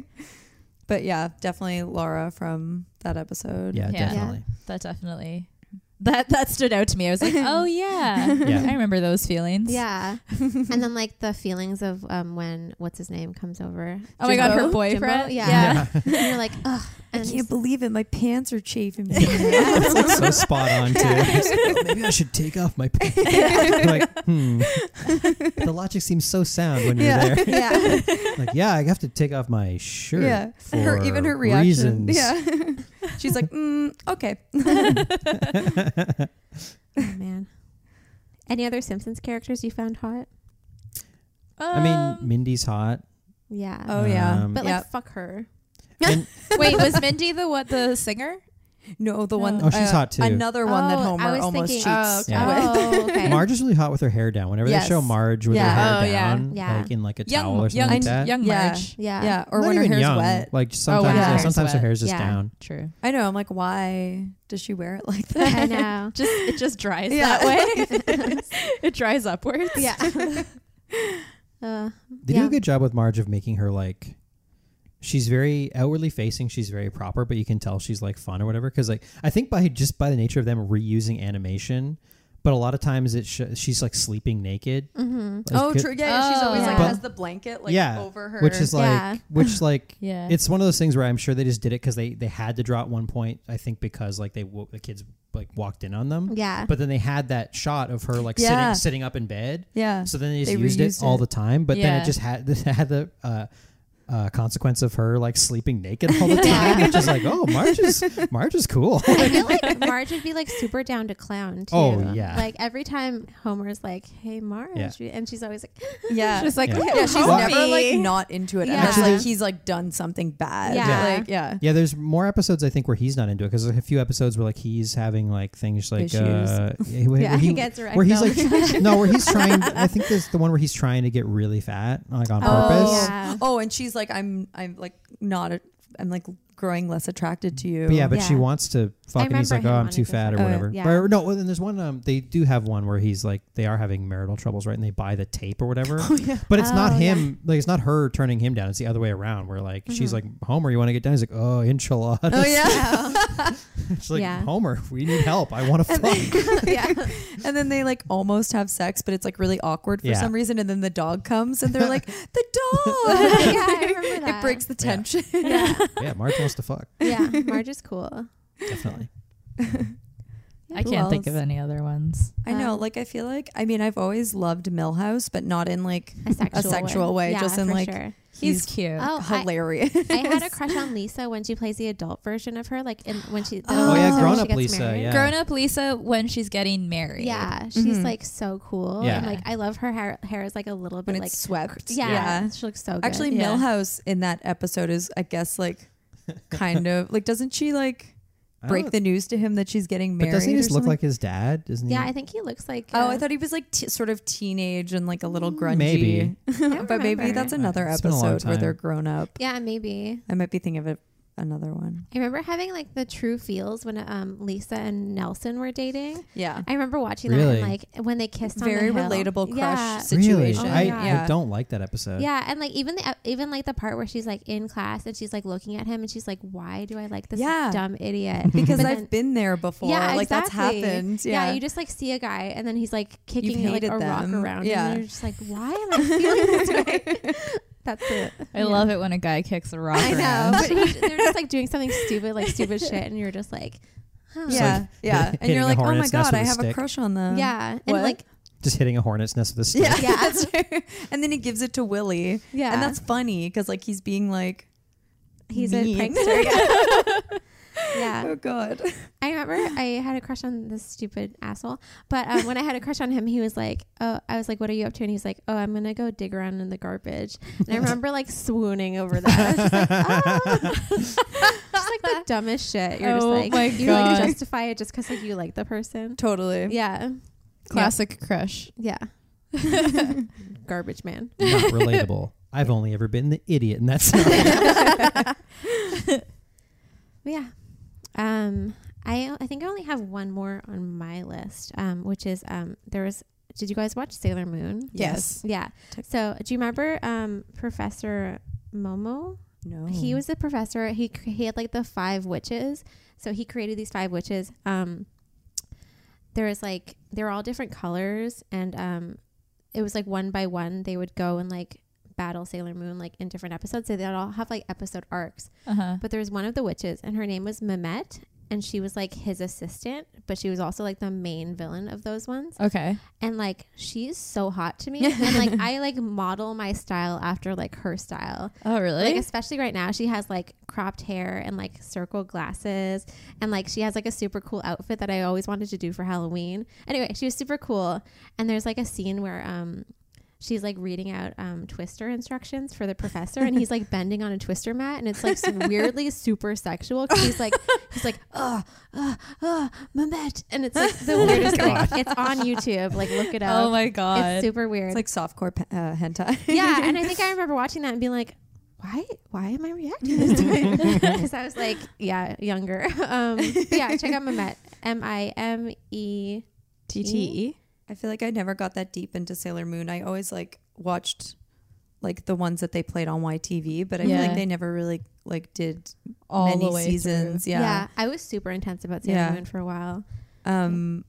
S4: but yeah, definitely Laura from that episode.
S1: yeah,
S3: Yeah.
S1: definitely
S3: That definitely that that stood out to me. I was like, oh yeah,
S1: Yeah.
S3: I remember those
S2: <laughs>
S3: feelings.
S2: Yeah. and then like the feelings of um when what's his name comes over.
S3: Oh my god, her
S2: Jimbo?
S3: boyfriend.
S2: Jimbo? Yeah. and <laughs> you're like, ugh.
S4: I
S2: And
S4: can't believe it. My pants
S1: <laughs>
S4: are chafing.
S1: <laughs>
S4: <laughs>
S1: It's like so spot on too. It's like, "Oh, maybe I should take off my <laughs> pants. You're
S2: <laughs>
S1: like, hmm. The logic seems so sound when you're
S4: Yeah.
S1: there.
S4: <laughs> yeah.
S1: Like, yeah, I have to take off my shirt.
S4: Yeah.
S1: For
S4: Her even her reaction.
S1: Reasons.
S4: Yeah. <laughs> She's like, mm, okay.
S2: oh, man. Any other Simpsons characters you found hot?
S1: I
S3: Um,
S1: mean, <laughs> Mindy's hot.
S2: Yeah.
S4: Oh yeah.
S1: Um,
S2: but like,
S4: yep.
S2: fuck her.
S1: And,
S3: wait, was Mindy the what the singer?
S4: No, the one. uh,
S1: Oh, she's hot, too.
S4: Another one that
S2: Oh, I
S4: Homer
S2: was
S4: almost
S2: thinking-
S4: cheats.
S3: Oh, okay.
S1: Yeah.
S4: <laughs>
S2: Oh, okay.
S1: Marge is really hot with her hair down. Whenever
S4: Yes.
S1: they show Marge with
S4: Yeah.
S1: her
S3: Oh,
S1: hair
S3: yeah.
S1: down,
S2: Yeah.
S1: like in like a towel
S3: Young,
S1: or something
S3: young,
S1: like that.
S3: young
S4: Yeah.
S3: Marge.
S2: yeah.
S4: Yeah, or
S1: Not
S4: when her
S1: even
S4: hair's
S1: young.
S4: wet.
S1: Like
S3: Oh,
S1: sometimes,
S3: when
S4: her
S1: yeah,
S4: hair's
S1: sometimes her
S3: wet.
S1: hair's just
S2: Yeah.
S1: down.
S3: True.
S4: I know. I'm like, why does she wear it like that?
S2: <laughs> I know.
S3: Just it just dries
S4: Yeah.
S3: that way.
S4: <laughs>
S3: it dries upwards.
S2: <laughs> yeah. <laughs> uh,
S1: They do
S2: Yeah.
S1: a good job with Marge of making her like she's very outwardly facing, she's very proper, but you can tell she's like fun or whatever. Because like I think by just by the nature of them reusing animation, but a lot of times it sh- she's like sleeping naked.
S2: hmm
S1: Like,
S4: Oh,
S1: could-
S4: true. Yeah, yeah, she's
S3: Oh,
S4: always like
S1: yeah.
S4: has the blanket like
S1: Yeah,
S4: over her.
S1: Which is like,
S2: Yeah.
S1: which like,
S3: Yeah.
S1: it's one of those things where I'm sure they just did it because they they had to draw at one point. I think because like they wo- the kids like walked in on them.
S2: Yeah.
S1: But then they had that shot of her like
S4: Yeah.
S1: sitting sitting up in bed.
S4: yeah.
S1: So then they just
S4: They
S1: used it
S4: reused
S1: all
S4: it.
S1: the time. But then
S3: Yeah.
S1: it just had <laughs> it had the uh, uh, consequence of her like sleeping naked
S4: <laughs>
S1: all the time,
S2: Yeah.
S1: which is like, oh, Marge is Marge is cool. <laughs>
S2: I feel <laughs> like Marge would be like super down to clown too.
S1: Oh, yeah.
S2: Like every time Homer's like, "Hey Marge,"
S1: Yeah.
S2: we- and she's always like, <laughs>
S4: Yeah. <laughs>
S2: just like,
S1: Yeah.
S2: "Oh,
S4: yeah, she's
S2: Homie."
S4: never like not into it
S2: Yeah.
S4: unless
S2: Actually-
S4: like he's like done something bad.
S2: Yeah.
S4: Like yeah.
S1: Yeah, there's more episodes I think where he's not into it because there's a few episodes where like he's having like things like
S4: Issues.
S1: uh, yeah,
S4: <laughs>
S1: where,
S2: Yeah,
S1: where
S2: he
S1: he,
S2: gets wrecked
S1: where he's <laughs>
S2: all the <laughs>
S1: like no, where he's trying. I think there's the one where he's trying to get really fat like on
S2: Oh,
S1: purpose.
S2: <laughs> yeah.
S4: Oh, and she's like, I'm I'm like not a, I'm like growing less attracted to you.
S1: But yeah, but she
S2: Yeah.
S1: wants to fuck, and he's
S2: remember
S1: like,
S2: him
S1: "Oh, I'm
S2: wanting
S1: too
S2: to
S1: fat or
S4: fuck. Oh,
S1: whatever."
S2: yeah.
S1: Or, no, and there's one. Um, they do have one where he's like, they are having marital troubles, right? And they buy the tape or whatever.
S4: yeah.
S1: But it's not
S2: <laughs> Oh, yeah. Mm-hmm.
S1: him. Like it's not her turning him down. It's the other way around. Where like she's like, "Homer, you want to get down?" He's like, "Oh, enchiladas."
S4: Oh yeah.
S1: <laughs>
S4: <laughs>
S1: it's like,
S2: Yeah.
S1: "Homer, we need help. I
S2: <laughs>
S1: want to fuck."
S2: yeah.
S4: <laughs> And then they like almost have sex, but it's like really awkward for
S1: Yeah.
S4: some reason. And then the dog comes, and
S1: <laughs>
S4: they're like, the
S2: yeah,
S4: dog. <laughs>
S2: I remember that.
S4: It breaks the
S1: Yeah.
S4: tension.
S2: Yeah,
S1: yeah, Marge wants to fuck.
S2: <laughs> yeah. Marge is cool.
S1: Definitely.
S3: I
S4: Who
S3: can't think of
S4: else?
S3: any other ones.
S4: I know.
S2: Um,
S4: Like I feel like I mean I've always loved Millhouse, but not in like
S2: A sexual,
S4: sexual way,
S2: Yeah,
S4: just in,
S2: for
S4: like-
S2: Sure.
S3: He's, cute. Uh,
S2: Oh, I-
S4: hilarious.
S2: <laughs> I had a crush on Lisa when she plays the adult version of her, like in, when she. the
S4: Oh,
S2: one
S4: yeah,
S2: episode when
S4: grown
S2: she
S1: up
S2: gets
S1: Lisa,
S2: married.
S1: yeah.
S3: Grown up Lisa when she's getting married.
S2: Yeah, she's
S4: Mhm.
S2: like so cool.
S1: Yeah.
S2: And like I love her hair. Hair is like a little
S4: when
S2: bit
S4: it's
S2: like
S4: swept.
S2: yeah, she looks so good.
S4: Actually,
S3: Yeah.
S4: Millhouse in that episode is, I guess, like kind of like doesn't she like
S1: I
S4: break
S1: don't-
S4: the news to him that she's getting
S1: Oh. But
S4: married?
S1: doesn't he
S4: or
S1: just look
S4: something?
S1: like his dad? Isn't
S2: yeah,
S1: he?
S2: I think he looks like.
S4: Oh,
S2: uh,
S4: I thought he was like t- sort of teenage and like a little grungy.
S1: Mm,
S4: <laughs>
S1: Maybe.
S2: I
S4: but maybe
S2: remember.
S4: that's another
S1: It's been a long
S4: episode where
S1: time.
S4: they're grown up.
S2: Yeah, maybe.
S4: I might be thinking of a, another one.
S2: I remember having like the true feels when um Lisa and Nelson were dating.
S4: Yeah,
S2: I remember watching that
S1: Really?
S2: and like when they kissed on
S4: very
S2: the hill.
S4: relatable crush
S2: Yeah.
S1: really.
S4: situation.
S2: Oh,
S1: I,
S2: yeah.
S1: I don't like that episode.
S2: Yeah, and like even the e, even like the part where she's like in class and she's like looking at him and she's like, "Why do I like this
S4: Yeah.
S2: dumb idiot?"
S4: <laughs> because
S2: But
S4: I've
S2: then-
S4: been there before.
S2: Yeah,
S4: like that's
S2: exactly.
S4: happened.
S2: Yeah.
S4: Yeah,
S2: you just like see a guy and then he's like kicking
S4: You've
S2: like a
S4: hated
S2: rock
S4: them.
S2: around.
S4: Yeah.
S2: And then you're just like, why am I
S4: <laughs>
S2: feeling this way? <laughs> That's it.
S3: I love it when a guy kicks a rock.
S2: I know. <laughs>
S3: around. <laughs>
S2: But he- they're just like doing something stupid, like stupid shit, and you're just like, huh.
S1: It's
S4: yeah,
S1: like
S4: yeah.
S1: hitting
S4: And you're
S1: a
S4: like, oh my
S1: hornet's nest
S4: god,
S1: with
S4: I
S1: a
S4: have a
S1: stick.
S4: crush on them.
S2: yeah. And
S4: What?
S2: like,
S1: Just hitting a hornet's nest with a stick.
S4: <laughs> yeah,
S2: Yeah.
S4: <laughs> that's true. And then he gives it to Willie,
S2: yeah,
S4: and that's funny because like he's being like,
S2: he's
S4: mean.
S2: a prankster. Yeah. yeah.
S4: <laughs> oh
S2: <laughs>
S4: god,
S2: I remember I had a crush on this stupid asshole, but um, when I had a crush on him, he was like, "Oh, I was like, what are you up to?" And he's like, "Oh, I'm gonna go dig around in the garbage." And I remember like swooning over that. I was just like, oh. <laughs> just like the dumbest shit. You're just
S3: Oh
S2: like,
S3: my
S2: you
S3: God.
S2: like justify it just because like you like the person.
S4: totally.
S2: Yeah,
S3: Classic crush.
S2: yeah. <laughs> Garbage man.
S1: <laughs> Not relatable. I've only ever been the idiot, and
S4: <laughs>
S1: that's not
S2: But yeah. Um, I I think I only have one more on my list, um, which is um, there was. Did you guys watch Sailor Moon?
S4: Yes.
S2: Yeah.
S4: Tech-
S2: So, do you remember um, Professor Momo?
S4: No,
S2: He was the professor. He cr- he had like the five witches. So he created these five witches. Um, there was like they were all different colors, and um, it was like one by one they would go and like battle Sailor Moon like in different episodes. So they'd all have like episode arcs.
S3: Uh-huh.
S2: But there was one of the witches, and her name was Mimette, and she was like his assistant, but she was also like the main villain of those ones
S3: Okay.
S2: and like she's so hot to me and like i like model my style after like her style
S3: Oh, really?
S2: like especially right now she has like cropped hair and like circle glasses and like she has like a super cool outfit that i always wanted to do for halloween anyway she was super cool and there's like a scene where um She's like reading out um, Twister instructions for the professor, and he's
S3: <laughs>
S2: like bending on a Twister mat, and it's like weirdly super sexual. 'cause he's like, he's
S3: <laughs>
S2: like, oh, oh, oh, Mamet, and it's like the weirdest thing. It's on YouTube. Like, look it up.
S3: oh
S2: uh,
S3: my
S2: It's
S3: god.
S2: super weird.
S4: it's like softcore pe- uh, hentai.
S2: yeah,
S4: <laughs>
S2: and I think I remember watching that and being like, why? Why am I reacting this
S4: <laughs>
S2: <laughs> way? Because I was like, yeah, younger. <laughs> Um, but yeah,
S4: <laughs>
S2: check out Mamet. M I M E.
S3: TTE.
S4: I feel like I never got that deep into Sailor Moon. I always like watched like the ones that they played on YTV, but I feel
S3: Yeah.
S4: like they never really like did
S3: All
S4: many
S3: the way
S4: seasons.
S2: Yeah.
S4: Yeah. <laughs>
S2: I was super intense about Sailor
S4: Yeah.
S2: Moon for a while.
S4: Um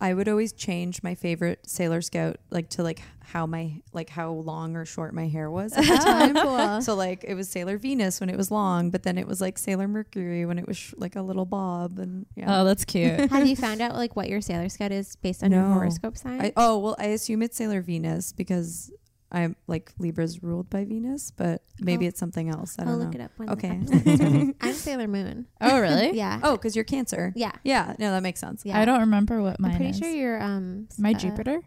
S4: I would always change my favorite Sailor Scout like to like how my like how long or short my hair was
S3: <laughs>
S4: at the
S2: <laughs>
S4: time.
S2: cool.
S4: So like it was Sailor Venus when it was long, but then it was like Sailor Mercury when it was sh- like a little bob and yeah.
S3: Oh,
S2: <laughs>
S3: that's cute.
S4: <laughs>
S2: Have you found out like what your Sailor Scout is based on your
S4: No.
S2: horoscope sign?
S4: I, oh well, I assume it's Sailor Venus because I'm like Libra's ruled by Venus, but maybe
S2: Oh.
S4: it's something else. I
S2: will
S4: don't
S2: look it
S4: know.
S2: up. When
S4: Okay. <laughs>
S2: I'm Sailor Moon.
S3: oh, really?
S2: Yeah.
S4: Oh, because you're Cancer.
S2: Yeah.
S4: Yeah, no, that makes sense.
S2: Yeah.
S3: I don't remember what mine
S2: I'm pretty
S3: is.
S2: sure you're um. s-
S3: my
S2: uh,
S3: Jupiter.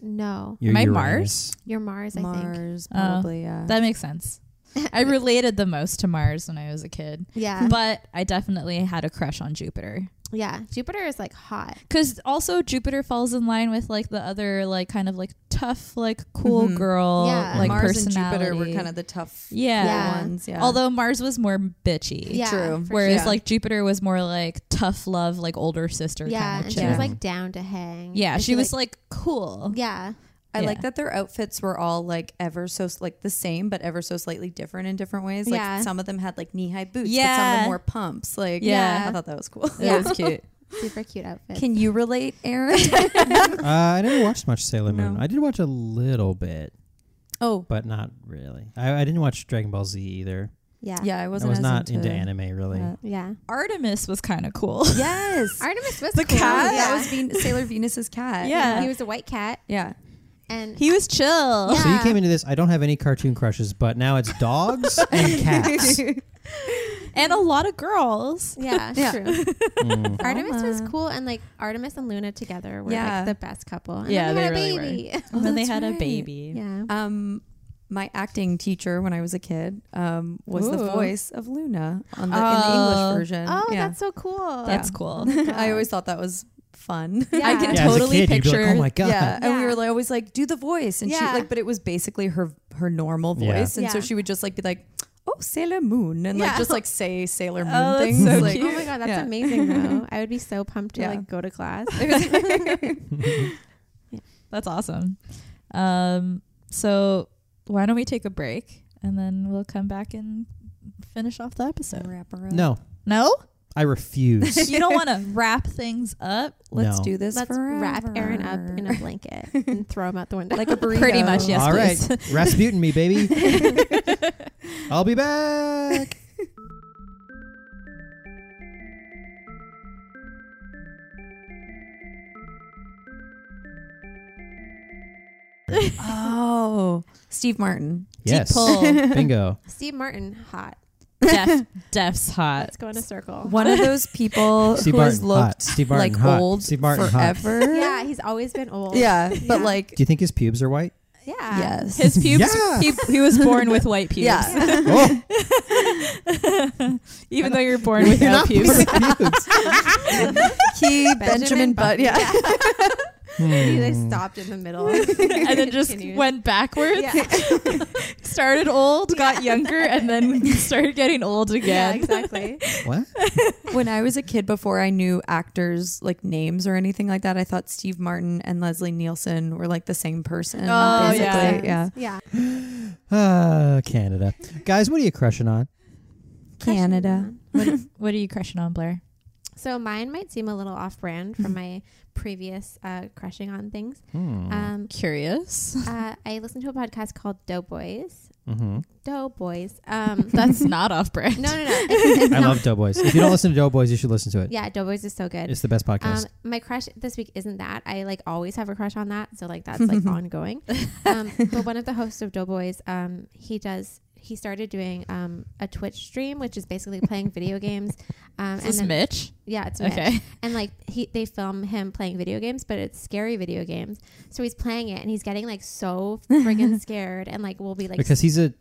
S2: No,
S1: Your
S3: Am I
S1: Uranus.
S3: Mars?
S2: you're Mars. I think.
S4: Mars,
S3: Oh.
S4: probably.
S2: Uh,
S4: yeah.
S3: That makes sense.
S2: <laughs>
S3: I related the most to Mars when I was a kid,
S4: <laughs>
S2: Yeah.
S3: but I definitely had a crush on Jupiter.
S2: yeah. Jupiter is like hot.
S3: Because also Jupiter falls in line with like the other like kind of like tough like cool
S4: Mhm.
S3: girl
S2: Yeah.
S3: like
S4: Mars and
S3: personality.
S4: Jupiter were kind of the tough
S3: yeah.
S2: Yeah.
S4: ones. Yeah.
S3: Although Mars was more bitchy.
S2: Yeah.
S4: True.
S2: for
S3: Whereas
S2: sure.
S3: like Jupiter was more like tough love like older sister
S2: yeah,
S3: kind
S2: and
S3: of
S2: she was
S3: chick.
S2: like down to hang.
S3: Yeah,
S2: And
S3: she was like, cool.
S2: yeah,
S4: I like
S3: Yeah.
S4: that their outfits were all like ever so like the same, but ever so slightly different in different ways. Like
S2: Yeah.
S4: some of them had like knee high boots, but some of
S3: Yeah.
S4: them wore pumps. Like
S3: Yeah.
S4: I thought that was cool.
S2: Yeah. <laughs>
S3: It was cute.
S2: super cute outfit.
S4: <laughs> Can you relate,
S2: <laughs>
S4: Aaron?
S1: uh, I didn't watch much Sailor Moon.
S4: No.
S1: I did watch a little bit,
S4: oh,
S1: but not really. I, I didn't watch Dragon Ball Z either.
S2: yeah,
S4: yeah, I
S1: I
S4: wasn't.
S1: was
S4: as
S1: not into,
S4: into
S1: anime really.
S4: that.
S2: yeah.
S3: Artemis was kind of cool. <laughs>
S4: Yes,
S2: Artemis was
S4: the
S2: cool.
S4: cat.
S2: Yeah.
S4: That was Ven- Sailor Venus's cat.
S3: Yeah.
S2: He was a white cat,
S4: yeah.
S2: and
S3: He was chill.
S1: Oh, So you
S4: Ah.
S2: Yeah.
S1: came into this. I don't have any cartoon crushes, but now it's
S4: <laughs>
S1: dogs and cats.
S3: And a lot of girls.
S2: yeah,
S4: <laughs> Yeah.
S2: true.
S1: Mm.
S2: <laughs> Artemis was
S4: Mama.
S2: cool, and like Artemis and Luna together were
S4: Yeah.
S2: like the best couple. And
S3: Yeah,
S2: then
S3: they
S2: had a
S3: really were.
S2: baby.
S3: and then they
S4: that's
S3: had a
S4: right.
S3: baby.
S2: <laughs> yeah,
S4: <laughs> Um, my acting teacher when I was a kid um, was the
S3: Ooh.
S4: voice of Luna on the, in the
S3: Oh.
S4: English version.
S2: Oh,
S4: yeah.
S2: that's so cool. <laughs>
S3: That's cool.
S4: <laughs> I always thought that was fun.
S2: Yeah.
S4: I can
S1: yeah,
S3: totally
S1: as a kid, you'd be like,
S3: picture-
S1: oh my god.
S4: Yeah. and we
S2: Yeah.
S4: were like, always like, do the voice, and
S2: Yeah.
S4: she like, but it was basically her her normal
S1: Yeah.
S4: voice, and so
S2: Yeah.
S4: she would just like be like, oh Sailor Moon, and
S2: Yeah.
S4: like just like say Sailor Moon
S3: that's
S4: things.
S3: so
S4: like,
S2: Oh my god, that's
S4: Yeah.
S2: amazing
S4: <laughs>
S2: though. I would be so pumped to
S4: Yeah.
S2: like go to
S4: <laughs>
S2: class.
S3: That's awesome. Um, so why don't we take a break and then we'll come back and finish off the episode?
S4: Wrap her up.
S1: No,
S3: No,
S1: I refuse.
S3: you don't
S2: <laughs>
S3: want to wrap things up.
S4: <laughs> let's
S1: No.
S4: do
S2: <laughs>
S4: this.
S2: Let's wrap Aaron up in a blanket
S4: <laughs>
S2: and throw him out the window.
S4: like
S2: <laughs>
S4: a burrito.
S3: Pretty much, yes.
S1: All right,
S3: please. <laughs>
S1: Rasputin me,
S4: <laughs>
S1: baby. I'll be back.
S4: Oh,
S2: <laughs>
S4: Steve Martin.
S1: Yes.
S3: Deep pull.
S1: Bingo.
S2: Steve Martin, hot.
S3: Def, Def's hot.
S2: Let's go in a circle.
S4: One of those people
S1: Steve
S4: who has
S1: Martin hot.
S4: looked
S1: Steve Martin
S4: like
S1: hot.
S4: old
S1: Steve Martin hot.
S2: <laughs>
S4: forever.
S2: Yeah, he's always been old.
S4: Yeah, but
S2: Yeah. Uh,
S4: like,
S1: Do you think his pubes are white?
S2: Yeah.
S4: yes,
S3: His pubes.
S1: Yeah.
S3: He, he was born with white pubes.
S4: <laughs> yeah.
S1: Oh,
S3: <laughs> Even though you're born without
S1: <laughs> you're
S3: pubes.
S1: not born with pubes.
S4: <laughs> He
S2: <laughs> Benjamin
S4: Benjamin, Butt.
S2: Button.
S4: Yeah.
S2: <laughs> He
S1: Hmm.
S2: like stopped in the middle and
S3: <laughs> And then just went backwards.
S2: Yeah.
S3: Started old, got younger,
S2: <laughs>
S3: and then started getting old
S2: yeah,
S3: again.
S2: exactly. <laughs>
S1: What?
S4: when I was a kid, before I knew actors like names or anything like that, I thought Steve Martin and Leslie Nielsen were like the same person.
S3: Oh,
S4: basically.
S3: yeah.
S4: yeah.
S2: Yeah.
S1: Ah, Canada. Guys, what are you crushing on?
S4: Canada.
S3: What, what are you crushing on, Blair?
S2: So mine might seem a little off brand from my previous uh, crushing on things.
S1: Hmm.
S2: Um,
S3: Curious.
S2: uh, I listened to a podcast called Doughboys.
S1: hmm
S2: Doughboys.
S3: <laughs>
S2: Um,
S3: That's not off brand.
S2: no, no, no. It's,
S1: <laughs>
S2: it's
S1: I
S2: not-
S1: love Doughboys. If you don't listen to Doughboys, you should listen to it.
S2: <laughs> Yeah, Doughboys is so good.
S1: It's the best podcast.
S2: Um, my crush this week isn't that. I like always have a crush on that, so like that's
S3: <laughs>
S2: like ongoing. Um, but one of the hosts of Doughboys, um, he does. He started doing um, a Twitch stream, which is basically playing video games. Um,
S3: Is this
S2: then-
S3: Mitch?
S2: yeah, it's Mitch.
S3: Okay.
S2: And like he, they film him playing video games, but it's scary video games. So he's playing it, and he's getting like
S3: <laughs>
S2: so friggin' scared, and like will be like,
S1: because he's a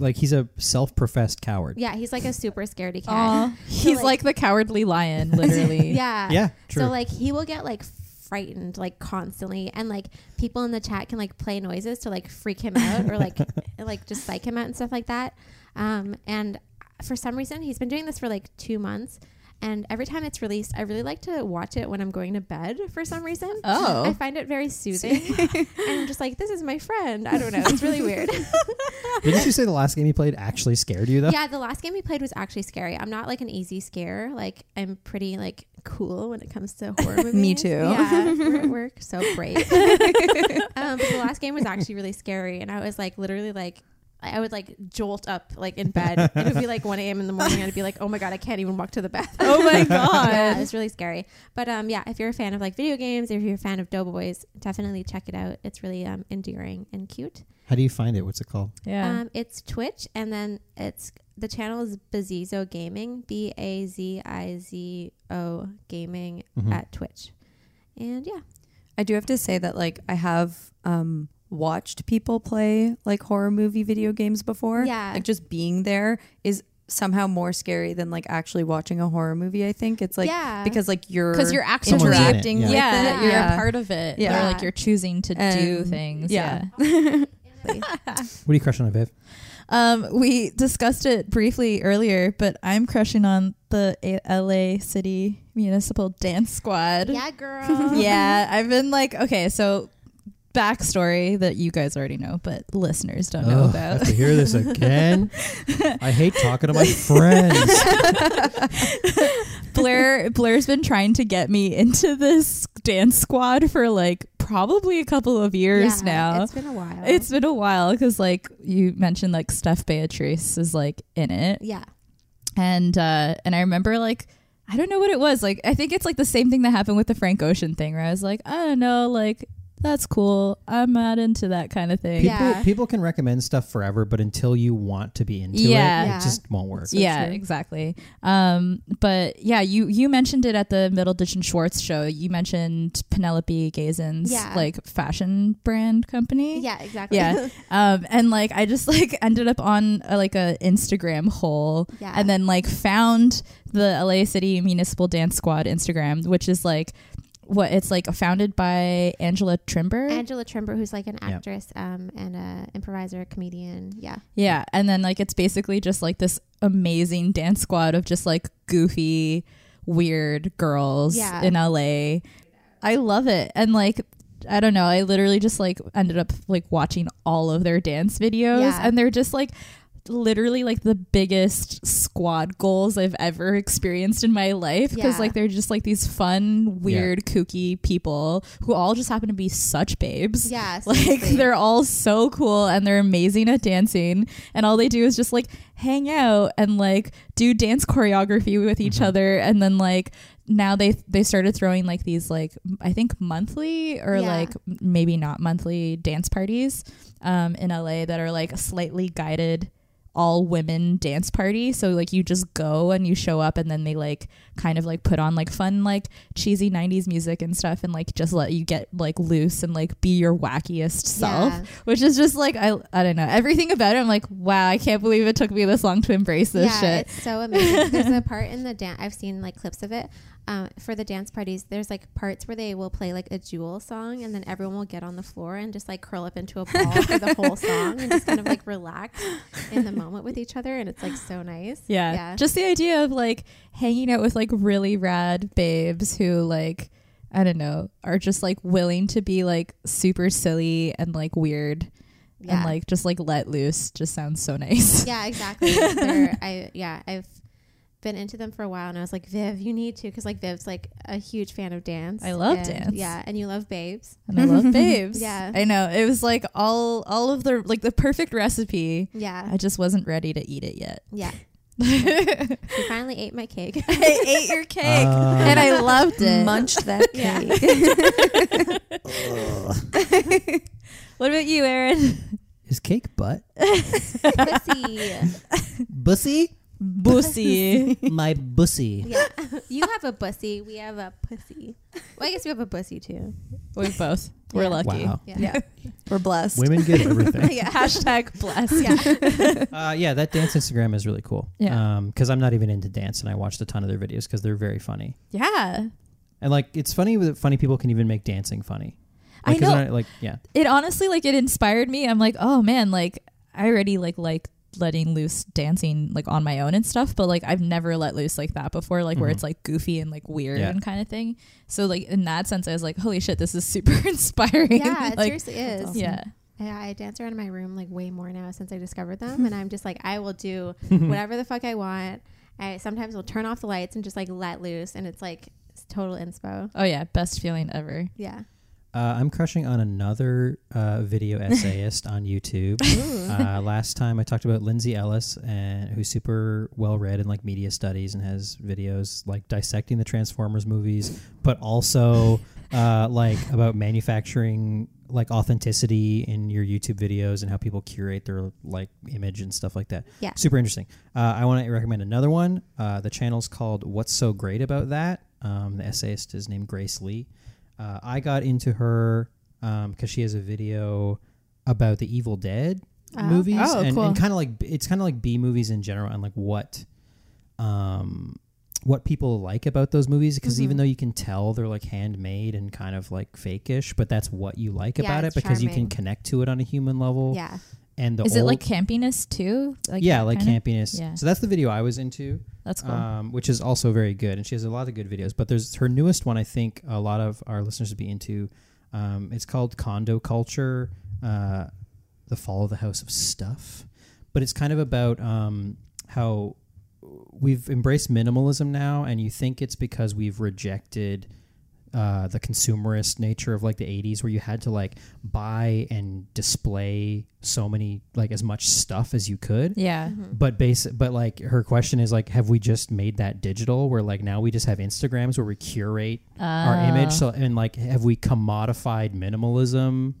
S1: like he's a self-professed coward.
S2: yeah, he's like a super scaredy cat.
S3: <laughs> Aw. He's
S2: like-
S3: like, the cowardly <laughs> lion, literally.
S2: Yeah.
S1: Yeah, true.
S2: So like he will get like frightened like constantly and like people in the chat can like play noises to like freak him out or like <laughs> like just psych him out and stuff like that. Um and for some reason he's been doing this for like 2 months and every time it's released I really like to watch it when I'm going to bed for some reason.
S3: Oh.
S2: I find it very soothing. and I'm just like this is my friend. I don't know. It's really weird.
S1: Didn't you say the last game he played actually scared you though?
S2: yeah, the last game we played was actually scary. I'm not like an easy scare. Like I'm pretty like cool when it comes to horror movies.
S4: too.
S2: Yeah, we're, we're so brave. um, but the last game was actually really scary, and I was like literally like. I I would like jolt up like in bed. It would be like 1 a.m. in the morning. I'd be like, oh my God, I can't even walk to the bathroom.
S3: Oh my god.
S2: <laughs> Yeah, it's really scary. But um, yeah, if you're a fan of like video games, if you're a fan of Doughboys, definitely check it out. It's really um, endearing and cute.
S1: How do you find it? What's it called?
S3: Yeah.
S2: Um, it's Twitch, and then it's the channel is Bazizo Gaming, B A Z I Z O Gaming
S1: Mhm.
S2: at Twitch. And yeah,
S4: I do have to say that like I have um watched people play like horror movie video games before.
S2: Yeah.
S4: <laughs> Like just being there is somehow more scary than like actually watching a horror movie, I think. It's like
S2: yeah,
S4: because like you're
S3: Because you're actually
S1: Someone's in it,
S3: interacting with
S4: yeah.
S3: it.
S2: Yeah.
S3: You're
S4: Yeah.
S3: a part of it.
S4: Yeah.
S3: Or like you're choosing to do
S4: And-
S3: things.
S4: yeah.
S1: What are you crushing on, Viv?
S3: <laughs> Um, we discussed it briefly earlier, but I'm crushing on the A- LA City Municipal Dance
S2: <laughs>
S3: Squad.
S2: yeah, girl.
S3: <laughs> Yeah, I've been like, okay, so backstory that you guys already know, but listeners don't
S1: Ugh,
S3: know
S1: I
S3: about.
S1: <laughs>
S3: <laughs>
S1: have to hear this again. I hate talking to my friends.
S3: Blair Blair's been trying to get me into this dance squad for like probably a couple of years
S2: Yeah,
S3: now.
S2: It's been a while.
S3: it's been a while because like you mentioned like Steph Beatrice is like in it.
S2: yeah,
S3: and uh and i remember like i don't know what it was like i think it's like the same thing that happened with the frank ocean thing where i was like i don't know like that's cool i'm not into that kind of thing
S1: People,
S2: Yeah.
S1: people can recommend stuff forever, but until you want to be into
S3: Yeah.
S1: it,
S2: Yeah.
S1: it just won't work.
S4: So
S3: yeah
S4: true.
S3: exactly um but yeah you you mentioned it at the middleditch and schwartz show you mentioned penelope gazin's
S2: Yeah.
S3: like fashion brand company
S2: yeah, exactly. <laughs>
S3: yeah um and like i just like ended up on uh like a instagram hole
S2: yeah,
S3: and then like found the LA City Municipal Dance Squad Instagram, which is like what it's like founded by Angela Trimber.
S2: Angela Trimber, who's like an
S1: Yeah.
S2: actress um, and a improviser, comedian. Yeah,
S3: <laughs> yeah, and then like it's basically just like this amazing dance squad of just like goofy, weird girls
S2: Yeah.
S3: in LA. I love it. And like I don't know, I literally just like ended up like watching all of their dance videos
S2: Yeah.
S3: and they're just like literally like the biggest squad goals I've ever experienced in my life because
S2: Yeah.
S3: like they're just like these fun, weird, kooky people who all just happen to be such babes.
S2: yeah.
S3: Like
S2: seriously.
S3: <laughs> they're all so cool and they're amazing at dancing and all they do is just like hang out and like do dance choreography with each other and then like now they they started throwing like these like m- I think monthly or
S2: Yeah.
S3: like m- maybe not monthly dance parties um in LA that are like slightly guided all women dance party so like you just go and you show up and then they like kind of like put on like fun like cheesy 90s music and stuff and like just let you get like loose and like be your wackiest self
S2: Yeah.
S3: which is just like I, I don't know everything about it i'm like wow i can't believe it took me this long to embrace this
S2: yeah,
S3: shit
S2: It's so amazing. there's
S3: <laughs>
S2: a part in the dance. I've seen like clips of it. Um, for the dance parties, there's like parts where they will play like a jewel song, and then everyone will get on the floor and just like curl up into a ball for the whole song and just kind of like relax in the moment with each other, and it's like so nice.
S3: yeah.
S2: yeah.
S3: just the idea of like hanging out with like really rad babes who like i don't know are just like willing to be like super silly and like weird
S2: yeah,
S3: and like just like let loose just sounds so nice
S2: yeah, exactly. They're-
S3: <laughs>
S2: I yeah, I've been into them for a while, and I was like, Viv, you need to, because like Viv's like a huge fan of dance.
S3: I love
S2: and-
S3: dance.
S2: Yeah, and you love babes.
S3: and
S2: <laughs>
S3: I love babes.
S2: Yeah.
S3: I know. It was like all all of the like the perfect recipe.
S2: Yeah,
S3: I just wasn't ready to eat it yet. <laughs>
S2: yeah. She finally ate my cake.
S3: I <laughs> ate your cake
S1: Uh,
S3: <laughs> and I loved it. <laughs>
S4: munched <laughs> that
S2: <laughs> Yeah.
S4: cake.
S2: Uh-huh.
S3: What about you, Aaron?
S1: Is cake butt?
S2: <laughs> Pussy.
S3: <laughs>
S1: Bussy?
S2: <laughs>
S3: Bussy.
S1: My bussy.
S2: Yeah. You have a bussy. We have a pussy. Well, I guess you have a bussy too.
S3: we both. We're
S2: Yeah.
S3: lucky.
S1: Wow.
S2: Yeah.
S3: <laughs>
S4: Yeah. We're blessed.
S1: Women get
S2: <laughs>
S1: everything.
S3: Hashtag blessed.
S2: Yeah.
S1: uh, yeah, that dance Instagram is really cool.
S3: Yeah.
S1: Because I'm not even into dance and I watched a ton of their videos because they're very funny.
S3: Yeah.
S1: And like, it's funny that funny people can even make dancing funny.
S3: I
S1: Like, 'cause
S3: know.
S1: they're not, like, yeah.
S3: It honestly like it inspired me. I'm like, oh man, like I already like like letting loose dancing like on my own and stuff, but like I've never let loose like that before, like where
S1: Mhm.
S3: it's like goofy and like weird
S1: Yeah.
S3: and kind of thing. So like in that sense I was like, holy shit, this is <laughs> super inspiring.
S2: <laughs> Yeah, it
S3: like
S2: seriously is.
S4: awesome.
S3: yeah.
S2: Yeah, I dance around in my room like way more now since I discovered them. And I'm just like, I will
S3: <laughs>
S2: do whatever the fuck I want. I sometimes will turn off the lights and just like let loose. And it's like It's total inspo.
S3: Oh yeah, best feeling ever.
S2: Yeah.
S1: Uh, I'm crushing on another uh, video essayist on YouTube. Uh, last time I talked about Lindsay Ellis, and who's super well read in like media studies and has videos like dissecting the Transformers movies, but also uh, like about manufacturing like authenticity in your YouTube videos and how people curate their like image and stuff like that.
S2: Yeah.
S1: super interesting. Uh, I want to recommend another one. Uh, the channel's called "What's So Great About That." Um, the essayist is named Grace Lee. Uh, I got into her because she has a video about the Evil Dead
S2: Oh,
S1: movies
S3: okay. Oh,
S1: and,
S3: cool.
S1: and kind of like it's kind of like B movies in general and like what um what people like about those movies because
S2: Mm-hmm.
S1: even though you can tell they're like handmade and kind of like fakeish but that's what you like
S2: Yeah,
S1: about it
S2: it's
S1: because you
S2: charming.
S1: can connect to it on a human level
S2: Yeah.
S1: and the
S3: Is
S1: old
S3: it like campiness too? Like
S1: yeah
S3: that
S1: like
S3: kinda?
S1: campiness
S3: Yeah.
S1: so that's the video i was into
S3: That's cool.
S1: um, which is also very good. And she has a lot of good videos. But there's her newest one. I think a lot of our listeners would be into. Um, it's called Condo Culture, uh, the Fall of the House of Stuff. But it's kind of about um, how we've embraced minimalism now, and you think it's because we've rejected. Uh, the consumerist nature of like the 80s where you had to like buy and display so many like as much stuff as you could
S3: yeah.
S2: Mm-hmm.
S1: but base but like her question is like have we just made that digital where like now we just have instagrams where we curate our
S4: Ah.
S1: image so and like have we commodified minimalism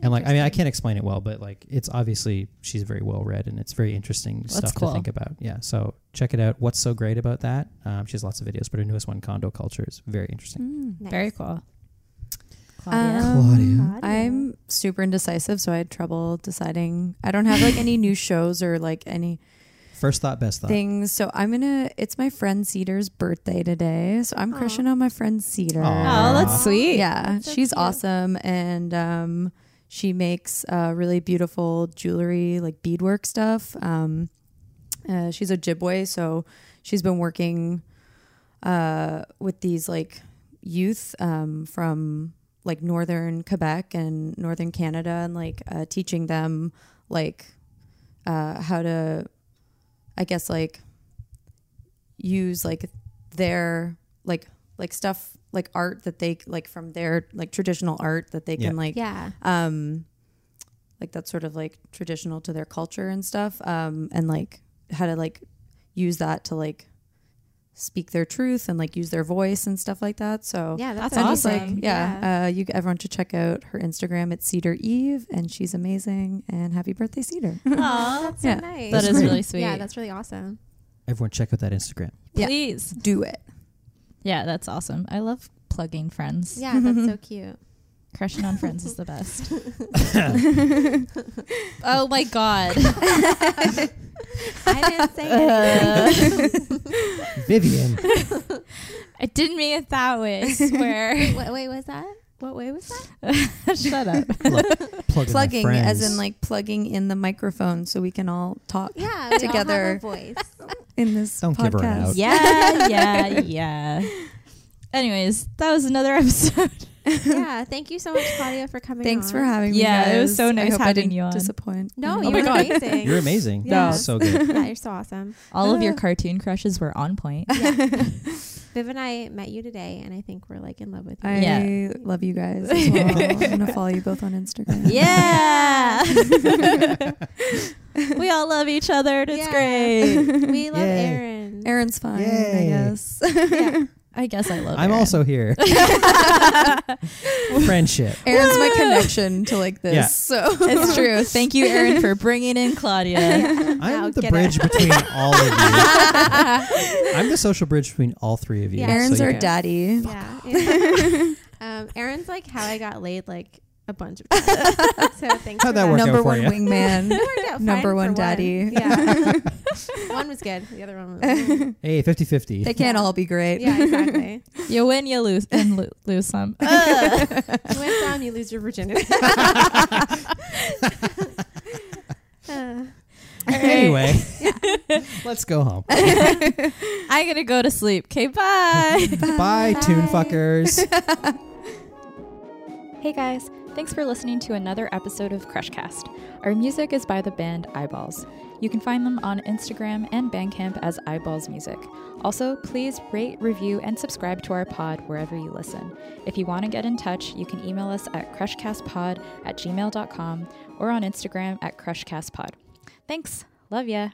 S1: and like i mean i can't explain it well but like it's obviously she's very well read and it's very interesting stuff
S3: cool.
S1: to think about yeah so check it out what's so great about that um, she has lots of videos but her newest one condo culture is very interesting
S2: Mm, Nice. Uh,
S3: Very cool. Claudia.
S4: Um,
S1: Claudia.
S4: I'm super indecisive, so I had trouble deciding. I don't have like any new shows or like any
S1: first thought best thought
S4: things. So I'm gonna. It's my friend Cedar's birthday today, so I'm
S2: Aw.
S4: crushing on my friend Cedar.
S1: Aw.
S3: oh, that's sweet.
S4: Yeah,
S2: so
S4: she's
S2: cute.
S4: awesome, and um, she makes uh, really beautiful jewelry, like beadwork stuff. Um, uh, she's Ojibwe, so she's been working uh, with these like youth um, from like northern Quebec and northern Canada, and like uh, teaching them like uh, how to, I guess, like use like their like like stuff like art that they like from their like traditional art that they
S1: Yeah.
S4: can like
S2: Yeah.
S4: um like that's sort of like traditional to their culture and stuff um and like how to like use that to like speak their truth and like use their voice and stuff like that so
S2: Yeah. That's,
S3: oh, That's
S4: and
S3: awesome.
S4: just like yeah, uh you everyone should check out her instagram at cedar eve and she's amazing and happy birthday cedar
S2: <laughs> Aw, that's so
S4: Yeah.
S2: nice.
S3: That
S1: That's
S3: is
S1: great.
S3: really sweet.
S2: Yeah, that's really <laughs> awesome.
S1: everyone check out that instagram
S4: Yeah.
S3: Please.
S4: <laughs> do it
S3: Yeah, that's awesome. I love plugging friends.
S2: Yeah, that's so cute.
S3: Crushing on friends is the best.
S1: <laughs>
S3: <laughs> oh my <laughs> god.
S2: I didn't <laughs> say
S3: Uh,
S4: <laughs>
S1: vivian
S3: I didn't mean it that way. I swear.
S2: Wait, wait, was that? What way was that?
S3: <laughs> Shut <laughs> up.
S1: plugging,
S4: plugging as in like plugging in the microphone so we can all talk
S2: <laughs> Yeah, we all have
S4: Together.
S2: a voice.
S4: in this
S1: Don't
S4: podcast
S1: give her an out.
S3: Yeah, yeah, yeah. Anyways, that was another <laughs> episode.
S2: Yeah, thank you so much, Claudia, for coming.
S4: Thanks for
S2: on.
S4: having Oh me.
S3: Yeah, it was
S4: guys.
S3: so nice
S4: I hope I
S3: having
S4: didn't
S3: you on.
S4: Disappoint.
S2: No,
S4: you
S2: you were
S3: God.
S1: <laughs>
S2: amazing.
S1: you're amazing
S2: Yeah.
S1: so good
S2: <laughs> yeah, you're so awesome.
S3: All of your
S1: <laughs>
S3: cartoon crushes were on point.
S2: Yeah. Viv and I met you today, and I think we're like in love with you.
S4: <laughs> I
S3: Yeah.
S4: love you <laughs> guys. As well. I'm gonna follow you both on
S3: <laughs>
S4: Instagram.
S3: Yeah. we all love each other and it's
S2: Yeah. <laughs>
S3: great.
S2: we love
S1: Yay.
S2: Erin.
S4: Aaron's fine.
S1: Yay.
S4: I guess. <laughs>
S2: Yeah.
S3: I guess I love
S1: i'm
S3: Aaron. <laughs>
S1: also here friendship
S4: Aaron's my connection to like this.
S1: Yeah.
S4: So
S3: It's true. Thank you, Erin, for bringing in Claudia.
S2: Now
S1: I'm the
S2: get
S1: bridge
S2: <laughs>
S1: between all of you. I'm the social bridge between all three of you.
S2: Yeah.
S4: <laughs> Aaron's
S1: so
S4: our
S1: you-
S4: daddy.
S2: Yeah. yeah. <laughs> um, Erin's like how I got laid like a bunch of times. so thanks.
S1: How'd
S2: for
S1: that work out
S4: Number
S1: for
S4: one
S1: you? <laughs>
S4: wingman.
S2: It worked out fine
S4: <laughs> Number
S2: for
S4: one daddy.
S2: Yeah.
S4: <laughs>
S2: one was good. The other one was. mm.
S1: Hey, 50 50. <laughs>
S4: They can't
S2: Yeah.
S4: all be great.
S2: Yeah, exactly.
S3: You win, you lose, and lo- lose some.
S4: Uh,
S2: You went down, you lose your virginity. Uh,
S1: Anyway, let's go home.
S3: <laughs> I'm gonna go to sleep. Okay, <laughs> bye.
S1: Bye, tune fuckers.
S5: Hey guys,
S3: Thanks for listening to another episode of Crushcast. Our music is by the band Eyeballs. You can find them on Instagram and Bandcamp as Eyeballs Music. Also, please rate, review, and subscribe to our pod wherever you listen. If you want to get in touch, you can email us at crushcastpod at gmail.com or on Instagram at crushcastpod. Thanks. Love ya.